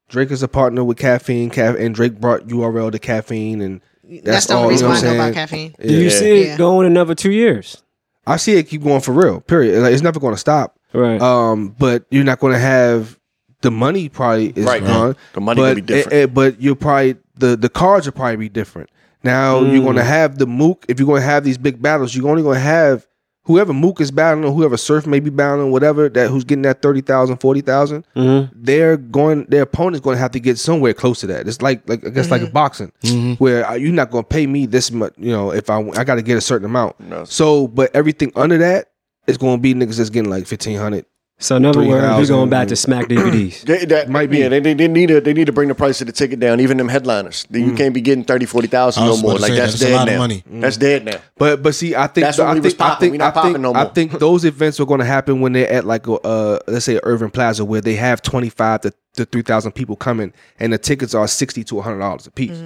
Speaker 5: Drake is a partner with caffeine, Ca- and Drake brought URL to caffeine, and
Speaker 3: That's, the
Speaker 5: all,
Speaker 3: only
Speaker 5: you
Speaker 3: reason
Speaker 5: know
Speaker 3: why I
Speaker 5: what
Speaker 3: know
Speaker 5: I'm
Speaker 3: about
Speaker 5: saying?
Speaker 3: caffeine.
Speaker 1: Do you
Speaker 4: Yeah.
Speaker 1: see it
Speaker 3: Yeah.
Speaker 1: going another two years?
Speaker 5: I see it keep going for real. Period. Like, it's never going to stop.
Speaker 1: Right.
Speaker 5: Um, but you're not going to have the money. Probably is
Speaker 4: Right.
Speaker 5: gone.
Speaker 4: The money will
Speaker 5: but
Speaker 4: be different.
Speaker 5: eh, eh, but you'll probably the the cards will probably be different. Now you're going to have the Mook. If you're going to have these big battles, you're only going to have whoever Mook is battling, whoever Surf may be battling, whatever that who's getting that 30,000, 40,000,
Speaker 1: Mhm.
Speaker 5: They're going. Their opponent's going to have to get somewhere close to that. It's like like I guess
Speaker 4: Mm-hmm.
Speaker 5: like boxing, where uh, you're not going to pay me this much. You know, if I I got to get a certain amount.
Speaker 4: No.
Speaker 5: So, but everything under that is going to be niggas that's getting like 1,500,
Speaker 1: So in other words, we're
Speaker 5: 3,000.
Speaker 1: going back to smack DVDs.
Speaker 4: They, that
Speaker 5: Might
Speaker 4: might
Speaker 5: be.
Speaker 4: be. Yeah, they, they, they need to they need to bring the price of the ticket down. Even them headliners, you can't be getting 30, 40,000
Speaker 2: I
Speaker 4: no
Speaker 2: was about
Speaker 4: more.
Speaker 2: to
Speaker 4: Like
Speaker 2: say,
Speaker 4: that's
Speaker 2: that's a
Speaker 4: dead
Speaker 2: lot of
Speaker 4: now.
Speaker 2: money.
Speaker 4: That's dead now.
Speaker 5: But but see, I think
Speaker 4: That's when
Speaker 5: I
Speaker 4: we was
Speaker 5: think I
Speaker 4: popping. We
Speaker 5: think
Speaker 4: not
Speaker 5: I think,
Speaker 4: popping no
Speaker 5: I
Speaker 4: more.
Speaker 5: think those events are going to happen when they're at like a, uh let's say Irving Plaza where they have twenty five to, to three thousand people coming and the tickets are sixty to hundred dollars a piece.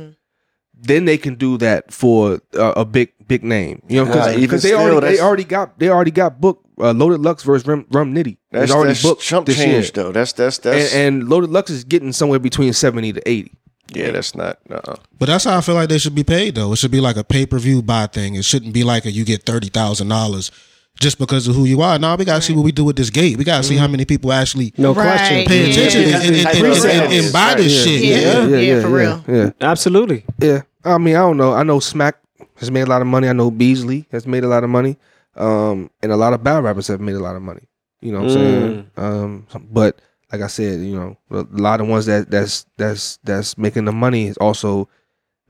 Speaker 5: Then they can do that for uh, a big big name, you know,
Speaker 4: Nah,
Speaker 5: because
Speaker 4: even
Speaker 5: they
Speaker 4: still,
Speaker 5: already they
Speaker 4: that's-
Speaker 5: already got they already got booked uh, Loaded Lux versus Rum, Rum Nitty.
Speaker 4: That's,
Speaker 5: It's already
Speaker 4: that's
Speaker 5: booked
Speaker 4: chump
Speaker 5: this year.
Speaker 4: change though. That's that's that's
Speaker 5: And, and Loaded Lux is getting somewhere between seventy to eighty.
Speaker 4: yeah. That's not. Uh-uh.
Speaker 2: But that's how I feel like they should be paid though. It should be like a pay per view buy thing. It shouldn't be like a you get thirty thousand dollars just because of who you are. Now we gotta see what we do with this gate. We gotta see how many people actually
Speaker 1: No
Speaker 3: Right.
Speaker 1: question.
Speaker 2: pay
Speaker 3: Yeah.
Speaker 2: attention
Speaker 4: Yeah.
Speaker 2: and, and, and,
Speaker 4: Yeah.
Speaker 2: and- and buy this
Speaker 5: Yeah.
Speaker 2: shit.
Speaker 3: Yeah.
Speaker 2: Yeah.
Speaker 3: Yeah, for real.
Speaker 5: Yeah.
Speaker 1: Absolutely.
Speaker 5: Yeah, I mean, I don't know. I know Smack has made a lot of money. I know Beasley has made a lot of money, um, and a lot of battle rappers have made a lot of money. You know what I'm
Speaker 1: Mm.
Speaker 5: saying? Um, but like I said, you know, a lot of ones that that's that's that's making the money has also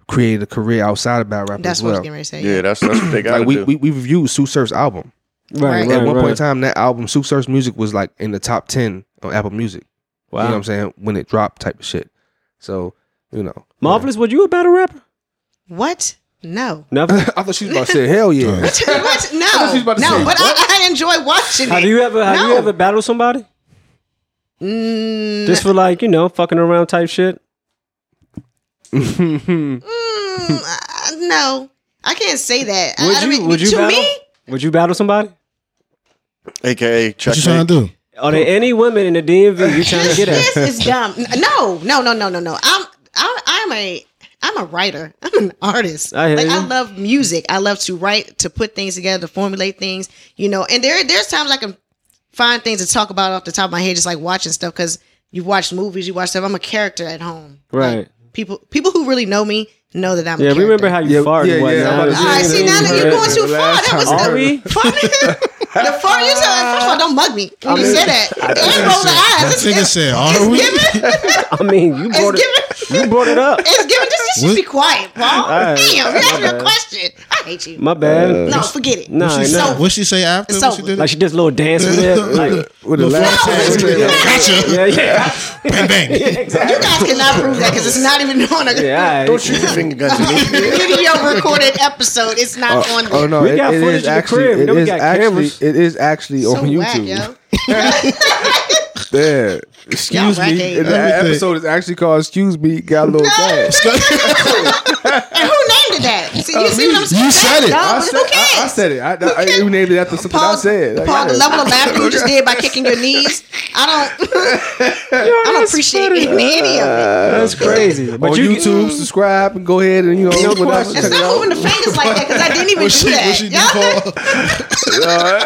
Speaker 5: created a career outside of battle rap
Speaker 3: That's
Speaker 5: as
Speaker 3: what I was
Speaker 5: well.
Speaker 3: getting ready to say.
Speaker 4: Yeah, that's that's what they got
Speaker 5: Like
Speaker 4: to
Speaker 5: we,
Speaker 4: do.
Speaker 5: we we reviewed Sue Surf's album.
Speaker 1: Right.
Speaker 3: Right.
Speaker 1: right,
Speaker 5: At one
Speaker 1: right.
Speaker 5: point in time, that album Sue Surf's music was like in the top ten on Apple Music.
Speaker 1: Wow.
Speaker 5: You know what I'm saying? When it dropped, type of shit. So you know,
Speaker 1: Marvelous, were you a battle rapper?
Speaker 3: What? No.
Speaker 1: Never.
Speaker 5: I thought she was about to say, "Hell yeah."
Speaker 3: what? No.
Speaker 5: she was about to
Speaker 3: no,
Speaker 5: say,
Speaker 3: but I, I enjoy watching
Speaker 1: have
Speaker 3: it.
Speaker 1: you ever have you
Speaker 3: No.
Speaker 1: ever battled somebody?
Speaker 3: Mm,
Speaker 1: Just for like, you know, fucking around type shit?
Speaker 3: mm, uh, no. I can't say that. I-
Speaker 1: Would
Speaker 3: I
Speaker 1: you
Speaker 3: don't mean-
Speaker 1: would you
Speaker 3: to
Speaker 1: battle?
Speaker 3: me?
Speaker 1: Would you battle somebody?
Speaker 4: AKA
Speaker 2: What you trying
Speaker 4: checkmate.
Speaker 2: to do?
Speaker 1: Are there any women in the DMV you trying to get
Speaker 3: This
Speaker 1: at?
Speaker 3: is dumb. N- No, no, no, no, no, no. I'm I'm, I'm a I'm a writer. I'm an artist.
Speaker 1: I hear
Speaker 3: like I
Speaker 1: you.
Speaker 3: love music. I love to write, to put things together, to formulate things. You know, and there there's times I can find things to talk about off the top of my head, just like watching stuff because you've watched movies, you watch stuff. I'm a character at home.
Speaker 1: Right.
Speaker 3: Like, people people who really know me know that I'm.
Speaker 1: Yeah,
Speaker 3: a character.
Speaker 1: remember how you
Speaker 5: Yeah,
Speaker 1: farted
Speaker 5: yeah,
Speaker 1: and
Speaker 5: yeah,
Speaker 1: whatnot.
Speaker 5: I'm about to
Speaker 3: All right,
Speaker 5: Yeah,
Speaker 3: see
Speaker 5: yeah,
Speaker 3: now that
Speaker 5: yeah.
Speaker 3: you're going too far.
Speaker 5: Last
Speaker 3: That was
Speaker 5: time.
Speaker 1: Are
Speaker 3: the
Speaker 1: we?
Speaker 3: funny. the far you said. First of all, don't mug me when you say that. And roll the
Speaker 2: That
Speaker 3: eyes.
Speaker 2: nigga
Speaker 3: It's,
Speaker 2: said, "Are we?"
Speaker 3: it's given.
Speaker 1: I mean, you brought it.
Speaker 3: It's
Speaker 1: You brought it up.
Speaker 3: It's giving just you should
Speaker 2: What?
Speaker 3: be quiet, Paul.
Speaker 1: right.
Speaker 3: Damn,
Speaker 1: My
Speaker 3: that's your
Speaker 1: bad.
Speaker 3: question. I hate you.
Speaker 1: My bad.
Speaker 3: no, forget it.
Speaker 1: Nah,
Speaker 3: She's
Speaker 1: nah.
Speaker 3: so-
Speaker 2: What she say after?
Speaker 3: It's
Speaker 2: What she
Speaker 3: over.
Speaker 2: did?
Speaker 1: Like she did a little dance with it. Like,
Speaker 5: With the last
Speaker 3: flowers.
Speaker 5: time.
Speaker 2: gotcha.
Speaker 1: yeah, yeah.
Speaker 2: Bang bang.
Speaker 3: You guys cannot prove that because it's not even on a
Speaker 1: yeah all
Speaker 4: Don't
Speaker 1: right.
Speaker 4: shoot your finger guns at me.
Speaker 3: video recorded episode. It's not on there.
Speaker 5: Oh no,
Speaker 1: We
Speaker 5: it,
Speaker 1: got
Speaker 5: it
Speaker 1: footage
Speaker 5: is
Speaker 1: in the
Speaker 5: actually
Speaker 1: crib. You
Speaker 5: it
Speaker 1: know we
Speaker 5: is
Speaker 1: got
Speaker 5: actually
Speaker 1: cameras.
Speaker 5: it is actually
Speaker 3: so
Speaker 5: on
Speaker 3: whack,
Speaker 5: YouTube.
Speaker 3: yo.
Speaker 5: Yeah, excuse
Speaker 3: whack
Speaker 5: me.
Speaker 3: ain't
Speaker 5: And that
Speaker 2: nothing.
Speaker 5: episode is actually called "Excuse Me." Got a little bad.
Speaker 3: and who named it that? See,
Speaker 5: not
Speaker 3: You see what
Speaker 5: me.
Speaker 3: I'm saying?
Speaker 2: You said it.
Speaker 3: No,
Speaker 5: I Uh, said,
Speaker 3: who
Speaker 5: I, I
Speaker 3: cares?
Speaker 5: said it. I, I,
Speaker 3: cares?
Speaker 5: you named it after something I
Speaker 3: Pause-
Speaker 5: said. Like,
Speaker 3: Paul,
Speaker 5: I-
Speaker 3: the level of laughter you just did by kicking your knees, I don't, I don't appreciate any, any of it.
Speaker 1: That's crazy.
Speaker 5: on
Speaker 1: But you,
Speaker 5: YouTube, subscribe and go ahead and you
Speaker 1: No
Speaker 5: know whatever.
Speaker 1: question.
Speaker 5: Check
Speaker 3: It's
Speaker 5: it
Speaker 3: not
Speaker 5: out.
Speaker 3: moving the fingers like that because I didn't even
Speaker 2: What she,
Speaker 3: do
Speaker 2: what
Speaker 3: that.
Speaker 2: she do,
Speaker 3: Yeah.
Speaker 2: Paul?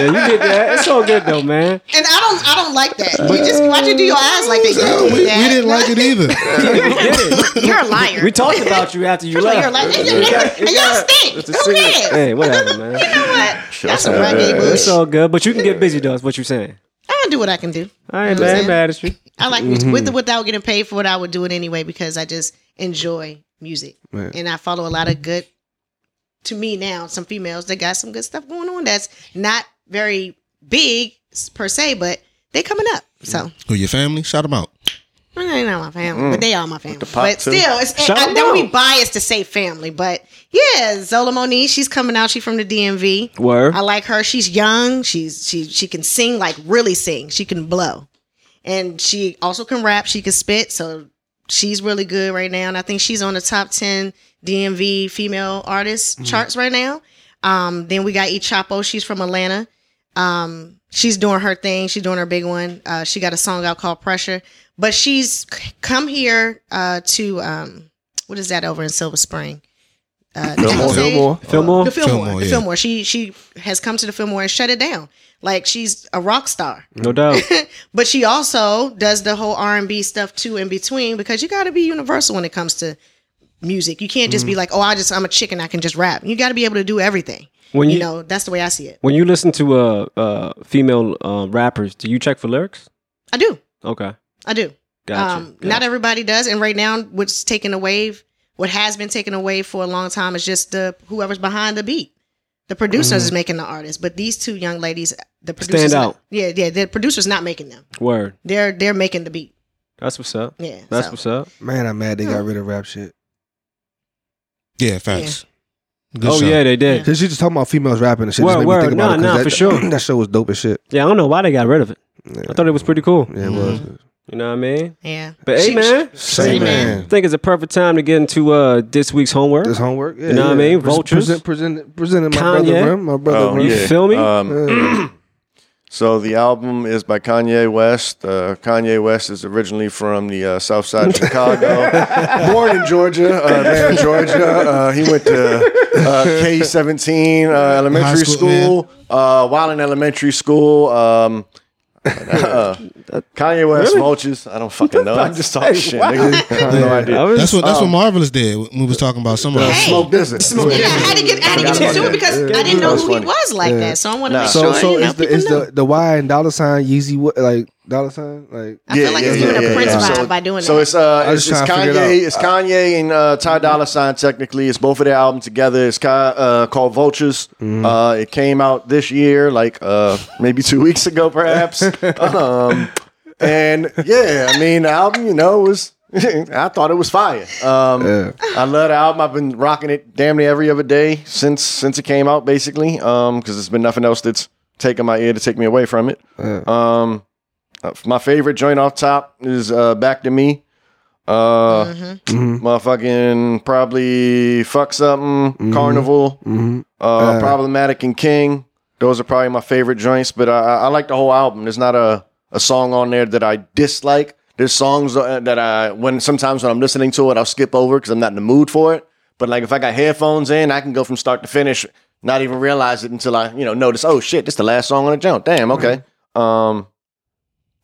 Speaker 1: yeah, you did that. It's all good though, man.
Speaker 3: And I don't, I don't like that. You just why'd you do your eyes like that? You
Speaker 2: No,
Speaker 3: don't do
Speaker 2: we, we
Speaker 3: that.
Speaker 2: didn't like it either.
Speaker 1: You did it.
Speaker 3: You're a liar.
Speaker 1: We talked about you after you
Speaker 3: First of all, you're a
Speaker 1: left.
Speaker 3: liar. And, and- and- and y'all stink.
Speaker 5: It's a
Speaker 3: Who
Speaker 5: cigarette.
Speaker 3: cares?
Speaker 1: Hey, whatever, man.
Speaker 3: You know what?
Speaker 4: Sure,
Speaker 3: That's some
Speaker 4: that's
Speaker 3: rugby
Speaker 4: bad.
Speaker 1: It's
Speaker 3: bush.
Speaker 1: all good, but you can get busy though. Is what you're saying.
Speaker 3: I'll do what I can do.
Speaker 1: I ain't mad,
Speaker 3: You know what
Speaker 1: ain't
Speaker 3: I'm
Speaker 1: mad at you.
Speaker 3: I like music. With or without getting paid for it, I would do it anyway because I just enjoy music.
Speaker 5: Right.
Speaker 3: And I follow a lot of good, to me now, some females that got some good stuff going on that's not very big s- per se, but they coming up. So,
Speaker 2: Who your family? Shout them out.
Speaker 3: well, they not my family, but they are my family.
Speaker 4: pop,
Speaker 3: But
Speaker 4: too.
Speaker 3: still, it's,
Speaker 1: Shout
Speaker 3: I,
Speaker 1: them
Speaker 3: that would be
Speaker 1: out.
Speaker 3: biased to say family. But yeah, Zola Moniz, she's coming out. She's from the DMV.
Speaker 1: Word.
Speaker 3: I like her. She's young. She's she she can sing like really sing. She can blow, and she also can rap. She can spit. So she's really good right now, and I think she's on the top ten DMV female artist charts right now. Um, then we got E Chapo. She's from Atlanta. Um, she's doing her thing. She's doing her big one. Uh, she got a song out called Pressure, but she's c- come here uh, to um, what is that over in Silver Spring? Uh,
Speaker 5: Fillmore.
Speaker 4: Fillmore.
Speaker 1: Fillmore.
Speaker 3: the Fillmore,
Speaker 2: Fillmore,
Speaker 3: the
Speaker 2: yeah.
Speaker 3: Fillmore. She she has come to the Fillmore and shut it down. Like she's a rock star,
Speaker 1: No doubt.
Speaker 3: but she also does the whole R and B stuff too in between because you got to be universal when it comes to music. You can't just be like, oh, I just I'm a chicken, I can just rap. You got to be able to do everything.
Speaker 1: When
Speaker 3: you
Speaker 1: you-
Speaker 3: know, that's the way I see it.
Speaker 1: When you listen to uh, uh, female uh, rappers, do you check for lyrics?
Speaker 3: I do,
Speaker 1: Okay,
Speaker 3: I do.
Speaker 1: gotcha.
Speaker 3: Um, Not everybody does, and right now, what's taking a wave, what has been taken away for a long time, is just the whoever's behind the beat. The producers is making the artist, but these two young ladies, the producers,
Speaker 1: out.
Speaker 3: yeah, yeah, the producers not making them.
Speaker 1: Word.
Speaker 3: They're they're making the beat.
Speaker 1: That's what's up.
Speaker 3: Yeah,
Speaker 1: That's
Speaker 3: so.
Speaker 1: what's up.
Speaker 5: Man, I'm mad they got rid of rap shit.
Speaker 2: Yeah, facts. Good
Speaker 1: oh
Speaker 2: show.
Speaker 1: yeah, they did.
Speaker 5: Cause you just talking about females rapping and shit.
Speaker 1: Word,
Speaker 5: just made
Speaker 1: word.
Speaker 5: me think about
Speaker 1: Nah,
Speaker 5: it 'cause
Speaker 1: nah,
Speaker 5: that,
Speaker 1: for sure.
Speaker 5: that show was dope as shit.
Speaker 1: Yeah, I don't know why they got rid of it.
Speaker 5: Yeah,
Speaker 1: I thought it was pretty cool.
Speaker 5: yeah, it was.
Speaker 1: You know what I mean?
Speaker 3: Yeah,
Speaker 1: But hey,
Speaker 3: She-
Speaker 1: man,
Speaker 5: Same
Speaker 3: man.
Speaker 1: I think it's a perfect time to get into uh, this week's homework.
Speaker 5: This homework. Yeah,
Speaker 1: You know what I
Speaker 5: yeah.
Speaker 1: mean?
Speaker 5: Pres-
Speaker 1: Vultures.
Speaker 5: Present, present, presented my
Speaker 1: Kanye.
Speaker 5: brother Rim. My brother
Speaker 4: Oh,
Speaker 5: Rim.
Speaker 1: You
Speaker 4: yeah.
Speaker 1: feel me?
Speaker 4: Um,
Speaker 5: Yeah.
Speaker 4: So the album is by Kanye West. Uh, Kanye West is originally from the uh, South Side of Chicago, born in Georgia, uh, there in Georgia. Uh, he went to uh, K seventeen uh,
Speaker 2: High
Speaker 4: elementary
Speaker 2: school,
Speaker 4: school, uh, while in elementary school. Um, uh, Kanye West vultures. I don't fucking know. I'm just talking shit. nigga. I have no
Speaker 1: I
Speaker 4: idea.
Speaker 1: was- Oh.
Speaker 2: That's what that's what Marvelous did when we was talking about somebody.
Speaker 3: Hey.
Speaker 4: Smoke business.
Speaker 3: Yeah, I had to get I had to get
Speaker 4: Forgot
Speaker 3: into
Speaker 4: about
Speaker 3: it because
Speaker 4: that.
Speaker 3: I didn't know
Speaker 4: That's
Speaker 3: who
Speaker 4: funny.
Speaker 3: he was like that, so I want to
Speaker 4: Nah.
Speaker 3: make
Speaker 5: So,
Speaker 3: sure
Speaker 5: so
Speaker 3: you know
Speaker 5: is the
Speaker 3: people
Speaker 5: is
Speaker 3: know.
Speaker 5: the the Y and dollar sign Yeezy what like dollar sign like
Speaker 3: I feel like it's
Speaker 5: yeah,
Speaker 3: giving
Speaker 5: yeah,
Speaker 3: a Prince
Speaker 5: yeah.
Speaker 3: vibe
Speaker 4: So,
Speaker 3: by doing
Speaker 4: so
Speaker 3: that.
Speaker 4: it's uh,
Speaker 5: I was
Speaker 4: it's, it's
Speaker 5: just trying to figure
Speaker 4: Kanye,
Speaker 5: it out.
Speaker 4: it's Kanye and uh, Ty Dolla Sign. Technically, it's both of their album together. It's ki- uh, called Vultures.
Speaker 5: Mm-hmm.
Speaker 4: Uh, it came out this year, like uh, maybe two weeks ago, perhaps. um, and yeah, I mean, the album, you know, was I thought it was fire. Um, I love the album. I've been rocking it damn near every other day since since it came out, basically, because there's been nothing else that's taken my ear to take me away from it. Um, uh, my favorite joint off top is uh, Back to Me. Uh, motherfucking probably fuck something carnival. Uh, problematic and King. Those are probably my favorite joints. But I, I I like the whole album. There's not a a song on there that I dislike. There's songs uh, that I when sometimes when I'm listening to it I'll skip over because I'm not in the mood for it. But like if I got headphones in, I can go from start to finish, not even realize it until I you know notice. Oh shit, this the last song on the joint. Damn. Okay. Um.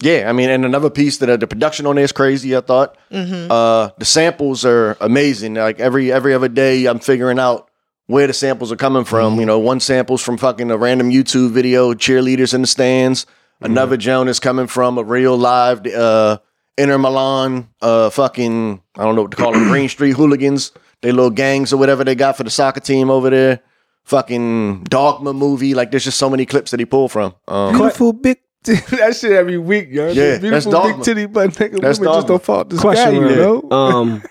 Speaker 4: Yeah, I mean, and another piece that uh, the production on there is crazy. I thought uh, the samples are amazing. Like every every other day, I'm figuring out where the samples are coming from. You know, one sample's from fucking a random YouTube video, cheerleaders in the stands. Another Joan is coming from a real live uh, Inter Milan, uh, fucking I don't know what to call them, Green Street hooligans. They little gangs or whatever they got for the soccer team over there. Fucking Dogma movie. Like there's just so many clips that he pulled from. Um,
Speaker 5: beautiful big t- that shit every week, yo.
Speaker 4: Yeah, that's
Speaker 5: beautiful
Speaker 4: dogma.
Speaker 5: big titty butt nigga.
Speaker 4: That's
Speaker 5: women just
Speaker 4: dogma.
Speaker 5: don't fault this guy,
Speaker 1: Question,
Speaker 5: you
Speaker 1: Ren.
Speaker 5: know.
Speaker 1: um,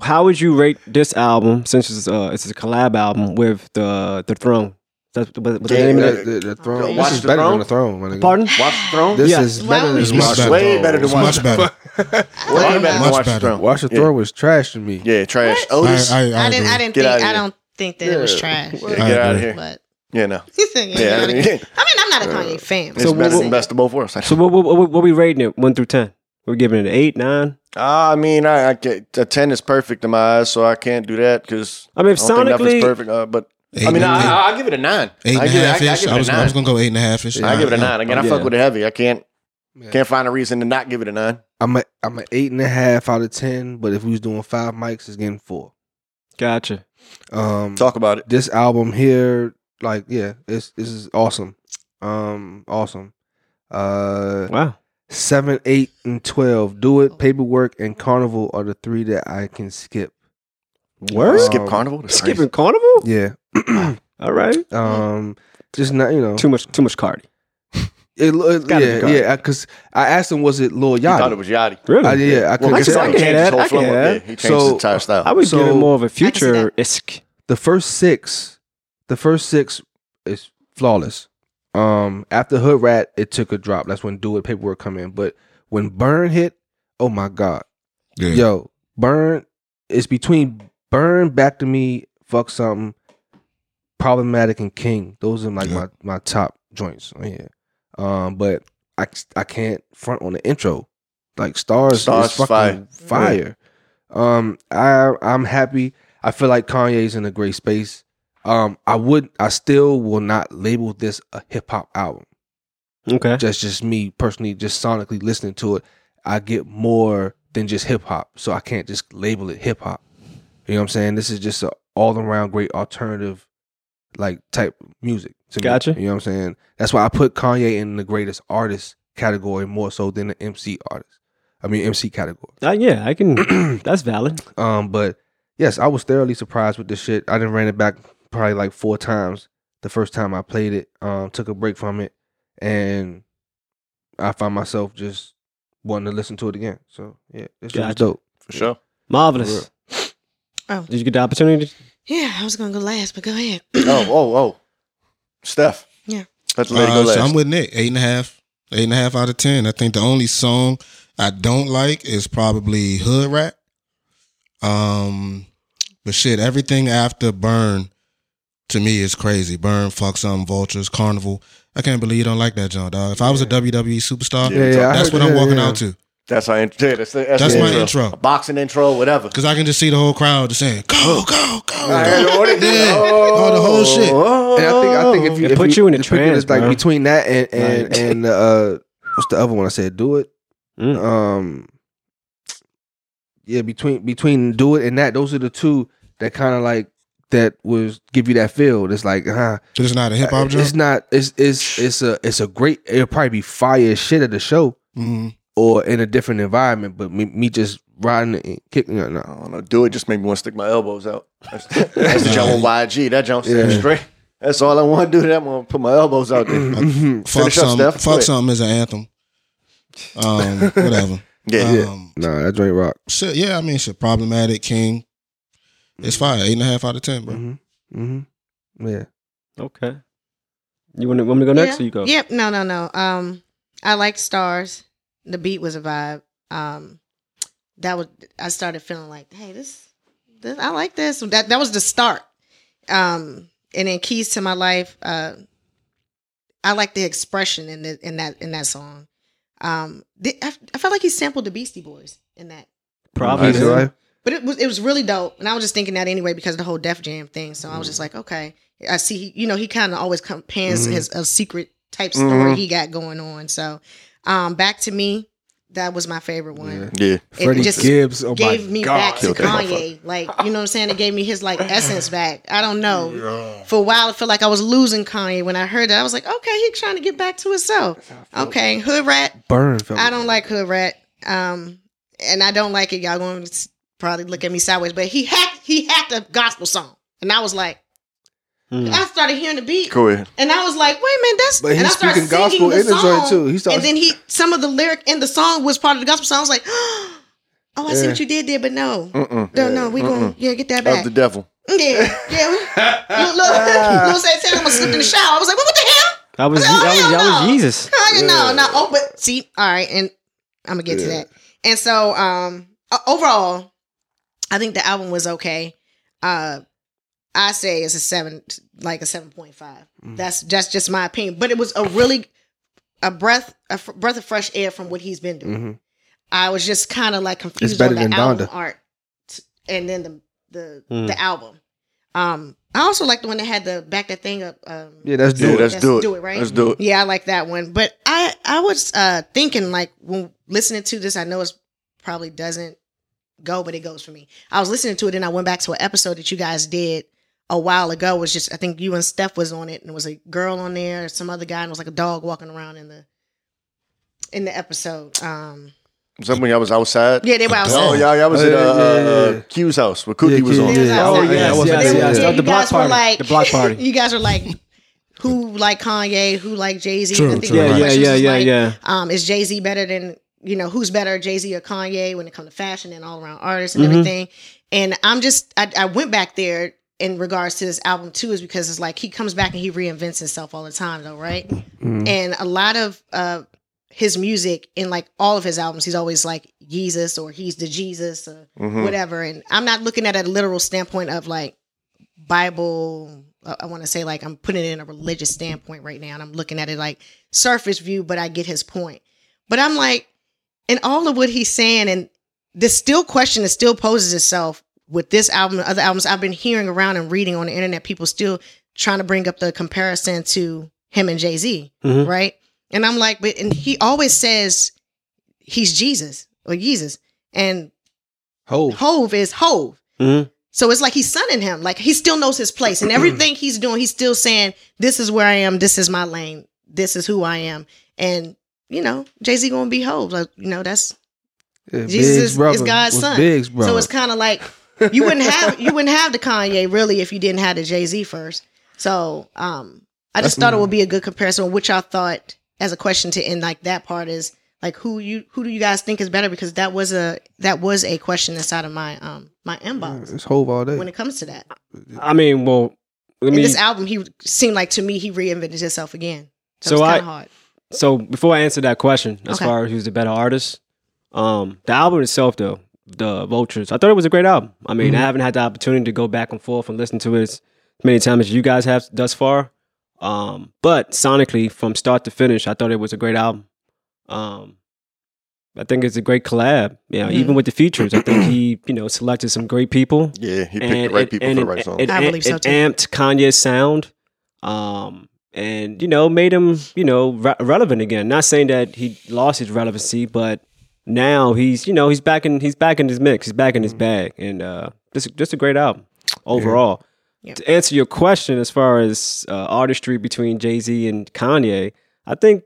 Speaker 1: how would you rate this album since it's uh, it's a collab album with the the Throne? That's what the
Speaker 4: Yeah,
Speaker 1: name
Speaker 5: the,
Speaker 1: of it.
Speaker 5: the, the throne.
Speaker 4: Watch
Speaker 5: This is
Speaker 4: the
Speaker 5: better
Speaker 4: throne?
Speaker 5: than the throne, my nigga.
Speaker 1: Pardon?
Speaker 4: Watch the Throne.
Speaker 5: This
Speaker 1: Yeah.
Speaker 5: is
Speaker 3: Why
Speaker 5: better
Speaker 3: would
Speaker 5: than
Speaker 3: you-
Speaker 5: Watch the
Speaker 4: way
Speaker 5: Throne.
Speaker 4: better than
Speaker 2: It's
Speaker 4: Watch
Speaker 2: much
Speaker 4: the
Speaker 2: better.
Speaker 4: Way better than
Speaker 2: Much
Speaker 4: Watch the
Speaker 2: better.
Speaker 4: Throne.
Speaker 5: Watch the
Speaker 4: Yeah.
Speaker 5: throne was trash to me.
Speaker 4: Yeah, trash.
Speaker 2: I,
Speaker 4: Otis.
Speaker 2: I, I,
Speaker 3: I didn't I
Speaker 2: agree.
Speaker 3: didn't
Speaker 4: Get
Speaker 3: think
Speaker 4: outta
Speaker 3: I
Speaker 4: here.
Speaker 3: don't think that it was trash.
Speaker 4: Yeah, get out of here.
Speaker 3: But
Speaker 4: Yeah, no.
Speaker 3: you know,
Speaker 4: Yeah, I mean, it's
Speaker 3: I mean, I'm not a Kanye fan.
Speaker 1: So
Speaker 4: best,
Speaker 1: what-
Speaker 4: best of both worlds.
Speaker 1: So what what, what, what we rating it one through ten? We're giving it an eight, nine.
Speaker 4: Ah, I mean, I, I can't, a ten is perfect in my eyes, so I can't do that because
Speaker 1: I mean, if
Speaker 4: I don't think
Speaker 1: sonically,
Speaker 4: nothing's perfect. Uh, but I
Speaker 2: Eight
Speaker 4: mean,
Speaker 2: and-
Speaker 4: I,
Speaker 2: eight-
Speaker 4: I, I give it a nine.
Speaker 2: Eight and
Speaker 4: I
Speaker 2: a
Speaker 4: give, it-
Speaker 2: half
Speaker 4: I, I
Speaker 2: ish.
Speaker 4: give it
Speaker 2: I was
Speaker 4: a
Speaker 2: I was
Speaker 4: nine.
Speaker 2: gonna go eight and a half ish.
Speaker 4: I give it a nine again. I
Speaker 5: Yeah.
Speaker 4: fuck with it heavy. I can't
Speaker 5: Yeah.
Speaker 4: can't find a reason to not give it a nine.
Speaker 5: I'm a, I'm an eight and a half out of ten, but if we was doing five mics, it's getting four.
Speaker 1: gotcha.
Speaker 5: Um,
Speaker 4: Talk about it.
Speaker 5: this album here, like yeah, it's this is awesome, um, awesome. Uh,
Speaker 1: Wow.
Speaker 5: seven, eight, and twelve. Do
Speaker 1: Oh.
Speaker 5: it. Paperwork and Carnival are the three that I can skip.
Speaker 1: Word?
Speaker 4: Skip
Speaker 5: Um,
Speaker 2: Oh,
Speaker 4: carnival. That's
Speaker 1: Skipping
Speaker 4: crazy.
Speaker 1: Carnival.
Speaker 5: Yeah.
Speaker 1: All right.
Speaker 5: um, just not you know.
Speaker 1: Too much. Too much Cardi.
Speaker 5: It, lo- it,
Speaker 1: gotta be
Speaker 5: yeah,
Speaker 1: Cardi.
Speaker 5: yeah. Because I asked him, was it Lil
Speaker 4: You thought
Speaker 5: Yachty?
Speaker 4: it was Yachty.
Speaker 1: Really?
Speaker 5: I, Uh, yeah, I
Speaker 4: Well,
Speaker 5: couldn't
Speaker 1: I
Speaker 4: Mike
Speaker 1: can-
Speaker 5: tell.
Speaker 1: I
Speaker 4: Tyson
Speaker 1: can
Speaker 4: changed
Speaker 1: add-
Speaker 4: his whole
Speaker 1: I can
Speaker 4: flow. up.
Speaker 1: add.
Speaker 4: Yeah, he changed his
Speaker 5: So-
Speaker 4: entire style.
Speaker 1: I would
Speaker 5: So-
Speaker 1: give it more of a
Speaker 3: can see that.
Speaker 1: future isk.
Speaker 5: the first six, the first six is flawless. Um, after Hood Rat, it took a drop. That's when Do It paperwork come in. But when Burn hit, oh my god,
Speaker 2: Yeah.
Speaker 5: yo, Burn, it's between Burn, Back to Me, Fuck Something, Problematic, and King. Those are like
Speaker 2: Yeah.
Speaker 5: my my top joints on here. Um, but I I can't front on the intro. Like stars,
Speaker 4: Stars
Speaker 5: is fucking fire. Um, I I'm happy. I feel like Kanye's in a great space. Um, I would I still will not label this a hip hop album.
Speaker 1: Okay.
Speaker 5: Just just me personally, just sonically listening to it, I get more than just hip hop. So I can't just label it hip hop. You know what I'm saying? This is just a all around great alternative like type music to me.
Speaker 1: Gotcha.
Speaker 5: You know what I'm saying? That's why I put Kanye in the greatest artist category more so than the MC artist. I mean MC category.
Speaker 1: Uh, yeah, I can. that's valid.
Speaker 5: Um, but yes, I was thoroughly surprised with this shit. I didn't ran it back probably like four times. The first time I played it, um, took a break from it, and I found myself just wanting to listen to it again. So yeah, this shit was
Speaker 1: Gotcha.
Speaker 5: dope.
Speaker 4: for sure.
Speaker 1: Marvelous.
Speaker 3: Oh.
Speaker 1: Did you get the opportunity?
Speaker 3: Yeah, I was gonna go last, but go ahead.
Speaker 4: Oh, oh, oh. Steph.
Speaker 3: Yeah.
Speaker 4: Let's let it go
Speaker 2: Uh,
Speaker 4: last.
Speaker 2: So I'm with Nick. Eight and a half. Eight and a half out of ten. I think the only song I don't like is probably Hood Rat. Um, but shit, everything after Burn to me is crazy. Burn, fuck some vultures, carnival. I can't believe you don't like that, John. Dog. If I was a WWE superstar,
Speaker 4: Yeah,
Speaker 5: I
Speaker 2: that's
Speaker 5: heard-
Speaker 2: what I'm
Speaker 5: yeah,
Speaker 2: walking
Speaker 5: yeah.
Speaker 2: out to
Speaker 4: that's our intro. That's, the- that's
Speaker 2: That's
Speaker 4: the
Speaker 2: my intro.
Speaker 4: A boxing intro, whatever.
Speaker 2: because I can just see the whole crowd just saying, "Go, go, go!"
Speaker 4: I
Speaker 2: go."
Speaker 4: had ordered-
Speaker 2: Yeah. Oh, the whole shit.
Speaker 5: And I think I think if you
Speaker 1: It
Speaker 5: if
Speaker 1: put you in a
Speaker 5: the picture
Speaker 1: trance,
Speaker 5: is like
Speaker 1: bro.
Speaker 5: between that and and
Speaker 1: Right.
Speaker 5: and uh, what's the other one I said? Do it.
Speaker 1: Mm.
Speaker 5: Um, yeah, between between do it and that, those are the two that kind of like that was give you that feel. It's like, huh,
Speaker 2: So It's not a hip hop
Speaker 5: It's
Speaker 2: joint.
Speaker 5: not. It's it's it's a it's a great. It'll probably be fire as shit at the show
Speaker 4: Mm-hmm.
Speaker 2: Mhm.
Speaker 5: or in a different environment. But me, me just riding and kicking. No,
Speaker 4: I
Speaker 5: no.
Speaker 4: don't know. Do it just made me want to stick my elbows out. That's, that's the jump on YG. That jump
Speaker 5: Yeah.
Speaker 4: straight. That's all I want to do. That want to put my elbows out there.
Speaker 5: Mhm.
Speaker 2: Fuck
Speaker 4: Finish up,
Speaker 2: some.
Speaker 4: Steph. Go
Speaker 2: Fuck
Speaker 4: ahead.
Speaker 2: something is an anthem. Um, whatever.
Speaker 4: Yeah.
Speaker 2: Um,
Speaker 5: nah, that joint rock.
Speaker 2: Shit, yeah, I mean, shit, problematic king. It's
Speaker 4: Mm-hmm.
Speaker 2: fire. Eight and a half out of ten, bro.
Speaker 5: hmm hmm Yeah.
Speaker 1: Okay. You want, to, want me to go next, or you go?
Speaker 3: Yep. No, no, no. Um, I liked stars. The beat was a vibe. Um, that was I started feeling like, hey, this, this I like this. That that was the start. Um, and then keys to my life. Uh, I like the expression in the in that in that song. Um, the, I, I felt like he sampled the Beastie Boys in that.
Speaker 1: Probably.
Speaker 5: Nice life.
Speaker 3: But it was it was really dope, and I was just thinking that anyway because of the whole Def Jam thing. So I was just like,
Speaker 5: Mm-hmm.
Speaker 3: okay, I see. He, you know, he kind of always com- pans
Speaker 5: Mhm.
Speaker 3: his a secret type
Speaker 5: Mm-hmm.
Speaker 3: story he got going on. So, um, back to me, that was my favorite one.
Speaker 5: Yeah.
Speaker 4: Yeah.
Speaker 3: It
Speaker 5: Freddie
Speaker 3: just
Speaker 5: Gibbs. Oh
Speaker 3: Gave
Speaker 5: my
Speaker 3: me
Speaker 5: God.
Speaker 3: back to
Speaker 4: Killed that
Speaker 3: Kanye, like you know what I'm saying. It gave me his like essence back. I don't know.
Speaker 4: Mm-hmm.
Speaker 3: For a while, I felt like I was losing Kanye when I heard that. I was like, okay, he's trying to get back to himself. Okay, hood rat,
Speaker 5: Burn. felt
Speaker 3: I don't like Hood Rat. Um, and I don't like it. Y'all going to s- probably look at me sideways, but he hacked he hacked a gospel song, and I was like,
Speaker 1: Mm.
Speaker 3: I started hearing the beat,
Speaker 4: Go ahead.
Speaker 3: and I was like, wait a minute, that's.
Speaker 5: Hmm. But
Speaker 3: and I
Speaker 5: he's
Speaker 3: started
Speaker 5: speaking
Speaker 3: singing
Speaker 5: gospel
Speaker 3: the
Speaker 5: in the joint
Speaker 3: song,
Speaker 5: too. He starts.
Speaker 3: and then he some of the lyric in the song was part of the gospel song. I was like, oh, I see
Speaker 5: Yeah.
Speaker 3: what you did there, but no,
Speaker 4: Mm-mm.
Speaker 3: no, no, we going
Speaker 4: Mm-mm.
Speaker 3: yeah, get that
Speaker 4: Of
Speaker 3: back.
Speaker 4: the devil.
Speaker 3: yeah, yeah. Little little said, "Tell him I slipped in the shower." I was like, "What, what the hell?"
Speaker 1: That was
Speaker 3: Oh,
Speaker 1: that was,
Speaker 3: hell
Speaker 1: that was
Speaker 3: no.
Speaker 1: Jesus.
Speaker 3: Kanye, no, no. Oh, but see, all right, and I'm gonna get to that. And so, um, o- overall, I think the album was okay. Uh, I say it's a seven, like a seven point five.
Speaker 1: Mm.
Speaker 3: That's that's just my opinion. But it was a really a breath a f- breath of fresh air from what he's been doing.
Speaker 5: Mhm.
Speaker 1: Mm-hmm.
Speaker 3: I was just kind of like confused
Speaker 5: better
Speaker 3: on the
Speaker 5: than
Speaker 3: album
Speaker 5: Donda.
Speaker 3: art, t- and then the the
Speaker 1: Mm.
Speaker 3: the album. Um, I also like the one that had the back that thing up. Um,
Speaker 5: Yeah, that's
Speaker 4: Yeah,
Speaker 5: do it.
Speaker 4: that's
Speaker 3: Let's
Speaker 4: do it.
Speaker 3: do it, right?
Speaker 4: Let's do it.
Speaker 3: Yeah, I like that one. But I I was uh thinking like when listening to this, I know it's probably doesn't go, but it goes for me. I was listening to it and I went back to an episode that you guys did a while ago. It was just I think you and Steph was on it and it was a girl on there, some other guy, and it was like a dog walking around in the in the episode. Um
Speaker 4: Something when y'all was outside.
Speaker 3: yeah, they were outside.
Speaker 4: Oh, y'all, y'all was at uh,
Speaker 5: Yeah, yeah, yeah.
Speaker 4: uh, Q's house where Cookie
Speaker 5: Yeah,
Speaker 4: was
Speaker 5: Q.
Speaker 4: on.
Speaker 3: They was
Speaker 5: Yeah.
Speaker 1: Oh, yes,
Speaker 3: outside.
Speaker 5: Yeah,
Speaker 1: yes,
Speaker 3: They were-
Speaker 1: yes.
Speaker 3: yeah,
Speaker 1: The
Speaker 3: you
Speaker 1: block
Speaker 3: guys were
Speaker 1: party.
Speaker 3: like-
Speaker 1: The block party.
Speaker 3: you guys were like who like Kanye, who like Jay Z.
Speaker 2: True, true,
Speaker 1: Yeah, yeah, yeah, yeah, yeah.
Speaker 3: um, is Jay Z better than you know who's better, Jay Z or Kanye, when it comes to fashion and all around artists and
Speaker 1: Mhm.
Speaker 3: everything. And I'm just I, I went back there in regards to this album too, is because it's like he comes back and he reinvents himself all the time though, right?
Speaker 5: Mhm.
Speaker 3: And a lot of uh his music in like all of his albums, he's always like Jesus or he's the Jesus or
Speaker 4: Mhm.
Speaker 3: whatever. And I'm not looking at a literal standpoint of like Bible. uh, I- I want to say like I'm putting it in a religious standpoint right now, and I'm looking at it like surface view, but I get his point. But I'm like, in all of what he's saying, and this still question that still poses itself with this album and other albums I've been hearing around and reading on the internet, people still trying to bring up the comparison to him and Jay Z,
Speaker 1: Mhm.
Speaker 3: right? And I'm like, but and he always says he's Jesus or Jesus, and
Speaker 5: Ho.
Speaker 3: Hove is Hove.
Speaker 1: Mhm.
Speaker 3: So it's like he's sunning him. Like he still knows his place and everything he's doing, he's still saying, This is where I am, this is my lane, this is who I am. And, you know, Jay-Z gonna be Hove. Like, you know, that's
Speaker 5: Yeah,
Speaker 3: Jesus
Speaker 5: Big's
Speaker 3: is
Speaker 5: brother
Speaker 3: God's
Speaker 5: was
Speaker 3: son.
Speaker 5: Big's brother.
Speaker 3: so it's kinda like you wouldn't have you wouldn't have the Kanye really if you didn't have the Jay-Z first. So um I just thought it would be a good comparison, which I thought as a question to end like that part is like who you who do you guys think is better? Because that was a that was a question inside of my um my
Speaker 5: Yeah,
Speaker 3: inbox
Speaker 5: it's Hove all
Speaker 3: when
Speaker 5: day.
Speaker 3: it comes to that.
Speaker 1: I mean, well, let
Speaker 3: In
Speaker 1: me.
Speaker 3: this album, he seemed like to me he reinvented himself again. So,
Speaker 1: So
Speaker 3: it's kind
Speaker 1: I-
Speaker 3: of hard.
Speaker 1: So before I answer that question, as
Speaker 3: Okay.
Speaker 1: far as who's the better artist, um, the album itself though, the Vultures, I thought it was a great album. I mean, I haven't had the opportunity to go back and forth and listen to it as many times as you guys have thus far. Um, but sonically, from start to finish, I thought it was a great album. Um, I think it's a great collab. You know, even with the features, I think he you know selected some great people
Speaker 4: Yeah, he picked the right people for the right song.
Speaker 3: I believe so,
Speaker 1: it
Speaker 3: too.
Speaker 1: amped Kanye's sound, um, and you know made him you know re- relevant again. Not saying that he lost his relevancy, but now he's you know he's back in he's back in his mix. He's back in
Speaker 4: Mm-hmm.
Speaker 1: his bag, and uh, just just a great album overall.
Speaker 3: Yeah.
Speaker 1: To answer your question, as far as uh, artistry between Jay Z and Kanye, I think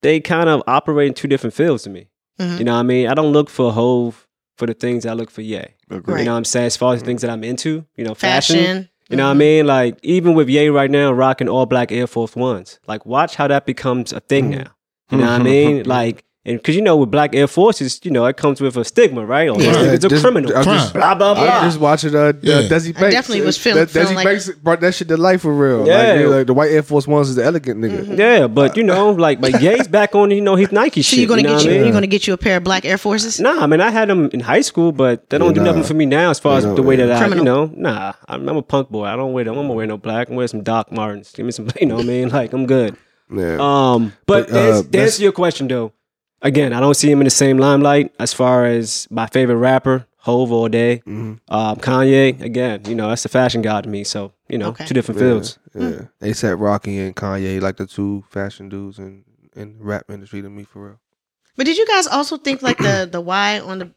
Speaker 1: they kind of operate in two different fields to me.
Speaker 3: Mhm.
Speaker 1: You know what I mean? I don't look for Hove for the things I look for Ye.
Speaker 4: Agreed.
Speaker 3: Right.
Speaker 1: You know what I'm saying? As far as the things that I'm into, you know,
Speaker 3: Fashion. Mm-hmm.
Speaker 1: fashion. You know what I mean? Like even with Ye right now rocking all black Air Force Ones, like watch how that becomes a thing
Speaker 5: Mm-hmm.
Speaker 1: now. You know what I mean? Like and because you know with black Air Forces, you know it comes with a stigma, right? Or
Speaker 2: Yeah.
Speaker 1: it's a
Speaker 5: Just-
Speaker 1: criminal.
Speaker 5: I
Speaker 2: Crime.
Speaker 5: just-
Speaker 1: blah blah
Speaker 5: I
Speaker 1: blah.
Speaker 5: was just watching uh,
Speaker 2: Yeah.
Speaker 5: uh, Desi Banks.
Speaker 3: definitely was feeling-
Speaker 5: That, Desi
Speaker 3: feeling like-
Speaker 5: Banks brought that shit to life for real.
Speaker 1: Yeah.
Speaker 5: Like, you know, like the white Air Force Ones is the elegant nigga.
Speaker 1: yeah, but you know, like but Ye's back on you know his Nike
Speaker 3: So
Speaker 1: shit.
Speaker 3: you're gonna
Speaker 1: you know
Speaker 3: get
Speaker 1: what I
Speaker 3: you
Speaker 1: mean?
Speaker 3: you're gonna get you a pair of black Air Forces.
Speaker 1: Nah, I mean I had them in high school, but they don't do
Speaker 5: nah.
Speaker 1: nothing for me now as far as
Speaker 5: Yeah,
Speaker 1: the way that I,
Speaker 3: Criminal.
Speaker 1: you know, nah. I'm, I'm a punk boy. I don't wear them. I'm gonna wear no black. I'm wear some Doc Martens. Give me some, you know what I mean? Like I'm good.
Speaker 3: Mm-hmm.
Speaker 5: Yeah.
Speaker 1: Um, but,
Speaker 5: But, uh,
Speaker 1: that's, to
Speaker 5: that's-
Speaker 1: answer your question though, again, I don't see him in the same limelight as far as my favorite rapper, Hove all day.
Speaker 5: Mm-hmm.
Speaker 1: Um, Kanye, again, you know, that's the fashion god to me. So you know,
Speaker 3: Okay.
Speaker 1: two different fields.
Speaker 5: Yeah. ASAP Rocky and Kanye, like the two fashion dudes in, in the rap industry to me for real.
Speaker 3: But did you guys also think like the the Y on the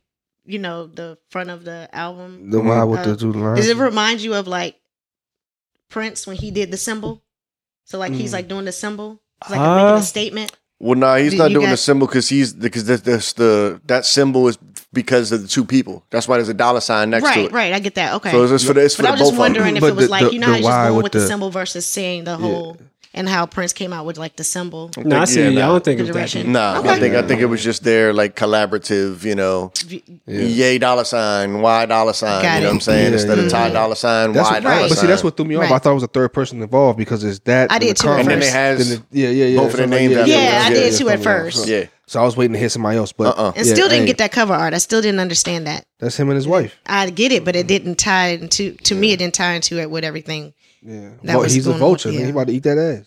Speaker 3: you know the front of the album?
Speaker 5: The one with
Speaker 3: Uh,
Speaker 5: the two lines.
Speaker 3: Does it remind you of like Prince when he did the symbol? So like he's like doing the symbol, It's like a
Speaker 1: Mm. Uh,
Speaker 3: making a statement.
Speaker 4: Well, nah, he's
Speaker 3: Did
Speaker 4: not
Speaker 3: you
Speaker 4: doing the
Speaker 3: guys-
Speaker 4: symbol because he's because that's, that's the that symbol is because of the two people. That's why there's a dollar sign next to
Speaker 3: Right,
Speaker 4: it.
Speaker 3: right. I get that. Okay.
Speaker 4: So it's, it's for the it's for
Speaker 3: But I
Speaker 4: the
Speaker 3: was just
Speaker 4: both of them.
Speaker 3: wondering if
Speaker 5: But
Speaker 3: it was
Speaker 5: the-
Speaker 3: like
Speaker 5: the-
Speaker 3: you know how
Speaker 5: the
Speaker 3: he's just
Speaker 5: why
Speaker 3: going
Speaker 5: with
Speaker 3: with the
Speaker 5: the-
Speaker 3: symbol versus saying the whole and how Prince came out with like the symbol
Speaker 1: No, I
Speaker 4: think-
Speaker 1: see.
Speaker 4: yeah,
Speaker 1: you. I
Speaker 4: nah.
Speaker 1: don't think
Speaker 3: Good
Speaker 1: it's that.
Speaker 3: direction.
Speaker 1: deep.
Speaker 4: Nah, I
Speaker 3: Okay.
Speaker 4: think I think it was just their like collaborative, you know,
Speaker 5: Yeah.
Speaker 4: yay dollar sign, y dollar sign.
Speaker 3: Got
Speaker 4: you know
Speaker 3: it.
Speaker 4: what I'm saying?
Speaker 5: Yeah,
Speaker 4: Instead
Speaker 5: yeah.
Speaker 4: of tie dollar sign,
Speaker 5: That's
Speaker 4: y
Speaker 5: what,
Speaker 4: dollar
Speaker 3: Right.
Speaker 5: But see,
Speaker 4: sign.
Speaker 5: that's what threw me off. I
Speaker 3: Right.
Speaker 5: thought it was a third person involved because it's that.
Speaker 3: I
Speaker 5: and
Speaker 3: did
Speaker 5: the
Speaker 3: too at
Speaker 5: Kanye.
Speaker 4: And then
Speaker 3: first.
Speaker 4: it has
Speaker 5: Then the- yeah, yeah, yeah.
Speaker 4: Both of
Speaker 5: So
Speaker 4: their
Speaker 5: I'm like,
Speaker 4: names out
Speaker 3: there. Yeah, I did too at
Speaker 5: something else.
Speaker 3: first.
Speaker 4: yeah.
Speaker 5: So I was waiting to hear somebody else, but
Speaker 4: Uh-uh.
Speaker 3: And still didn't get that cover art. I still didn't understand that.
Speaker 5: That's him and his wife.
Speaker 3: I get it, but it didn't tie into to me. It didn't tie into it with everything.
Speaker 5: Yeah,
Speaker 3: That
Speaker 5: Vul-
Speaker 3: was
Speaker 5: he's a
Speaker 3: going on,
Speaker 5: vulture. man.
Speaker 3: yeah.
Speaker 5: He about to eat that ass.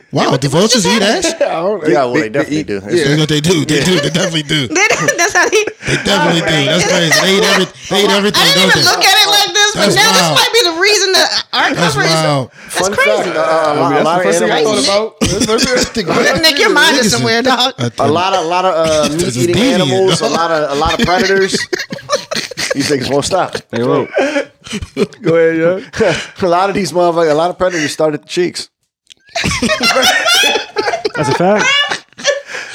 Speaker 2: Wow, the vultures eat ass.
Speaker 5: I don't-
Speaker 4: Yeah, well, they definitely
Speaker 5: eat-
Speaker 4: do.
Speaker 5: Yeah.
Speaker 2: That's what they do. They do. They definitely do. They
Speaker 3: That's how he.
Speaker 2: definitely do. That's crazy. They eat, every, they eat everything,
Speaker 3: I didn't
Speaker 2: don't they?
Speaker 3: even look at it like this, but
Speaker 2: That's
Speaker 3: now
Speaker 2: wild.
Speaker 3: this might be the reason that our
Speaker 2: That's
Speaker 3: cover is.
Speaker 2: wild.
Speaker 3: That's crazy.
Speaker 4: fact, uh, uh, a,
Speaker 5: I mean,
Speaker 4: lot, a
Speaker 5: that's the first thing
Speaker 4: lot of
Speaker 5: I
Speaker 4: animals,
Speaker 5: thought about. That's the first thing.
Speaker 3: Nick, your
Speaker 2: Niggas
Speaker 3: mind is
Speaker 2: is-
Speaker 3: somewhere, dog.
Speaker 2: I
Speaker 4: a
Speaker 2: think-
Speaker 4: lot of a lot of uh, meat eating
Speaker 2: deviant,
Speaker 4: animals, a
Speaker 2: dog.
Speaker 4: lot of a lot of predators. These things won't stop.
Speaker 1: They won't.
Speaker 5: Go ahead, yeah.
Speaker 4: a lot of these motherfuckers, a lot of predators start at the cheeks.
Speaker 1: That's a fact.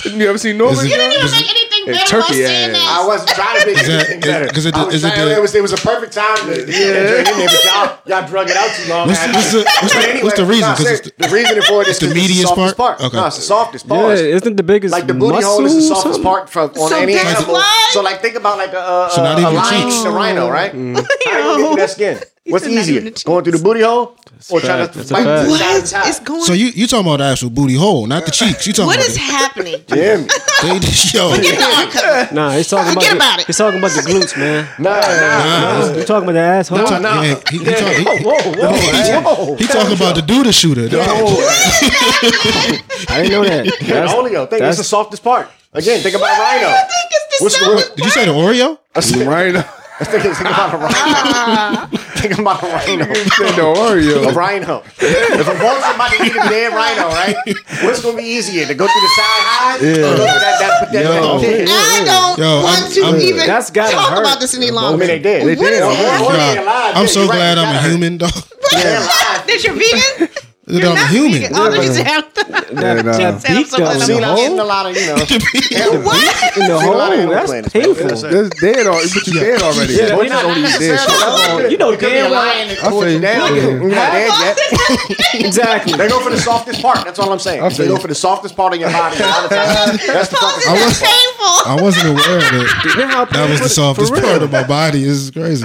Speaker 5: You ever seen
Speaker 2: Is
Speaker 5: Norman?
Speaker 2: it-
Speaker 5: yeah?
Speaker 2: is it-
Speaker 3: anything
Speaker 5: It's better by turkey saying ass. that.
Speaker 4: I wasn't trying to make
Speaker 2: Is that-
Speaker 4: anything better.
Speaker 2: is- 'cause it-
Speaker 4: I was
Speaker 2: is it
Speaker 4: trying-
Speaker 2: the-
Speaker 4: it, was, it was a perfect time to yeah. in there, but y'all, y'all drug it out too long.
Speaker 2: What's-
Speaker 4: I-
Speaker 2: what's the- what's the-
Speaker 4: But anyway,
Speaker 2: what's the reason?
Speaker 4: no,
Speaker 2: 'Cause
Speaker 4: ser-
Speaker 2: it's
Speaker 4: the, reason for it is
Speaker 2: the
Speaker 4: 'cause
Speaker 2: meatiest part?
Speaker 4: softest part.
Speaker 2: Okay.
Speaker 4: No, it's the softest
Speaker 1: Yeah,
Speaker 4: part.
Speaker 1: isn't the biggest
Speaker 4: like the booty
Speaker 1: muscle
Speaker 4: hole is the
Speaker 1: or
Speaker 4: softest
Speaker 1: something?
Speaker 4: part from on
Speaker 3: So
Speaker 4: any
Speaker 3: that's
Speaker 4: animal.
Speaker 3: why-
Speaker 4: So like think about like a, a,
Speaker 2: So not
Speaker 4: a
Speaker 2: even the
Speaker 4: lion
Speaker 2: cheeks.
Speaker 4: eating a rhino, right? How you get through that skin? What's
Speaker 3: said not
Speaker 4: easier,
Speaker 3: even the
Speaker 4: going through the booty hole or
Speaker 1: a
Speaker 4: trying
Speaker 1: fact.
Speaker 4: to
Speaker 1: That's a
Speaker 4: bite
Speaker 1: fact.
Speaker 4: the side
Speaker 3: What?
Speaker 4: of the
Speaker 3: It's
Speaker 4: top?
Speaker 3: going.
Speaker 2: So you you talking about the actual booty hole, not the cheeks? You talking
Speaker 3: what
Speaker 2: about
Speaker 3: is
Speaker 2: the-
Speaker 3: happening?
Speaker 4: Damn.
Speaker 2: They, yo,
Speaker 3: Get the art cover.
Speaker 1: Nah, he's talking
Speaker 3: Forget
Speaker 1: about,
Speaker 3: about
Speaker 1: the,
Speaker 3: it.
Speaker 1: he's talking about the glutes, man.
Speaker 4: Nah, nah.
Speaker 1: You talking about the asshole?
Speaker 4: Nah, nah.
Speaker 2: Uh, yeah, he, he, talk- he-
Speaker 4: Oh, Whoa, whoa.
Speaker 2: he talking about the dude shooter. dog.
Speaker 1: I didn't know that.
Speaker 4: That's,
Speaker 1: That's,
Speaker 4: oleo. Think
Speaker 1: that's-
Speaker 4: it's the softest part. Again, think about
Speaker 3: I
Speaker 4: rhino.
Speaker 3: don't think it's the
Speaker 4: What's the
Speaker 3: sound-
Speaker 4: word?
Speaker 2: Did you say the Oreo?
Speaker 5: Rhino.
Speaker 4: Think, think about a rhino. think about a rhino.
Speaker 5: Said the Oreo.
Speaker 4: A rhino. If a vulture about to eat a dead rhino, right? What's gonna be easier to go through the side high or go through that, that, put that
Speaker 5: Yo.
Speaker 4: back in?
Speaker 3: I don't
Speaker 2: Yo,
Speaker 3: want
Speaker 2: I'm-
Speaker 3: to
Speaker 2: I'm-
Speaker 3: even
Speaker 1: That's gotta
Speaker 3: talk
Speaker 1: hurt.
Speaker 3: about this any
Speaker 4: I mean,
Speaker 3: longer.
Speaker 4: they did.
Speaker 5: They
Speaker 3: What
Speaker 5: did.
Speaker 3: is
Speaker 5: Or
Speaker 3: happening?
Speaker 4: Or
Speaker 2: God,
Speaker 4: they alive,
Speaker 2: I'm
Speaker 4: yeah,
Speaker 2: so
Speaker 4: you're right,
Speaker 2: glad
Speaker 4: they
Speaker 2: I'm
Speaker 4: gotta
Speaker 2: a human, dog.
Speaker 3: That you're vegan?
Speaker 2: That I'm a
Speaker 3: not
Speaker 2: human.
Speaker 3: vegan. All of these have
Speaker 1: that,
Speaker 5: nah.
Speaker 1: that
Speaker 3: Sounds
Speaker 1: beak
Speaker 3: like
Speaker 1: though in
Speaker 3: a
Speaker 1: the
Speaker 4: Seen
Speaker 3: banana.
Speaker 4: out in a
Speaker 1: hole.
Speaker 4: lot of you know.
Speaker 3: what?
Speaker 1: In the
Speaker 4: Seen a lot of
Speaker 1: hole.
Speaker 4: animal
Speaker 1: That's
Speaker 4: planets, man.
Speaker 1: painful.
Speaker 5: That's dead already. But you dead already.
Speaker 1: Yeah,
Speaker 5: Vultures
Speaker 1: you're not-
Speaker 5: don't eat dead shit.
Speaker 1: Oh, you know
Speaker 4: It could be
Speaker 1: damn
Speaker 4: a
Speaker 1: well-
Speaker 4: lion that
Speaker 5: I
Speaker 4: tore you
Speaker 5: feel
Speaker 4: down.
Speaker 5: you.
Speaker 4: You're not dead yet.
Speaker 1: Exactly.
Speaker 4: They go for the softest part. That's all I'm saying.
Speaker 5: I feel
Speaker 4: they go
Speaker 5: you.
Speaker 4: for the softest part of your body. A lot of times, that's the fucking.
Speaker 2: I was-
Speaker 3: painful.
Speaker 2: I wasn't aware that
Speaker 1: You know how
Speaker 2: that was
Speaker 1: painful-
Speaker 2: the softest
Speaker 1: for real.
Speaker 2: part of my body. This is crazy.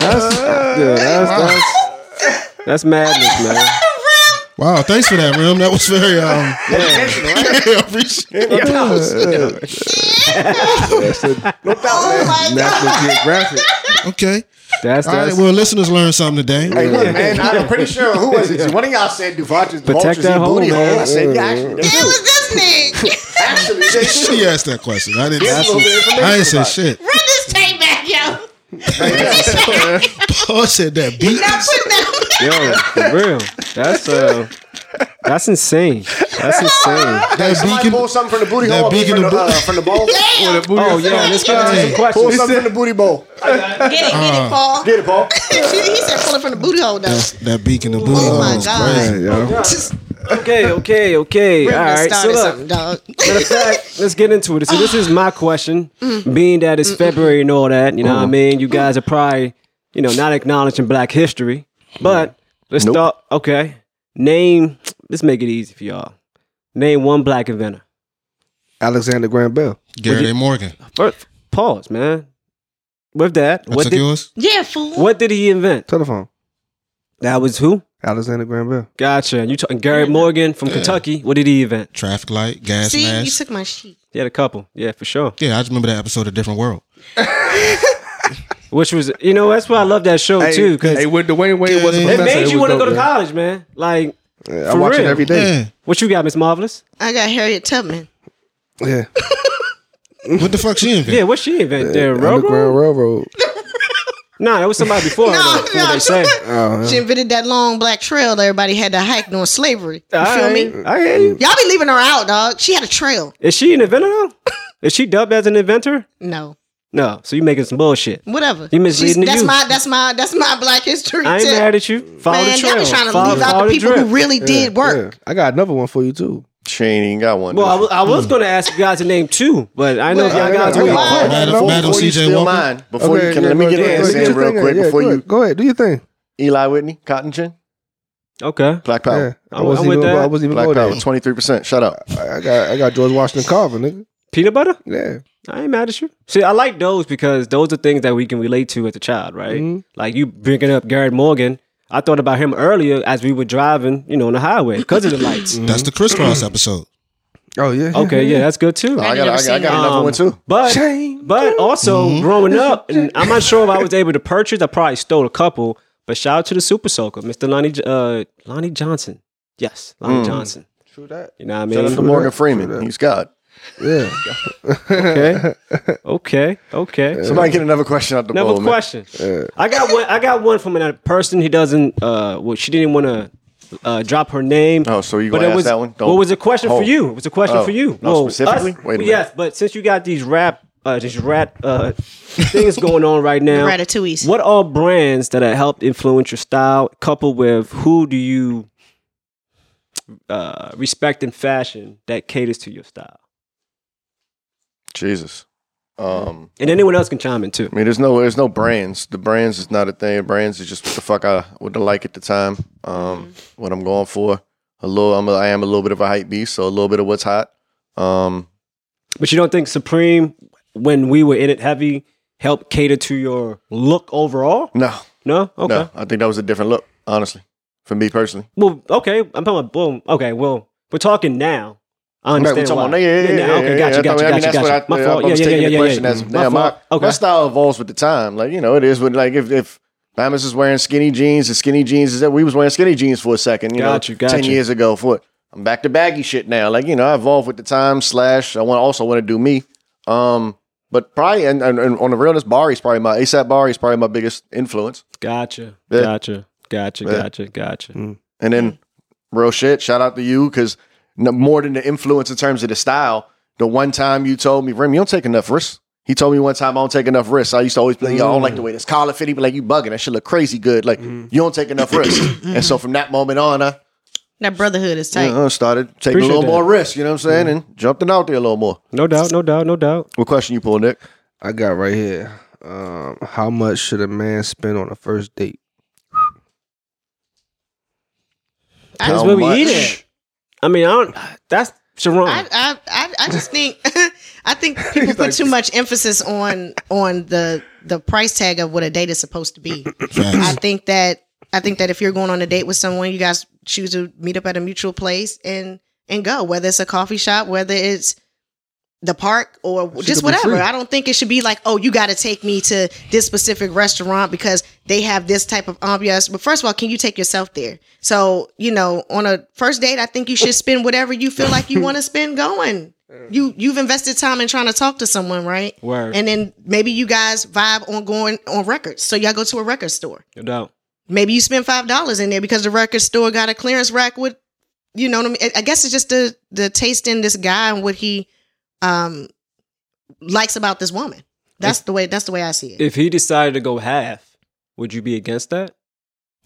Speaker 1: That's, yeah, that's, that's, that's madness, man.
Speaker 2: Wow, thanks for that, Rim. That was very um.
Speaker 4: Intentional, right?
Speaker 2: I appreciate it.
Speaker 3: Oh my god.
Speaker 5: National Geographic.
Speaker 2: Okay.
Speaker 1: That's
Speaker 2: All right.
Speaker 1: that's
Speaker 2: Well, listeners learned something today.
Speaker 4: Hey, look, man, I'm pretty sure who was it? One of y'all said do vultures, vultures eat
Speaker 1: that hole,
Speaker 4: booty
Speaker 1: man.
Speaker 4: hole. I said, yeah, actually, they
Speaker 3: It
Speaker 4: do.
Speaker 3: was this nigga.
Speaker 4: Actually, they do.
Speaker 2: She asked that question. I didn't.
Speaker 4: Here's a little bit of information
Speaker 2: I ain't say
Speaker 4: about it.
Speaker 2: shit.
Speaker 3: Run this tape back, yo.
Speaker 2: Paul said that beat.
Speaker 3: Now put that.
Speaker 1: yo, for real. That's uh, that's insane. That's insane.
Speaker 2: That
Speaker 4: Somebody
Speaker 2: beacon.
Speaker 4: pull something from the booty
Speaker 2: that
Speaker 4: hole, I mean,
Speaker 2: beacon
Speaker 4: from the,
Speaker 2: of
Speaker 4: uh,
Speaker 2: bo-
Speaker 4: from the bowl.
Speaker 3: Damn.
Speaker 1: Oh yeah, this guy has a
Speaker 4: Pull
Speaker 1: question.
Speaker 4: something from the booty bowl.
Speaker 3: Get it, get it, Paul.
Speaker 4: Get it, Paul.
Speaker 3: he said pull it from the booty hole, though.
Speaker 2: That beacon of booty.
Speaker 3: Oh my
Speaker 2: hole.
Speaker 3: God.
Speaker 5: Hey, yo.
Speaker 3: Just
Speaker 1: Okay, okay, okay. All right,
Speaker 3: Rip done
Speaker 1: so
Speaker 3: started
Speaker 1: look.
Speaker 3: something, dog.
Speaker 1: Matter of fact, let's get into it. So this is my question.
Speaker 2: Mm-hmm.
Speaker 1: Being that it's February and all that, you know what I mean? You guys are probably, you know, not acknowledging black history. But let's start okay. Name let's make it easy for y'all. Name one black inventor.
Speaker 5: Alexander Graham Bell.
Speaker 2: Gary A. Morgan.
Speaker 1: First, pause, man. With that,
Speaker 2: I
Speaker 1: what
Speaker 2: took
Speaker 1: did,
Speaker 2: yours.
Speaker 3: Yeah, fool.
Speaker 1: what did he invent?
Speaker 5: Telephone.
Speaker 1: That was who?
Speaker 5: Alexander Graham Bell.
Speaker 1: Gotcha. And you talking Garrett Morgan from Kentucky. What did he invent?
Speaker 2: Traffic light. Gas
Speaker 3: See, you
Speaker 2: mask.
Speaker 3: took my sheet.
Speaker 1: He had a couple. Yeah, for sure.
Speaker 2: yeah, I just remember that episode of Different World.
Speaker 1: Which was you know, that's why I love that show too, because
Speaker 5: hey, when Dwayne Wade was a
Speaker 2: It
Speaker 1: it
Speaker 5: professor,
Speaker 1: made you
Speaker 5: was
Speaker 1: want to go
Speaker 5: dope,
Speaker 1: to
Speaker 5: man.
Speaker 1: college, man. Like
Speaker 5: Yeah, I
Speaker 1: For
Speaker 5: watch it
Speaker 1: real?
Speaker 5: every day.
Speaker 2: Yeah.
Speaker 1: What you got, Miss Marvelous?
Speaker 3: I got Harriet Tubman.
Speaker 5: Yeah.
Speaker 2: What the fuck she invented?
Speaker 1: Yeah, what she invented? The
Speaker 5: Underground
Speaker 1: railroad?
Speaker 5: Railroad.
Speaker 1: Nah, that was somebody before her.
Speaker 3: No,
Speaker 1: though, before
Speaker 3: no,
Speaker 1: Oh, they say.
Speaker 3: She invented that long black trail that everybody had to hike during slavery. You
Speaker 1: I,
Speaker 3: feel me?
Speaker 1: I hear you.
Speaker 3: Y'all be leaving her out, dog. She had a trail.
Speaker 1: Is she an inventor though? Is she dubbed as an inventor?
Speaker 3: No,
Speaker 1: No. So you making some bullshit.
Speaker 3: whatever.
Speaker 1: You misleading
Speaker 3: She's-
Speaker 1: the
Speaker 3: That's
Speaker 1: youth.
Speaker 3: my that's my that's my Black History.
Speaker 1: I ain't
Speaker 3: tip.
Speaker 1: mad at you. Follow
Speaker 3: Man,
Speaker 1: the trail.
Speaker 3: y'all be trying to
Speaker 1: follow,
Speaker 3: leave out
Speaker 1: follow
Speaker 3: the people who
Speaker 1: drip.
Speaker 3: really did work.
Speaker 5: Yeah. I got another one for you too.
Speaker 4: She ain't even got one.
Speaker 1: Well, I was, I was
Speaker 5: Mm.
Speaker 1: going to ask you guys to name two, but I know
Speaker 3: Well,
Speaker 1: y'all
Speaker 3: I
Speaker 1: guys
Speaker 3: got
Speaker 1: really
Speaker 3: one.
Speaker 1: quick.
Speaker 2: Madam-
Speaker 5: Before
Speaker 2: Madam
Speaker 4: before you
Speaker 2: C.J.
Speaker 4: steal
Speaker 2: Walker.
Speaker 4: mine, before you can, let me
Speaker 5: go ahead,
Speaker 4: get an
Speaker 5: go
Speaker 4: answer
Speaker 5: ahead,
Speaker 4: in
Speaker 5: do your
Speaker 4: real
Speaker 5: thing,
Speaker 4: quick
Speaker 5: yeah,
Speaker 4: before
Speaker 5: go
Speaker 4: you.
Speaker 5: ahead, go ahead, do your thing.
Speaker 4: Eli Whitney, Cotton Gin,
Speaker 1: Okay.
Speaker 4: Black
Speaker 5: Yeah,
Speaker 4: Power.
Speaker 5: I
Speaker 1: I'm-
Speaker 5: wasn't
Speaker 1: I'm with
Speaker 5: even.
Speaker 1: that.
Speaker 5: I wasn't even
Speaker 4: Oh. Black
Speaker 5: going
Speaker 4: Power,
Speaker 5: there.
Speaker 4: 23%. Shut up.
Speaker 5: I I got I got George Washington Carver, nigga.
Speaker 1: Peanut butter?
Speaker 5: Yeah,
Speaker 1: I ain't mad at you. See, I like those because those are things that we can relate to as a child, right? Like you bringing up Garrett Morgan. I thought about him earlier as we were driving, you know, on the highway because of the lights.
Speaker 2: That's the crisscross episode.
Speaker 5: Oh yeah.
Speaker 1: Okay, yeah, that's good too.
Speaker 4: I
Speaker 3: ain't
Speaker 4: got,
Speaker 3: never
Speaker 4: I got, I
Speaker 3: seen
Speaker 4: got
Speaker 3: that.
Speaker 4: another
Speaker 1: Um,
Speaker 4: one too.
Speaker 1: But
Speaker 5: Shame.
Speaker 1: but also growing up, and I'm not sure if I was able to purchase. I probably stole a couple. But shout out to the Super Soaker, Mr. Lonnie J- uh, Lonnie Johnson. Yes, Lonnie Johnson.
Speaker 5: True that.
Speaker 1: You know what I
Speaker 4: Mm. Shout out to
Speaker 1: mean?
Speaker 4: Morgan Freeman. He's God.
Speaker 5: Yeah.
Speaker 1: Okay, okay, okay.
Speaker 4: Somebody get another question out the
Speaker 1: Another
Speaker 4: bowl, man.
Speaker 1: question. I got one. I got one from a person who doesn't. Uh, well, she didn't want to uh, drop her name.
Speaker 4: Oh, so you
Speaker 1: But
Speaker 4: gonna
Speaker 1: it
Speaker 4: ask
Speaker 1: was,
Speaker 4: that one?
Speaker 1: What was a question
Speaker 4: Hold.
Speaker 1: for you? It was a question
Speaker 4: Oh,
Speaker 1: for you.
Speaker 4: no,
Speaker 1: Well,
Speaker 4: specifically?
Speaker 1: us-
Speaker 4: Wait a minute.
Speaker 1: Yes, but since you got these rap, uh, these rat uh, things going on right now,
Speaker 3: Ratatouilles.
Speaker 1: What are brands that have helped influence your style, coupled with who do you uh, respect in fashion that caters to your style?
Speaker 4: Jesus. Um,
Speaker 1: And anyone else can chime in too.
Speaker 4: I mean, there's no there's no brands. The brands is not a thing. Brands is just what the fuck I would like at the time. Um, what I'm going for. A little, I'm a, I am a little bit of a hype beast, so a little bit of what's hot. Um,
Speaker 1: But you don't think Supreme, when we were in it heavy, helped cater to your look overall?
Speaker 4: no,
Speaker 1: No? Okay.
Speaker 4: no, I think that was a different look, honestly, for me personally.
Speaker 1: Well, okay. I'm talking about boom. Okay, well, we're talking now. I
Speaker 4: Okay,
Speaker 1: understand.
Speaker 4: we talking
Speaker 1: why.
Speaker 4: about- yeah, yeah, yeah,
Speaker 1: now,
Speaker 4: yeah,
Speaker 1: Okay,
Speaker 4: yeah,
Speaker 1: gotcha,
Speaker 4: I
Speaker 1: gotcha,
Speaker 4: mean, I mean,
Speaker 1: gotcha,
Speaker 4: that's what
Speaker 1: gotcha.
Speaker 4: I-
Speaker 1: My fault.
Speaker 4: I'm
Speaker 1: Yeah,
Speaker 4: just
Speaker 1: yeah,
Speaker 4: taking
Speaker 1: yeah,
Speaker 4: the
Speaker 1: yeah,
Speaker 4: question
Speaker 1: yeah.
Speaker 4: as-
Speaker 1: My
Speaker 4: yeah, my-
Speaker 1: fault. Okay.
Speaker 4: My style evolves with the time. Like you know, it is what like if if Diamonds is wearing skinny jeans, and skinny jeans is that we was wearing skinny jeans for a second. You
Speaker 1: Got
Speaker 4: know,
Speaker 1: you, got
Speaker 4: ten
Speaker 1: you.
Speaker 4: years ago. For it. I'm back to baggy shit now. Like you know, I evolve with the time. Slash, I want also want to do me. Um, but probably and, and, and on the realness, Bari's probably my ASAP Bari's probably my biggest influence.
Speaker 1: Gotcha.
Speaker 4: Yeah.
Speaker 1: Gotcha. Gotcha.
Speaker 4: Yeah. Mm.
Speaker 1: Gotcha. Gotcha.
Speaker 4: And then real shit, shout out to you because more than the influence in terms of the style, the one time you told me, Rim, you don't take enough risks. He told me one time I don't take enough risks. I used to always be like, yo, I don't like the way this collar fit. He be like, you bugging. That shit look crazy good. Like,
Speaker 1: Mm-hmm.
Speaker 4: you don't take enough risks. and so from that moment on, I
Speaker 3: That brotherhood is tight.
Speaker 4: you know, started taking
Speaker 1: Appreciate
Speaker 4: a little
Speaker 1: that. Mm-hmm.
Speaker 4: more risk, you know what I'm saying? And jumped it out there a little more.
Speaker 1: No doubt. No doubt. No doubt.
Speaker 4: What question you pull, Nick?
Speaker 5: I got right here. Um, how much should a man spend on a first date?
Speaker 3: I,
Speaker 1: That's
Speaker 4: How
Speaker 1: where we
Speaker 4: much?
Speaker 1: eat at. I mean, I don't. That's Sharon.
Speaker 3: I, I, I, I just think I think people put too much emphasis on on the the price tag of what a date is supposed to be. I
Speaker 2: Facts.
Speaker 3: think that I think that if you're going on a date with someone, you guys choose to meet up at a mutual place and and go. Whether it's a coffee shop, whether it's the park or just
Speaker 5: could be
Speaker 3: whatever.
Speaker 5: free.
Speaker 3: I don't think it should be like, oh, you got to take me to this specific restaurant because they have this type of ambiance. But first of all, can you take yourself there? So you know, on a first date, I think you should spend whatever you feel like you want to spend going. You you've invested time in trying to talk to someone, right?
Speaker 1: Word.
Speaker 3: And then maybe you guys vibe on going on records. So y'all go to a record store
Speaker 1: no doubt.
Speaker 3: maybe you spend five dollars in there because the record store got a clearance rack with you know what I mean. I- I guess it's just the the taste in this guy and what he um likes about this woman. That's the way that's the way I see it. If,
Speaker 1: If he decided to go half, would you be against that?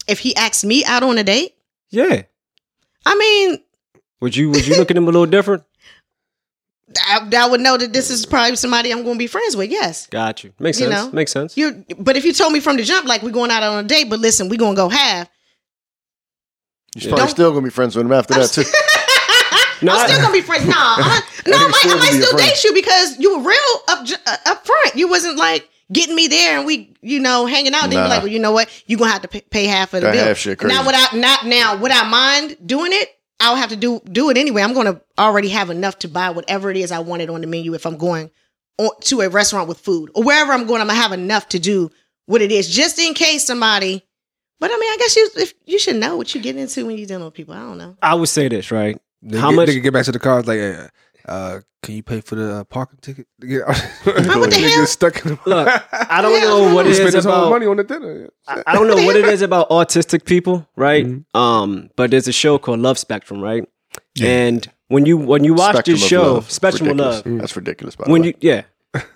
Speaker 3: he asks me out on a date,
Speaker 1: Yeah.
Speaker 3: I mean
Speaker 1: Would you Would you look at him a little different?
Speaker 3: I, I would know that this is probably somebody I'm gonna be friends with, yes.
Speaker 1: Got you. Makes
Speaker 3: You
Speaker 1: sense.
Speaker 3: know?
Speaker 1: Makes sense.
Speaker 3: You but if you told me from the jump, like we're going out on a date, but listen, we're gonna go half.
Speaker 4: You're probably
Speaker 3: Don't-
Speaker 4: still going to be friends with him after that, too.
Speaker 1: No, I-
Speaker 3: I'm still gonna be friends. Nah, I, no, I might,
Speaker 4: think still
Speaker 3: I might
Speaker 4: gonna be a
Speaker 3: still
Speaker 4: friend.
Speaker 3: date you because you were real up ju- uh, up front. You wasn't like getting me there and we, you know, hanging out. Then you be
Speaker 4: Nah.
Speaker 3: like, well, you know what? You gonna have to pay, pay half of the
Speaker 4: That
Speaker 3: bill.
Speaker 4: half shit
Speaker 3: Now,
Speaker 4: crazy.
Speaker 3: would I not now? Would I mind doing it? I'll have to do do it anyway. I'm gonna already have enough to buy whatever it is I wanted on the menu if I'm going on, to a restaurant with food or wherever I'm going. I'm gonna have enough to do what it is just in case somebody. But I mean, I guess you if you should know what you get into when you're dealing with people. I don't know.
Speaker 1: I would say this right.
Speaker 5: They
Speaker 1: How
Speaker 5: get,
Speaker 1: much-
Speaker 5: They can get back to the car. It's like, uh, uh, can you pay for the uh, parking ticket? To get out?
Speaker 3: what the
Speaker 5: They
Speaker 3: hell?
Speaker 5: get stuck in the
Speaker 1: Look, I don't know what
Speaker 5: You
Speaker 1: it
Speaker 5: spent
Speaker 1: is
Speaker 5: this whole
Speaker 1: about.
Speaker 5: money on the dinner.
Speaker 1: I I don't know what it is about autistic people, right?
Speaker 5: Mm-hmm.
Speaker 1: Um, but there's a show called Love Spectrum, right?
Speaker 2: Yeah.
Speaker 1: And when you when you watch
Speaker 4: Spectrum
Speaker 1: this
Speaker 4: of
Speaker 1: show,
Speaker 4: love.
Speaker 1: Spectrum
Speaker 4: ridiculous.
Speaker 1: of Love,
Speaker 4: That's ridiculous, by the
Speaker 1: when
Speaker 4: way.
Speaker 1: you yeah,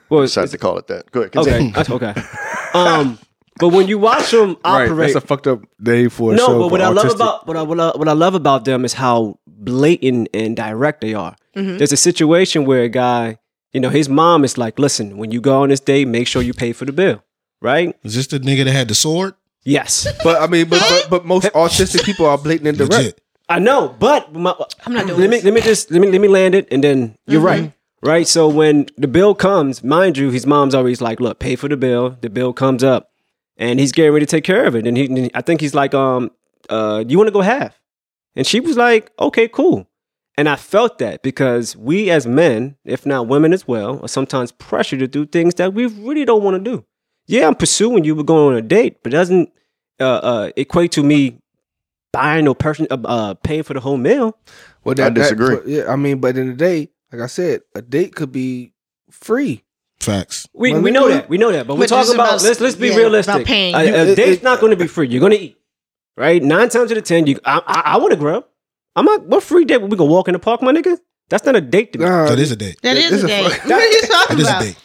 Speaker 1: well, it's,
Speaker 4: Decided to call it that. Go ahead. Continue.
Speaker 1: okay, that's okay. Um, but when you watch them
Speaker 5: Right,
Speaker 1: operate,
Speaker 5: that's a fucked up name for a
Speaker 1: no,
Speaker 5: show.
Speaker 1: but what I love
Speaker 5: autistic-
Speaker 1: about what I, what I what I love about them is how blatant and direct they are. There's a situation where a guy, you know, his mom is like, "Listen, when you go on this date, make sure you pay for the bill." Right?
Speaker 2: Is this the nigga that had the sword?
Speaker 1: Yes,
Speaker 5: But I mean, but but, but most autistic people are blatant and direct.
Speaker 2: Legit.
Speaker 1: I know, but my,
Speaker 3: I'm not doing
Speaker 1: Let me
Speaker 3: this. Mm-hmm.
Speaker 1: let me just let me let me land it, and then you're right, right. So when the bill comes, mind you, his mom's always like, "Look, pay for the bill." The bill comes up, and he's getting ready to take care of it. And he, and I think he's like, "Um, uh, you want to go half?" And she was like, "Okay, cool." And I felt that because we as men, if not women as well, are sometimes pressured to do things that we really don't want to do. Yeah, I'm pursuing you, we're going on a date, but it doesn't uh, uh, equate to me buying or person, uh, uh, paying for the whole meal.
Speaker 5: Well,
Speaker 4: I disagree.
Speaker 5: but, yeah, I mean, but in the day, like I said, a date could be free.
Speaker 2: Facts.
Speaker 1: We,
Speaker 5: Well,
Speaker 1: we
Speaker 5: we
Speaker 1: know
Speaker 5: do.
Speaker 1: that. We know that. But we're
Speaker 3: But
Speaker 1: talking
Speaker 3: it's
Speaker 1: about,
Speaker 3: about-
Speaker 1: let's let's be
Speaker 3: yeah,
Speaker 1: realistic.
Speaker 3: about paying.
Speaker 1: A, a
Speaker 5: You- it-
Speaker 1: date's
Speaker 5: it-
Speaker 1: not going to be free. You're going to eat, right? Nine times out of ten, you I I, I want to grub. I'm not. What free date? We can walk in the park, my nigga. That's not a date to me.
Speaker 5: Nah,
Speaker 2: So this is a date.
Speaker 3: That
Speaker 5: It-
Speaker 3: is
Speaker 5: it's
Speaker 3: a
Speaker 5: a fuck-
Speaker 3: date. What are you talking
Speaker 2: It is a
Speaker 3: about?
Speaker 2: date.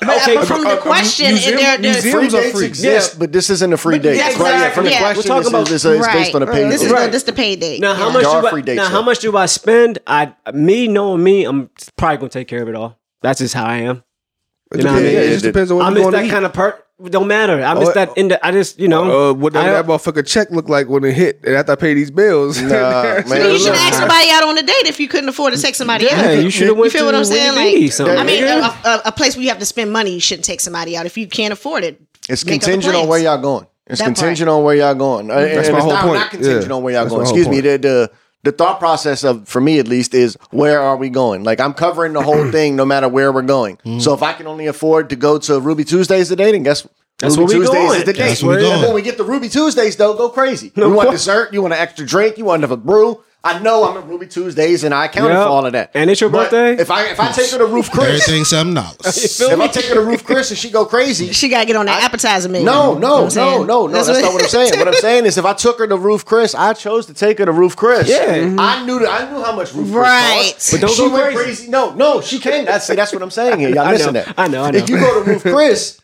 Speaker 3: But uh,
Speaker 1: Okay,
Speaker 3: but from
Speaker 4: Uh,
Speaker 3: the question,
Speaker 5: museum-
Speaker 3: and they're, they're,
Speaker 5: museum- Free dates are free.
Speaker 4: Yes, but this isn't a free
Speaker 1: But
Speaker 4: date.
Speaker 1: yes,
Speaker 4: right?
Speaker 1: exactly.
Speaker 4: From the
Speaker 3: Yeah.
Speaker 4: question,
Speaker 1: We're talking
Speaker 4: this is,
Speaker 1: about-
Speaker 4: it's based on a paid
Speaker 3: This is
Speaker 4: date.
Speaker 1: Right.
Speaker 3: the, this the paid date.
Speaker 1: Now how
Speaker 3: Yeah.
Speaker 1: much
Speaker 4: There are
Speaker 1: do I,
Speaker 4: free dates,
Speaker 1: now how
Speaker 4: though.
Speaker 1: much do I spend? I me knowing me, I'm probably gonna take care of it all. That's just how I am.
Speaker 5: it
Speaker 1: You know what I mean?
Speaker 5: depends- yeah, it
Speaker 4: Yeah,
Speaker 5: just
Speaker 4: it-
Speaker 5: depends on
Speaker 1: I
Speaker 5: what
Speaker 1: miss
Speaker 5: you're going to
Speaker 1: that
Speaker 5: eat.
Speaker 1: kind of part. Don't matter. I miss
Speaker 5: Oh,
Speaker 1: that in the. I just you know.
Speaker 5: uh, whatever
Speaker 1: I-
Speaker 5: that motherfucker check look like when it hit, and after I pay these bills,
Speaker 4: Nah,
Speaker 5: That's
Speaker 4: man.
Speaker 3: But
Speaker 5: it.
Speaker 3: you should
Speaker 4: Look.
Speaker 3: ask somebody out on a date if you couldn't afford to take somebody
Speaker 1: yeah,
Speaker 3: out.
Speaker 1: you should have
Speaker 3: You
Speaker 1: went.
Speaker 3: feel
Speaker 1: to
Speaker 3: what I'm saying?
Speaker 1: Whitney
Speaker 3: Like,
Speaker 1: something,
Speaker 3: I mean,
Speaker 1: nigga.
Speaker 3: a, a, a place where you have to spend money, you shouldn't take somebody out if you can't afford it.
Speaker 4: It's
Speaker 3: Make other
Speaker 4: contingent on
Speaker 3: plans.
Speaker 4: where y'all going. It's
Speaker 3: That part.
Speaker 4: contingent on where y'all going. And-
Speaker 5: That's
Speaker 4: and
Speaker 5: my
Speaker 4: it's
Speaker 5: whole
Speaker 4: not,
Speaker 5: point.
Speaker 4: Not contingent
Speaker 5: Yeah.
Speaker 4: on where y'all
Speaker 5: That's
Speaker 4: going.
Speaker 5: my whole
Speaker 4: Excuse me.
Speaker 5: point.
Speaker 4: The, the the thought process of for me at least is where are we going? Like I'm covering the whole thing no matter where we're going. So if I can only afford to go to Ruby Tuesdays today, then guess
Speaker 1: That's
Speaker 4: Ruby
Speaker 1: where we
Speaker 4: Tuesdays
Speaker 1: going.
Speaker 4: is the date.
Speaker 2: That's where we
Speaker 4: And
Speaker 2: going.
Speaker 4: when we get to Ruby Tuesdays though, go crazy. you want dessert? You want an extra drink? You want another brew? I know I'm at Ruby Tuesdays and I accounted
Speaker 1: Yep.
Speaker 4: for all of that.
Speaker 1: And it's your
Speaker 4: But
Speaker 1: birthday?
Speaker 4: If I if I take her to Roof Chris,
Speaker 2: Everything seven dollars.
Speaker 1: Feel
Speaker 4: if
Speaker 1: me?
Speaker 4: I take her to Roof Chris and she go crazy,
Speaker 3: She got to get on that appetizer menu.
Speaker 4: no,
Speaker 3: You know what
Speaker 4: no,
Speaker 3: I'm saying?
Speaker 4: no, no, no. That's not what I'm saying. What I'm saying is, if I took her to Roof Chris, I chose to take her to Roof Chris.
Speaker 1: Yeah. Mhm.
Speaker 4: I knew that. I knew how much Roof
Speaker 3: Right.
Speaker 4: Chris cost.
Speaker 1: But don't
Speaker 4: she
Speaker 1: go
Speaker 4: went
Speaker 1: crazy.
Speaker 4: No, no, she can. That's see, that's what I'm saying here. Y'all
Speaker 1: I
Speaker 4: missing
Speaker 1: know,
Speaker 4: that?
Speaker 1: I know, I know.
Speaker 4: If you go to Roof Chris,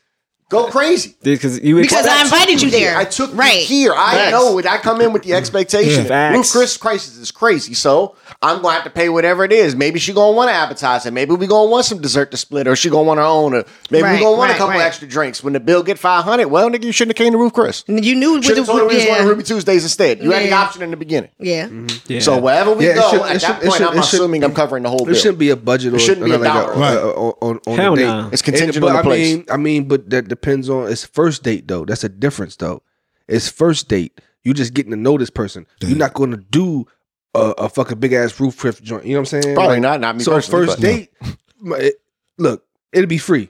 Speaker 4: go crazy.
Speaker 1: Because you
Speaker 3: Because I invited you there.
Speaker 4: I took
Speaker 3: right.
Speaker 4: you here. I
Speaker 1: Facts.
Speaker 4: know it. I come in with the expectation.
Speaker 1: Yeah.
Speaker 4: Roof
Speaker 1: Facts.
Speaker 4: Chris prices is crazy, so I'm gonna have to pay whatever it is. Maybe she gonna want an appetizer. Maybe we gonna want some dessert to split, or she gonna want her own. Or maybe
Speaker 3: Right,
Speaker 4: we gonna want
Speaker 3: right,
Speaker 4: a couple
Speaker 3: right.
Speaker 4: extra drinks. When the bill get five hundred, well, nigga, you shouldn't have came to Roof Chris.
Speaker 3: You knew what
Speaker 4: Should have told her we was going
Speaker 3: yeah,
Speaker 4: to Ruby Mm-hmm. Tuesdays instead. You had the
Speaker 3: Yeah.
Speaker 4: option in the beginning.
Speaker 3: yeah.
Speaker 4: So wherever we
Speaker 5: Yeah, it
Speaker 4: go,
Speaker 5: should-
Speaker 4: at
Speaker 5: it
Speaker 4: that
Speaker 5: should- it
Speaker 4: point,
Speaker 5: should-
Speaker 4: I'm
Speaker 5: it should-
Speaker 4: assuming I'm covering the whole
Speaker 5: There
Speaker 4: bill.
Speaker 5: shouldn't be a budget. Or
Speaker 4: It shouldn't be a
Speaker 5: nothing like
Speaker 4: dollar.
Speaker 5: that,
Speaker 2: Right.
Speaker 5: uh, On, on, on
Speaker 1: Hell
Speaker 5: the date.
Speaker 1: nah.
Speaker 4: It's contingent
Speaker 5: And- but
Speaker 4: on the place.
Speaker 5: I mean, I mean, but that depends on it's first date though. That's a difference though. It's first date. You just getting to know this person. You're not going to do a, a fucking big ass roof trip joint. You know what I'm saying?
Speaker 4: Probably
Speaker 5: Like,
Speaker 4: not. Not me
Speaker 5: So
Speaker 4: personally.
Speaker 5: first
Speaker 4: but-
Speaker 5: date, my- it- look, it'll be free.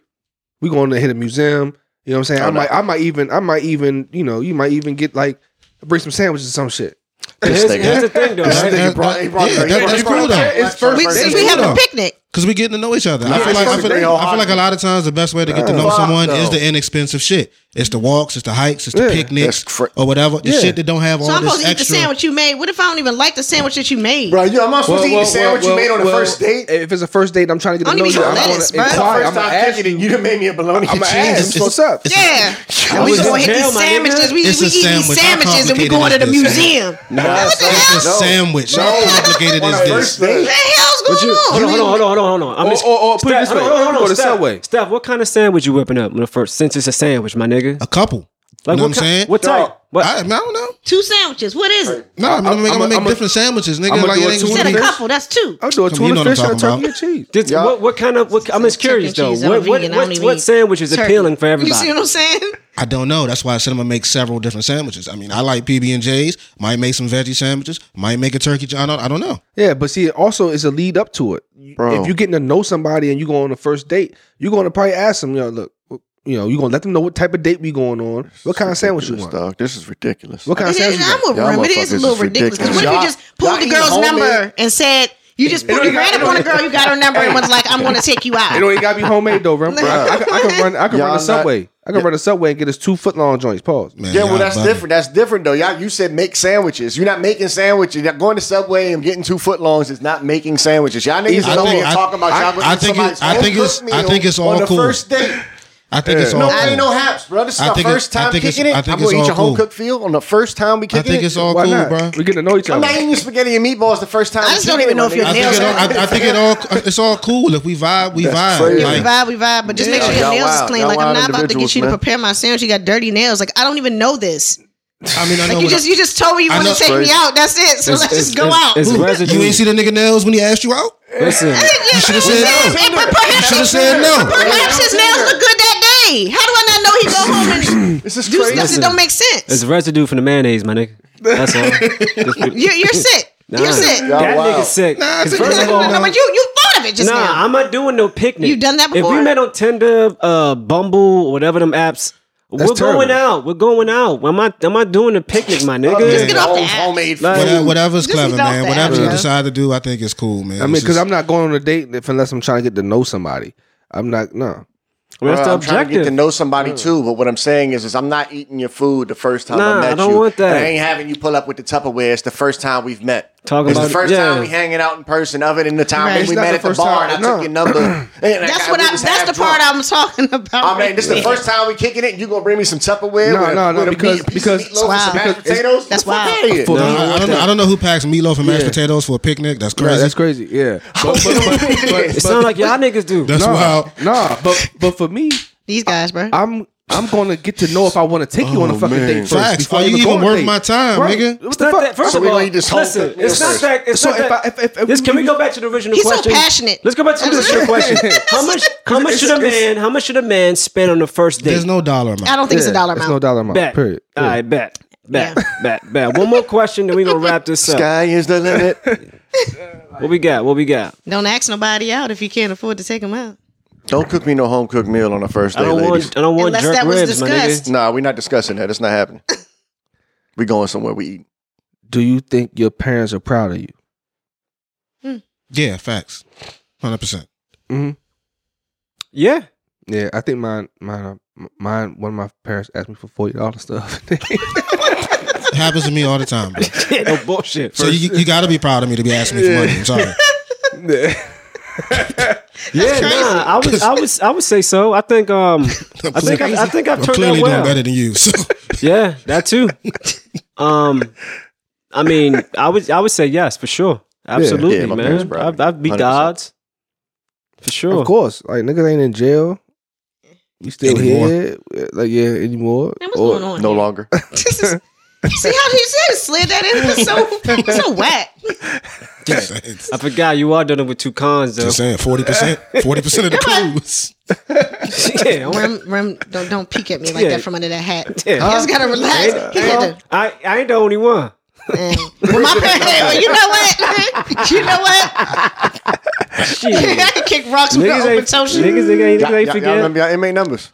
Speaker 5: We going to hit a museum. You know what I'm saying?
Speaker 4: Oh,
Speaker 5: I
Speaker 4: no.
Speaker 5: might, I might even, I might even, you know, you might even get like bring some sandwiches or some shit.
Speaker 1: Here's, here's the thing, though.
Speaker 2: That's
Speaker 1: right?
Speaker 2: the-
Speaker 4: He brought- he brought-
Speaker 2: Yeah,
Speaker 4: he
Speaker 2: that-
Speaker 4: brought-
Speaker 2: that's
Speaker 4: he brought-
Speaker 2: cool, though.
Speaker 5: It's first
Speaker 3: We,
Speaker 5: date.
Speaker 3: since
Speaker 5: That's
Speaker 3: we
Speaker 5: cool,
Speaker 3: have a
Speaker 2: though.
Speaker 3: picnic,
Speaker 2: Because we getting to know each other. I
Speaker 4: Yeah,
Speaker 2: feel like I
Speaker 4: it's
Speaker 2: feel,
Speaker 4: perfect.
Speaker 2: I feel like a lot of times the best way to get to know
Speaker 4: Fuck,
Speaker 2: someone is
Speaker 4: though.
Speaker 2: the inexpensive shit. It's the walks, it's the hikes, it's the
Speaker 5: Yeah.
Speaker 2: picnics
Speaker 4: That's cra-
Speaker 2: or whatever. The
Speaker 5: Yeah.
Speaker 2: shit that don't have
Speaker 3: so
Speaker 2: all
Speaker 3: I'm supposed
Speaker 2: this
Speaker 3: to eat the
Speaker 2: extra.
Speaker 3: sandwich you made. What if I don't even like the sandwich that you made?
Speaker 4: Bro, you, I'm not supposed to eat the sandwich you made on the
Speaker 5: well,
Speaker 4: first date.
Speaker 5: If it's a first date, I'm trying to get
Speaker 3: I
Speaker 5: to
Speaker 3: don't
Speaker 5: know
Speaker 3: even
Speaker 5: you.
Speaker 3: eat
Speaker 5: I'm going
Speaker 3: lettuce,
Speaker 5: to
Speaker 3: bro.
Speaker 4: The
Speaker 5: inquire.
Speaker 4: first
Speaker 5: I'm
Speaker 4: time
Speaker 5: going to ask
Speaker 4: kicking it,
Speaker 5: you.
Speaker 4: you done made me a bologna
Speaker 5: I'm
Speaker 4: and
Speaker 5: gonna
Speaker 4: cheese.
Speaker 5: ask. What's up?
Speaker 3: Yeah.
Speaker 1: I
Speaker 3: we
Speaker 1: was
Speaker 3: just gonna
Speaker 1: in
Speaker 3: hit
Speaker 1: jail,
Speaker 3: these
Speaker 1: my
Speaker 3: sandwiches.
Speaker 1: nigga.
Speaker 3: We, we
Speaker 2: It's a
Speaker 3: eat these
Speaker 2: sandwich. How
Speaker 3: sandwiches and we
Speaker 2: complicated
Speaker 3: going to
Speaker 2: is
Speaker 3: the
Speaker 2: this?
Speaker 3: museum.
Speaker 4: Nah,
Speaker 3: what the
Speaker 4: son,
Speaker 3: hell?
Speaker 2: It's a
Speaker 4: no.
Speaker 2: sandwich. How
Speaker 4: No.
Speaker 2: complicated
Speaker 4: On
Speaker 2: is
Speaker 4: a
Speaker 2: this?
Speaker 4: first
Speaker 3: What the
Speaker 4: date.
Speaker 3: hell's going on?
Speaker 1: Hold on, hold on, hold on, hold on, hold on. I'm
Speaker 5: Or-
Speaker 1: just-
Speaker 5: or- or put it this
Speaker 1: Steph,
Speaker 5: way.
Speaker 1: hold on, hold on,
Speaker 5: Go to
Speaker 1: Steph.
Speaker 5: Subway.
Speaker 1: Steph, what kind of sandwich you whipping up on the first? Since it's a sandwich, my nigga.
Speaker 2: A couple.
Speaker 1: Like
Speaker 2: you know what I'm
Speaker 1: ki-
Speaker 2: saying?
Speaker 1: What type?
Speaker 5: Dog,
Speaker 1: What?
Speaker 2: I, I don't know.
Speaker 3: Two sandwiches. What is it?
Speaker 2: No, I'm, gonna make, I'm,
Speaker 5: I'ma-
Speaker 2: gonna make
Speaker 5: I'ma-
Speaker 2: different sandwiches, nigga.
Speaker 5: I'ma
Speaker 2: like
Speaker 5: do
Speaker 2: it
Speaker 5: a
Speaker 2: ain't
Speaker 5: two
Speaker 2: gonna
Speaker 3: Said
Speaker 5: and
Speaker 2: be
Speaker 3: a
Speaker 5: fish.
Speaker 3: couple. That's two.
Speaker 5: I'm doing
Speaker 2: Come on, you
Speaker 5: tuna
Speaker 2: know what
Speaker 5: fish
Speaker 2: I'm
Speaker 5: and a
Speaker 2: talking
Speaker 5: turkey and cheese.
Speaker 1: This-
Speaker 4: Yeah.
Speaker 1: what, what kind of? What, I'm just curious
Speaker 3: Chicken
Speaker 1: though.
Speaker 3: cheese, I'm
Speaker 1: What, what,
Speaker 3: vegan, I
Speaker 1: what,
Speaker 3: don't
Speaker 1: what,
Speaker 3: even eat
Speaker 1: sandwich is
Speaker 3: turkey.
Speaker 1: appealing for everybody?
Speaker 3: You see what I'm saying?
Speaker 2: I don't know. That's why I said I'm gonna make several different sandwiches. I mean, I like PB and J's. Might make some veggie sandwiches. Might make a turkey. I don't. I don't know.
Speaker 5: Yeah, but see, it also is a lead up to it.
Speaker 4: Bro.
Speaker 5: If you're getting to know somebody and you go on the first date, you're going to probably ask them, you know, look, you know, you're going to let them know what type of date we going on, what kind of sandwich you
Speaker 4: Ridiculous,
Speaker 5: want,
Speaker 4: dog. This is ridiculous.
Speaker 5: what kind of
Speaker 3: It
Speaker 5: sandwich
Speaker 3: is-
Speaker 5: you
Speaker 3: I'm
Speaker 5: want.
Speaker 3: with
Speaker 4: Y'all
Speaker 3: Rim. It is a
Speaker 4: motherfuckers
Speaker 3: little
Speaker 4: is
Speaker 3: ridiculous. Because what if
Speaker 4: ridiculous.
Speaker 3: you just pulled
Speaker 4: Y'all
Speaker 3: the
Speaker 4: eat
Speaker 3: girl's
Speaker 4: homemade-
Speaker 3: number and said, you just pulled
Speaker 5: don't
Speaker 3: your
Speaker 5: even-
Speaker 3: grand
Speaker 5: it
Speaker 3: up
Speaker 5: don't
Speaker 3: on a
Speaker 5: even-
Speaker 3: girl, you got her number, and was like, I'm going to take you
Speaker 5: It
Speaker 3: out.
Speaker 5: don't even gotta be homemade though, bro. I, I, I can run. I can
Speaker 4: Y'all
Speaker 5: run a
Speaker 4: not-
Speaker 5: subway. I can run a subway and get us two foot long joints. Pause.
Speaker 2: Man,
Speaker 4: Yeah,
Speaker 2: y'all
Speaker 4: well, that's
Speaker 2: bugging.
Speaker 4: different. That's different, though. Y'all, you said make sandwiches. You're not making sandwiches. Y'all Going to Subway and getting two footlongs is not making sandwiches. Y'all niggas is
Speaker 2: I
Speaker 4: over
Speaker 2: think-
Speaker 4: here
Speaker 2: I-
Speaker 4: talking about
Speaker 2: I-
Speaker 4: y'all going
Speaker 2: I
Speaker 4: to
Speaker 2: think it-
Speaker 4: somebody's
Speaker 2: I think
Speaker 4: home-cooked
Speaker 2: it's- I
Speaker 4: meal
Speaker 2: think it's all
Speaker 4: on the
Speaker 2: cool.
Speaker 4: first date.
Speaker 2: I think it's all.
Speaker 4: No,
Speaker 2: cool.
Speaker 4: I ain't no haps, bro. This is
Speaker 2: I
Speaker 4: our
Speaker 2: think it-
Speaker 4: first
Speaker 2: I
Speaker 4: time
Speaker 2: think it's-
Speaker 4: kicking it.
Speaker 2: I
Speaker 4: I'm
Speaker 2: think
Speaker 4: gonna
Speaker 2: it's
Speaker 4: eat
Speaker 2: all
Speaker 4: your home
Speaker 2: cool.
Speaker 4: cooked feel on the first time we
Speaker 2: I
Speaker 4: kicking
Speaker 2: think
Speaker 4: it.
Speaker 2: it's all
Speaker 5: Why
Speaker 2: cool,
Speaker 5: not?
Speaker 2: bro.
Speaker 5: We getting to know each
Speaker 4: I'm
Speaker 5: other.
Speaker 4: not eating spaghetti and meatballs the first time.
Speaker 3: I
Speaker 4: we
Speaker 3: just don't even
Speaker 4: kicking it,
Speaker 3: know
Speaker 4: my
Speaker 3: if your
Speaker 4: nigga.
Speaker 2: I think,
Speaker 3: nails
Speaker 2: it all,
Speaker 3: are-
Speaker 2: I, I think it all. uh, It's all cool. If we vibe, we
Speaker 4: That's
Speaker 2: vibe.
Speaker 4: crazy.
Speaker 3: We
Speaker 2: Like,
Speaker 3: vibe, we vibe, but just make sure
Speaker 4: Yeah,
Speaker 3: your
Speaker 4: y'all
Speaker 3: nails is
Speaker 4: wild.
Speaker 3: clean.
Speaker 4: Y'all
Speaker 3: like I'm
Speaker 4: wild
Speaker 3: not about to get
Speaker 4: individuals,
Speaker 3: you to
Speaker 4: man.
Speaker 3: prepare my sandwich. You got dirty nails. Like I don't even know this.
Speaker 2: I mean, I know.
Speaker 3: Like you
Speaker 2: what
Speaker 3: just you just told me you
Speaker 2: I
Speaker 3: want
Speaker 2: know-
Speaker 3: to take me
Speaker 4: Crazy.
Speaker 3: out. That's it. So
Speaker 1: It's-
Speaker 3: let's
Speaker 1: it's-
Speaker 3: just go
Speaker 1: it's-
Speaker 2: I-
Speaker 1: just-
Speaker 3: out.
Speaker 1: it's
Speaker 2: Who-
Speaker 1: residue.
Speaker 2: You ain't see the nigga nails when he asked you out.
Speaker 1: Listen,
Speaker 2: You should have
Speaker 3: And-
Speaker 2: said no.
Speaker 3: and perhaps-
Speaker 2: shoulda said no.
Speaker 3: Perhaps his nails look good that day. How do I not know he go home and
Speaker 4: This is
Speaker 3: do
Speaker 4: crazy.
Speaker 3: stuff that don't make
Speaker 1: it's
Speaker 3: sense?
Speaker 1: residue from the mayonnaise, my nigga. That's all. Just-
Speaker 3: You're, you're sick.
Speaker 1: Nah,
Speaker 3: You're sick.
Speaker 4: Y'all
Speaker 1: That
Speaker 4: wild.
Speaker 1: nigga sick.
Speaker 2: Nah, I
Speaker 1: 'Cause
Speaker 2: think
Speaker 1: first
Speaker 2: that's
Speaker 1: of all-
Speaker 2: what
Speaker 3: no, but you you thought of it just
Speaker 1: nah,
Speaker 3: now.
Speaker 1: I'm not doing no picnic.
Speaker 3: You done that
Speaker 1: If
Speaker 3: before?
Speaker 1: we met on Tinder, uh, Bumble, whatever them apps, we're
Speaker 5: terrible.
Speaker 1: going out. We're going out. I'm not. I'm not doing a picnic, my nigga.
Speaker 3: Just get off
Speaker 4: Home-
Speaker 3: the app.
Speaker 4: homemade
Speaker 1: Like-
Speaker 4: food.
Speaker 1: Whatever-
Speaker 2: Whatever, whatever's
Speaker 3: Just
Speaker 2: clever,
Speaker 3: leave off
Speaker 2: man.
Speaker 3: the
Speaker 2: Whatever you
Speaker 3: outro.
Speaker 2: decide to do, I think it's cool, man.
Speaker 5: I mean,
Speaker 2: It's
Speaker 5: because
Speaker 2: just-
Speaker 5: I'm not going on a date if- unless I'm trying to get to know somebody. I'm not no.
Speaker 1: Well, that's
Speaker 4: Bro,
Speaker 1: the
Speaker 4: I'm trying to get
Speaker 1: objective.
Speaker 4: to know somebody too, but what I'm saying is, is I'm not eating your food the first time
Speaker 1: Nah,
Speaker 4: I met
Speaker 1: I don't
Speaker 4: you.
Speaker 1: want that.
Speaker 4: And I ain't having you pull up with the Tupperware. It's the first time we've met.
Speaker 1: Talking
Speaker 4: it's
Speaker 1: about-
Speaker 4: the first
Speaker 1: yeah.
Speaker 4: time we hanging out in person, other than the time
Speaker 3: Right.
Speaker 4: that
Speaker 3: It's
Speaker 4: we
Speaker 5: not
Speaker 4: met
Speaker 5: the
Speaker 4: at the
Speaker 5: first
Speaker 4: bar
Speaker 5: time,
Speaker 4: and I
Speaker 5: no.
Speaker 4: took your number. and I
Speaker 3: That's
Speaker 4: got-
Speaker 3: what
Speaker 4: we
Speaker 3: I.
Speaker 4: was
Speaker 3: That's
Speaker 4: half
Speaker 3: the
Speaker 4: drunk.
Speaker 3: part I'm talking about.
Speaker 4: I mean, this is the first time we kicking it. You gonna bring me some Tupperware?
Speaker 5: No,
Speaker 4: with a-
Speaker 5: no, no,
Speaker 4: with a
Speaker 5: because-
Speaker 4: meat, piece
Speaker 5: because-
Speaker 4: of meatloaf, and some
Speaker 5: because
Speaker 4: mashed
Speaker 5: it's-
Speaker 4: potatoes.
Speaker 3: that's
Speaker 4: Get the fuck
Speaker 3: wild.
Speaker 4: outta here.
Speaker 1: No,
Speaker 5: For
Speaker 1: I
Speaker 5: the-
Speaker 2: I, I don't, know- I don't know who packs meatloaf and mashed
Speaker 5: Yeah.
Speaker 2: potatoes for a picnic. That's
Speaker 5: Yeah,
Speaker 2: crazy.
Speaker 5: that's crazy. Yeah. But, but, but, but,
Speaker 1: It sounds like y'all niggas do.
Speaker 2: That's
Speaker 5: no,
Speaker 2: wild.
Speaker 5: Nah, but but for me,
Speaker 3: These guys, bro.
Speaker 5: I'm I'm gonna get to know if I want to take you on a
Speaker 4: Oh,
Speaker 5: fucking
Speaker 4: man.
Speaker 5: date first.
Speaker 2: Facts.
Speaker 5: before
Speaker 2: Are
Speaker 5: I
Speaker 2: you
Speaker 5: even go
Speaker 2: even
Speaker 5: on a
Speaker 2: worth
Speaker 5: date.
Speaker 2: my time,
Speaker 5: Right.
Speaker 2: nigga?
Speaker 5: What
Speaker 1: It's
Speaker 5: the
Speaker 1: not
Speaker 5: fuck?
Speaker 1: that. First
Speaker 4: So
Speaker 1: of
Speaker 4: we
Speaker 1: all,
Speaker 4: gonna eat this whole
Speaker 1: listen.
Speaker 4: thing
Speaker 1: It's not
Speaker 4: first.
Speaker 1: that. It's
Speaker 5: So
Speaker 1: not
Speaker 5: if
Speaker 1: that.
Speaker 5: I- if- if- if
Speaker 1: This- can
Speaker 5: we-
Speaker 1: we go back to the original
Speaker 3: He's so
Speaker 1: question?
Speaker 3: passionate.
Speaker 1: Let's go back to the original question. How much? How much should a man? How much should a man spend on the first date?
Speaker 2: There's no dollar amount.
Speaker 3: I don't think it's a
Speaker 5: Yeah,
Speaker 3: dollar
Speaker 5: It's no
Speaker 3: amount.
Speaker 5: dollar amount.
Speaker 1: bet. Uh,
Speaker 5: Period.
Speaker 1: All right, bet, bet, bet, bet. One more question, then we gonna wrap this up.
Speaker 4: Sky is the limit.
Speaker 1: What we got? What we got?
Speaker 3: Don't ask nobody out if you can't afford to take them out.
Speaker 4: Don't cook me no home cooked meal on the first
Speaker 1: I
Speaker 4: day,
Speaker 1: don't
Speaker 4: ladies.
Speaker 1: want. I don't want
Speaker 3: Unless
Speaker 1: jerk
Speaker 3: that was
Speaker 1: ribs, my nigga.
Speaker 3: discussed.
Speaker 4: Nah, we're not discussing that. It's not happening. we going somewhere. We eat.
Speaker 5: Do you think your parents are proud of you?
Speaker 2: Yeah, facts. Hundred percent.
Speaker 1: Yeah.
Speaker 5: Yeah, I think mine, mine, uh, mine. One of my parents asked me for forty dollars stuff.
Speaker 1: Oh,
Speaker 2: Happens to me all the time. Bro.
Speaker 1: no bullshit.
Speaker 2: So you, you got to be proud of me to be asking me for money. I'm sorry.
Speaker 1: yeah,
Speaker 3: crazy.
Speaker 1: nah. I was. I was. I would say so. I think. Um. I think. I, I think I've
Speaker 2: I'm
Speaker 1: turned
Speaker 2: clearly
Speaker 1: that
Speaker 2: doing
Speaker 1: well.
Speaker 2: better than you. So
Speaker 1: Yeah, that too. um. I mean, I would. I would say yes for sure. Absolutely,
Speaker 4: Yeah, my parents
Speaker 1: man.
Speaker 4: proud of
Speaker 1: I've,
Speaker 4: me.
Speaker 1: I've beat the
Speaker 4: 100%.
Speaker 1: odds. For sure.
Speaker 5: Of course, like niggas ain't in jail. You still
Speaker 2: Anymore.
Speaker 5: here? Like yeah, anymore?
Speaker 3: Man, what's
Speaker 5: Or-
Speaker 3: going on?
Speaker 4: Oh, No
Speaker 3: here?
Speaker 4: longer.
Speaker 3: This is- See how he said slid that in? It's so it's so whack.
Speaker 2: just
Speaker 1: I forgot you are dealing with two cons though.
Speaker 2: saying, forty percent, forty percent of the clues.
Speaker 1: yeah, I'm-
Speaker 3: Rem, Rem, don't don't peek at me like
Speaker 1: Yeah.
Speaker 3: that from under that hat.
Speaker 1: Yeah.
Speaker 3: You just gotta relax. He had to,
Speaker 1: I, I ain't the only one.
Speaker 3: eh. well, my parents, you know what? you know what?
Speaker 1: Shit.
Speaker 3: I can kick rocks with
Speaker 1: niggas
Speaker 3: the
Speaker 1: ain't
Speaker 3: open toe
Speaker 1: niggas,
Speaker 3: shoes.
Speaker 1: ain't niggas
Speaker 4: Y'all,
Speaker 1: ain't
Speaker 4: y'all, y'all
Speaker 1: forget.
Speaker 4: remember y'all inmate numbers?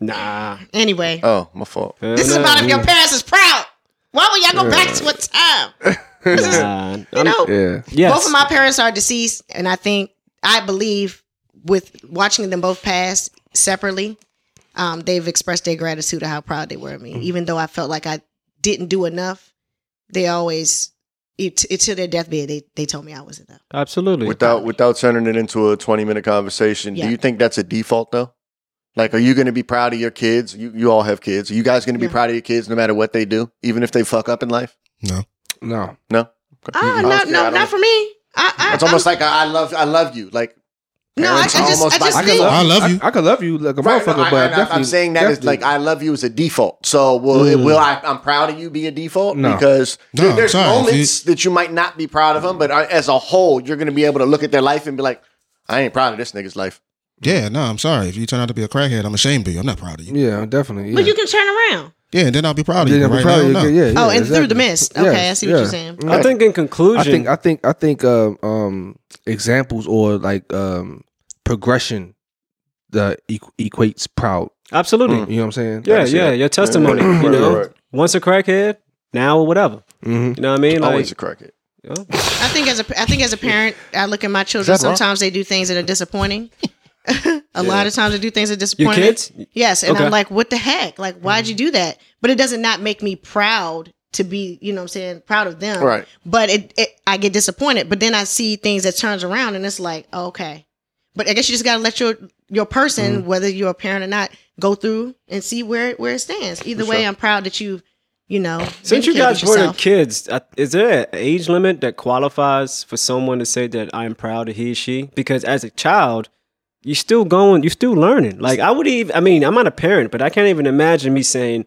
Speaker 1: Nah.
Speaker 3: Anyway,
Speaker 4: Oh, my fault.
Speaker 3: this is about if your parents is proud. Why would y'all go back to a time? This is,
Speaker 1: Nah,
Speaker 3: you
Speaker 1: I'm-
Speaker 3: know,
Speaker 5: Yeah,
Speaker 1: yes.
Speaker 3: both of my parents are deceased, and I think I believe with watching them both pass separately, um, they've expressed their gratitude of how proud they were of
Speaker 5: Mm-hmm.
Speaker 3: me. Even though I felt like I didn't do enough, they always it, it to their deathbed they they told me I was enough.
Speaker 1: absolutely.
Speaker 4: Without without turning it into a twenty minute conversation,
Speaker 3: Yeah.
Speaker 4: do you think that's a default though? Like, are you going to be proud of your kids? You you all have kids. Are you guys going to be
Speaker 3: Yeah.
Speaker 4: proud of your kids no matter what they do, even if they fuck up in life?
Speaker 2: No,
Speaker 5: no.
Speaker 4: No.
Speaker 3: Ah,
Speaker 5: Mm-hmm.
Speaker 3: no,
Speaker 4: Mhm. Honestly, I
Speaker 3: no,
Speaker 4: don't-
Speaker 3: not for me. I, I,
Speaker 4: It's almost
Speaker 3: I'm-
Speaker 4: like a, I love I love you. Like
Speaker 3: no. I, I
Speaker 4: parents are
Speaker 3: just, I
Speaker 4: almost
Speaker 3: just
Speaker 4: like-
Speaker 5: could
Speaker 3: think
Speaker 2: I love you.
Speaker 5: I, could love you like a
Speaker 4: Right, no,
Speaker 5: motherfucker,
Speaker 4: I,
Speaker 5: but I,
Speaker 4: I, I'm-
Speaker 5: definitely,
Speaker 4: I'm saying that is
Speaker 5: definitely- Mm.
Speaker 4: like I love you as a default. So will it, will I, I'm proud of you be a default
Speaker 5: No.
Speaker 4: because
Speaker 2: No,
Speaker 4: there- there's
Speaker 2: sorry, if
Speaker 4: moments that you might not be proud of them, but uh, as a whole, you're going to be able to look at their life and be like, I ain't proud of this nigga's life.
Speaker 2: yeah, no. I'm sorry if you turn out to be a crackhead. I'm ashamed of you. I'm not proud of you.
Speaker 5: yeah, definitely. Yeah.
Speaker 3: but you can turn around.
Speaker 2: Yeah, and then I'll be proud of
Speaker 5: Yeah,
Speaker 2: you.
Speaker 5: I'm
Speaker 2: but right
Speaker 5: proud of you.
Speaker 2: now, no.
Speaker 5: Yeah, yeah,
Speaker 3: Oh, and through the
Speaker 5: exactly.
Speaker 3: mist. Okay,
Speaker 5: Yes,
Speaker 3: I see what you're
Speaker 5: yeah.
Speaker 3: saying.
Speaker 5: Yeah.
Speaker 1: I think in conclusion,
Speaker 5: I think I
Speaker 4: uh,
Speaker 5: think I think um, um examples or like um progression the equ- equates proud.
Speaker 1: absolutely.
Speaker 4: Hmm. Mm.
Speaker 5: You know what I'm saying?
Speaker 1: Yeah, yeah, your testimony.
Speaker 4: Right,
Speaker 1: You
Speaker 4: right,
Speaker 1: know,
Speaker 4: right. Mm-hmm.
Speaker 1: once a crackhead, now whatever.
Speaker 5: hmm
Speaker 1: You know what I mean? Like,
Speaker 4: Always a crackhead.
Speaker 1: yeah.
Speaker 3: I think as a I think as a parent, I look at my children.
Speaker 4: that wrong?
Speaker 3: Sometimes they do things that are disappointing. a lot of times they do things that are
Speaker 1: your
Speaker 3: disappointing.
Speaker 1: kids,
Speaker 3: Yes, and
Speaker 1: Okay. Mm-hmm.
Speaker 3: I'm like, what the heck? Like, why'd you do that? But it doesn't not make me proud to be, you know, what I'm saying proud of them.
Speaker 4: Right.
Speaker 3: But it, it, I get disappointed. But then I see things that turns around, and it's like, okay. But I guess you just gotta let your your person,
Speaker 1: Mm-hmm.
Speaker 3: whether you're a parent or not, go through and see where where it stands. Either way, I'm proud that you, you know,
Speaker 1: since you
Speaker 3: vindicated
Speaker 1: guys were the
Speaker 3: yourself.
Speaker 1: kids, uh, is there an age limit that qualifies for someone to say that I'm proud of he or she? Because as a child, you're still going, you're still learning. Like I would even, I mean, I'm not a parent, but I can't even imagine me saying,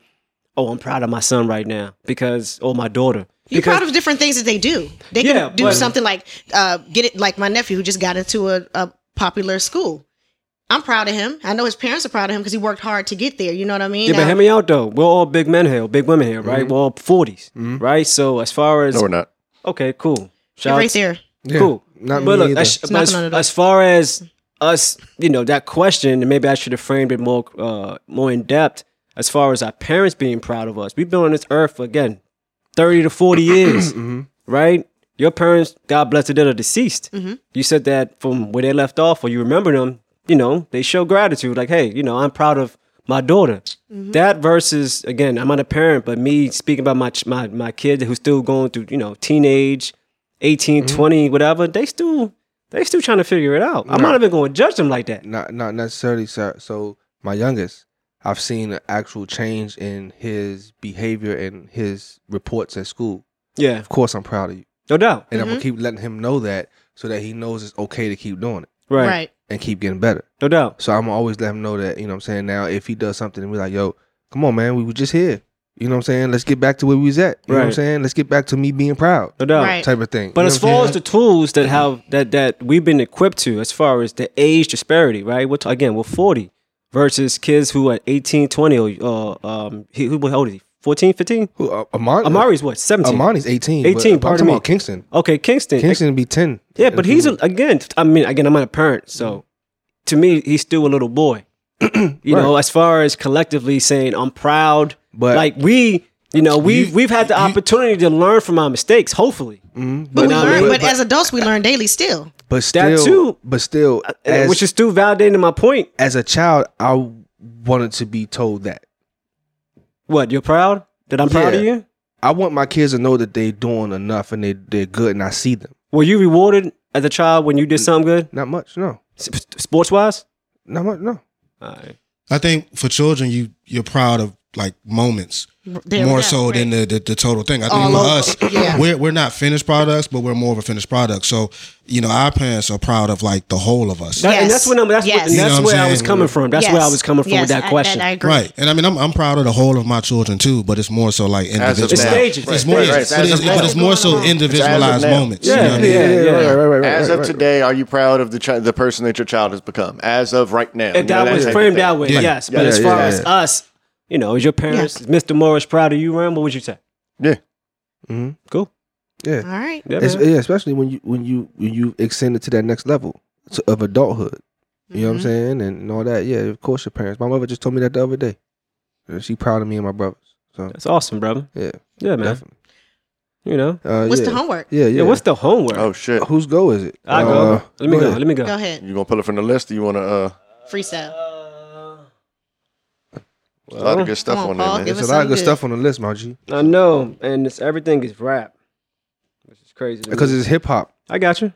Speaker 1: "Oh, I'm proud of my son right now," because or my daughter.
Speaker 3: You're
Speaker 1: Because
Speaker 3: proud of different things that they do. They
Speaker 1: Yeah,
Speaker 3: can do
Speaker 1: but-
Speaker 3: something like uh, get it, like my nephew who just got into a, a popular school. I'm proud of him. I know his parents are proud of him because he worked hard to get there. You know what I mean?
Speaker 1: Yeah, but
Speaker 3: Now-
Speaker 1: hear me out though. We're all big men here, big women here, right? We're all 40s right? So as far as
Speaker 4: Mm-hmm. No, we're not.
Speaker 1: okay, cool.
Speaker 3: You're
Speaker 1: Shout
Speaker 3: right there.
Speaker 5: Yeah,
Speaker 1: Cool.
Speaker 5: Not me
Speaker 1: But look,
Speaker 5: either.
Speaker 1: as,
Speaker 3: Nothing
Speaker 1: as,
Speaker 3: on it.
Speaker 1: as far as us, you know, that question, and maybe I should have framed it more, uh, more in depth. As far as our parents being proud of us, we've been on this earth for again, thirty to forty years, right? Your parents, God bless them, are deceased.
Speaker 3: Mm-hmm.
Speaker 1: You said that from where they left off, or you remember them. You know, they show gratitude, like, hey, you know, I'm proud of my daughter.
Speaker 3: Mm-hmm.
Speaker 1: That versus again, I'm not a parent, but me speaking about my ch- my my kid who's still going through, you know, teenage, 18,
Speaker 3: Mm-hmm.
Speaker 1: 20, whatever, they still they still trying to figure it out. I'm not even going to judge them like that.
Speaker 5: not not necessarily sir so my youngest i've seen an actual change in his behavior and his reports at school
Speaker 1: Yeah,
Speaker 5: of course i'm proud of you
Speaker 1: no doubt.
Speaker 5: and i'm
Speaker 3: Mm-hmm.
Speaker 5: gonna keep letting him know that so that he knows it's okay to keep doing it
Speaker 1: Right.
Speaker 3: Right.
Speaker 5: and keep getting better
Speaker 1: No doubt.
Speaker 5: so i'm always let him know that you know what i'm saying now if he does something and we're like yo come on man we were just here you know what i'm saying let's get back to where we was at you know what i'm
Speaker 1: Right.
Speaker 5: saying let's get back to me being proud
Speaker 1: No doubt.
Speaker 3: Right.
Speaker 5: type of thing
Speaker 1: But
Speaker 5: You know
Speaker 1: as
Speaker 5: what I'm
Speaker 1: far as
Speaker 5: saying?
Speaker 1: the tools that have that that we've been equipped to, as far as the age disparity, right? We're t- again, we're 40 versus kids who are 18, 20, or uh, um, he, who how old is he? 14, 15?
Speaker 5: Who, uh, Amari,
Speaker 1: Amari's what? 17.
Speaker 5: Amari's 18 but
Speaker 1: 18, pardon
Speaker 5: I'm talking
Speaker 1: me.
Speaker 5: about Kingston
Speaker 1: Okay, Kingston.
Speaker 5: Kingston Mm-hmm. would be 10
Speaker 1: Yeah, but he's a, again. I mean, again, I'm not a parent,
Speaker 5: Mm-hmm.
Speaker 1: so to me, he's still a little boy. you know, as far as collectively saying, I'm proud.
Speaker 5: But-
Speaker 1: But like we, you know, we
Speaker 2: You-
Speaker 1: we've had the opportunity to learn from our mistakes. Hopefully,
Speaker 3: But, we
Speaker 1: nah,
Speaker 3: learn,
Speaker 1: but-
Speaker 3: but, as adults, we learn daily still.
Speaker 5: But
Speaker 1: That
Speaker 5: still,
Speaker 1: too.
Speaker 5: but still,
Speaker 1: Uh,
Speaker 5: as,
Speaker 1: which is still validating my point.
Speaker 5: as a child, I wanted to be told that.
Speaker 1: What you're proud that I'm proud of
Speaker 5: Yeah.
Speaker 1: you?
Speaker 5: I want my kids to know that they're doing enough and they they're good, and I see them.
Speaker 1: Were you rewarded as a child when you did something good,
Speaker 5: Not much, no,
Speaker 1: sports wise?
Speaker 5: not much, no.
Speaker 1: All right.
Speaker 2: I think for children, you you're proud of like moments
Speaker 3: There we
Speaker 2: more
Speaker 3: go,
Speaker 2: so than the, the the total thing. I think
Speaker 3: All
Speaker 2: for
Speaker 3: over,
Speaker 2: us,
Speaker 3: yeah.
Speaker 2: we're we're not finished products, but we're more of a finished product. So you know, our parents are proud of like the whole of us.
Speaker 1: That- And
Speaker 3: Yes.
Speaker 1: that's when I'm, that's,
Speaker 3: Yes.
Speaker 1: what, and
Speaker 2: You know
Speaker 1: that's
Speaker 2: what I'm
Speaker 1: where I
Speaker 2: saying?
Speaker 1: was coming from. That's where I
Speaker 3: Yes.
Speaker 1: was coming from
Speaker 3: Yes,
Speaker 1: with that
Speaker 3: I-
Speaker 1: question.
Speaker 3: I, agree.
Speaker 2: Right, and I mean, I'm, I'm proud of the whole of my children too, but it's more so like
Speaker 4: As
Speaker 2: individual.
Speaker 4: of
Speaker 1: It's
Speaker 4: now.
Speaker 1: stages.
Speaker 4: Right,
Speaker 2: It's more,
Speaker 4: right, right.
Speaker 2: it's-
Speaker 4: As
Speaker 2: it is,
Speaker 4: of now.
Speaker 2: but it's more so
Speaker 3: It's as of
Speaker 2: individualized
Speaker 4: now.
Speaker 2: moments.
Speaker 1: Yeah,
Speaker 2: you know what I mean?
Speaker 1: yeah, yeah.
Speaker 5: right, right, right,
Speaker 4: As
Speaker 5: right,
Speaker 4: of
Speaker 5: right.
Speaker 4: today, are you proud of the chi- the person that your child has become? As of right now, you
Speaker 1: If
Speaker 4: know,
Speaker 1: that was
Speaker 4: type of
Speaker 1: framed
Speaker 4: thing.
Speaker 1: that way,
Speaker 2: Yeah.
Speaker 1: yes.
Speaker 4: Yeah,
Speaker 1: But as
Speaker 5: yeah,
Speaker 1: far
Speaker 5: yeah,
Speaker 1: as
Speaker 5: yeah.
Speaker 1: us, you know, is your parents, is Mr. Morris proud of you, Ram? What would you say?
Speaker 4: Yeah.
Speaker 5: Mhm.
Speaker 1: Cool.
Speaker 5: Yeah,
Speaker 3: All right.
Speaker 1: Yeah,
Speaker 5: Es-
Speaker 1: man.
Speaker 5: yeah, especially when you when you when you extend it to that next level to, of adulthood. You know what I'm
Speaker 1: Mm-hmm.
Speaker 5: saying, and, and all that. Yeah, of course, your parents. My mother just told me that the other day. And She proud of me and my brothers. So
Speaker 1: That's awesome, brother.
Speaker 5: yeah,
Speaker 1: Yeah, man.
Speaker 5: definitely.
Speaker 1: You know?
Speaker 5: Uh,
Speaker 3: What's
Speaker 5: yeah.
Speaker 3: the homework?
Speaker 5: Yeah, yeah.
Speaker 1: Yeah, what's the homework?
Speaker 4: Oh shit!
Speaker 5: whose goal is it?
Speaker 1: I go.
Speaker 5: Uh,
Speaker 1: let me go.
Speaker 5: ahead.
Speaker 1: Let me go.
Speaker 3: Go ahead.
Speaker 4: You gonna pull it from the list? Or you wanna? Uh,
Speaker 3: Freestyle.
Speaker 4: a lot of good stuff
Speaker 3: Come on,
Speaker 4: on, there,
Speaker 3: Paul,
Speaker 4: man.
Speaker 3: give
Speaker 5: There's a
Speaker 3: us
Speaker 5: lot of
Speaker 3: something
Speaker 5: good
Speaker 3: good.
Speaker 5: stuff on the list, my G.
Speaker 1: I know, and it's everything is rap, which is crazy. to me.
Speaker 5: Because it's hip hop.
Speaker 1: I got you,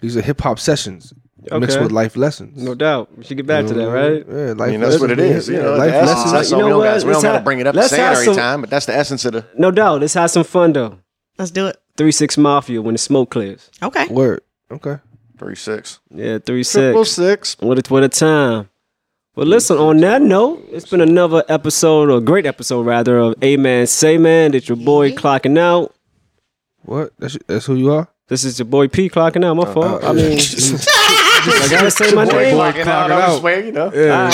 Speaker 5: These are hip hop sessions mixed
Speaker 1: Okay.
Speaker 5: with life lessons.
Speaker 1: no doubt. We should get back to that, right?
Speaker 5: Yeah, life
Speaker 4: I mean, that's what it is.
Speaker 5: Yeah,
Speaker 4: You know,
Speaker 5: life
Speaker 4: the essence,
Speaker 5: lessons.
Speaker 4: that's
Speaker 1: You
Speaker 4: all.
Speaker 1: know
Speaker 4: we don't,
Speaker 1: what?
Speaker 4: gotta, we don't
Speaker 1: Let's
Speaker 4: gotta
Speaker 1: have-
Speaker 4: bring it up and
Speaker 1: let's
Speaker 4: say it
Speaker 1: have
Speaker 4: every
Speaker 1: some-
Speaker 4: time, but that's the essence of the.
Speaker 1: No doubt. Let's have some fun though.
Speaker 3: Let's do it.
Speaker 1: Three Six Mafia when the smoke clears.
Speaker 3: Okay.
Speaker 5: Word. Okay.
Speaker 4: Three six.
Speaker 1: Yeah, Three
Speaker 4: Triple
Speaker 1: Six.
Speaker 4: six.
Speaker 1: What a what a time. Well, listen. On that note, it's been another episode, or a great episode rather, of A Man Say Man. It's your boy clocking out.
Speaker 5: What? That's, that's who you are?
Speaker 1: This is your boy P clocking out. My fault. I mean, I gotta say my
Speaker 4: Boy,
Speaker 1: name.
Speaker 4: clocking out. I
Speaker 5: out.
Speaker 4: was waiting, you know.
Speaker 5: Yeah,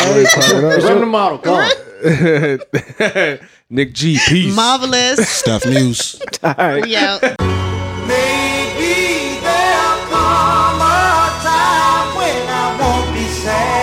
Speaker 4: Run the model. Come on.
Speaker 5: Nick G, peace.
Speaker 3: Marvelous.
Speaker 2: Stuff news.
Speaker 1: All right.
Speaker 3: we out.
Speaker 6: Maybe there'll come a time when I won't be sad.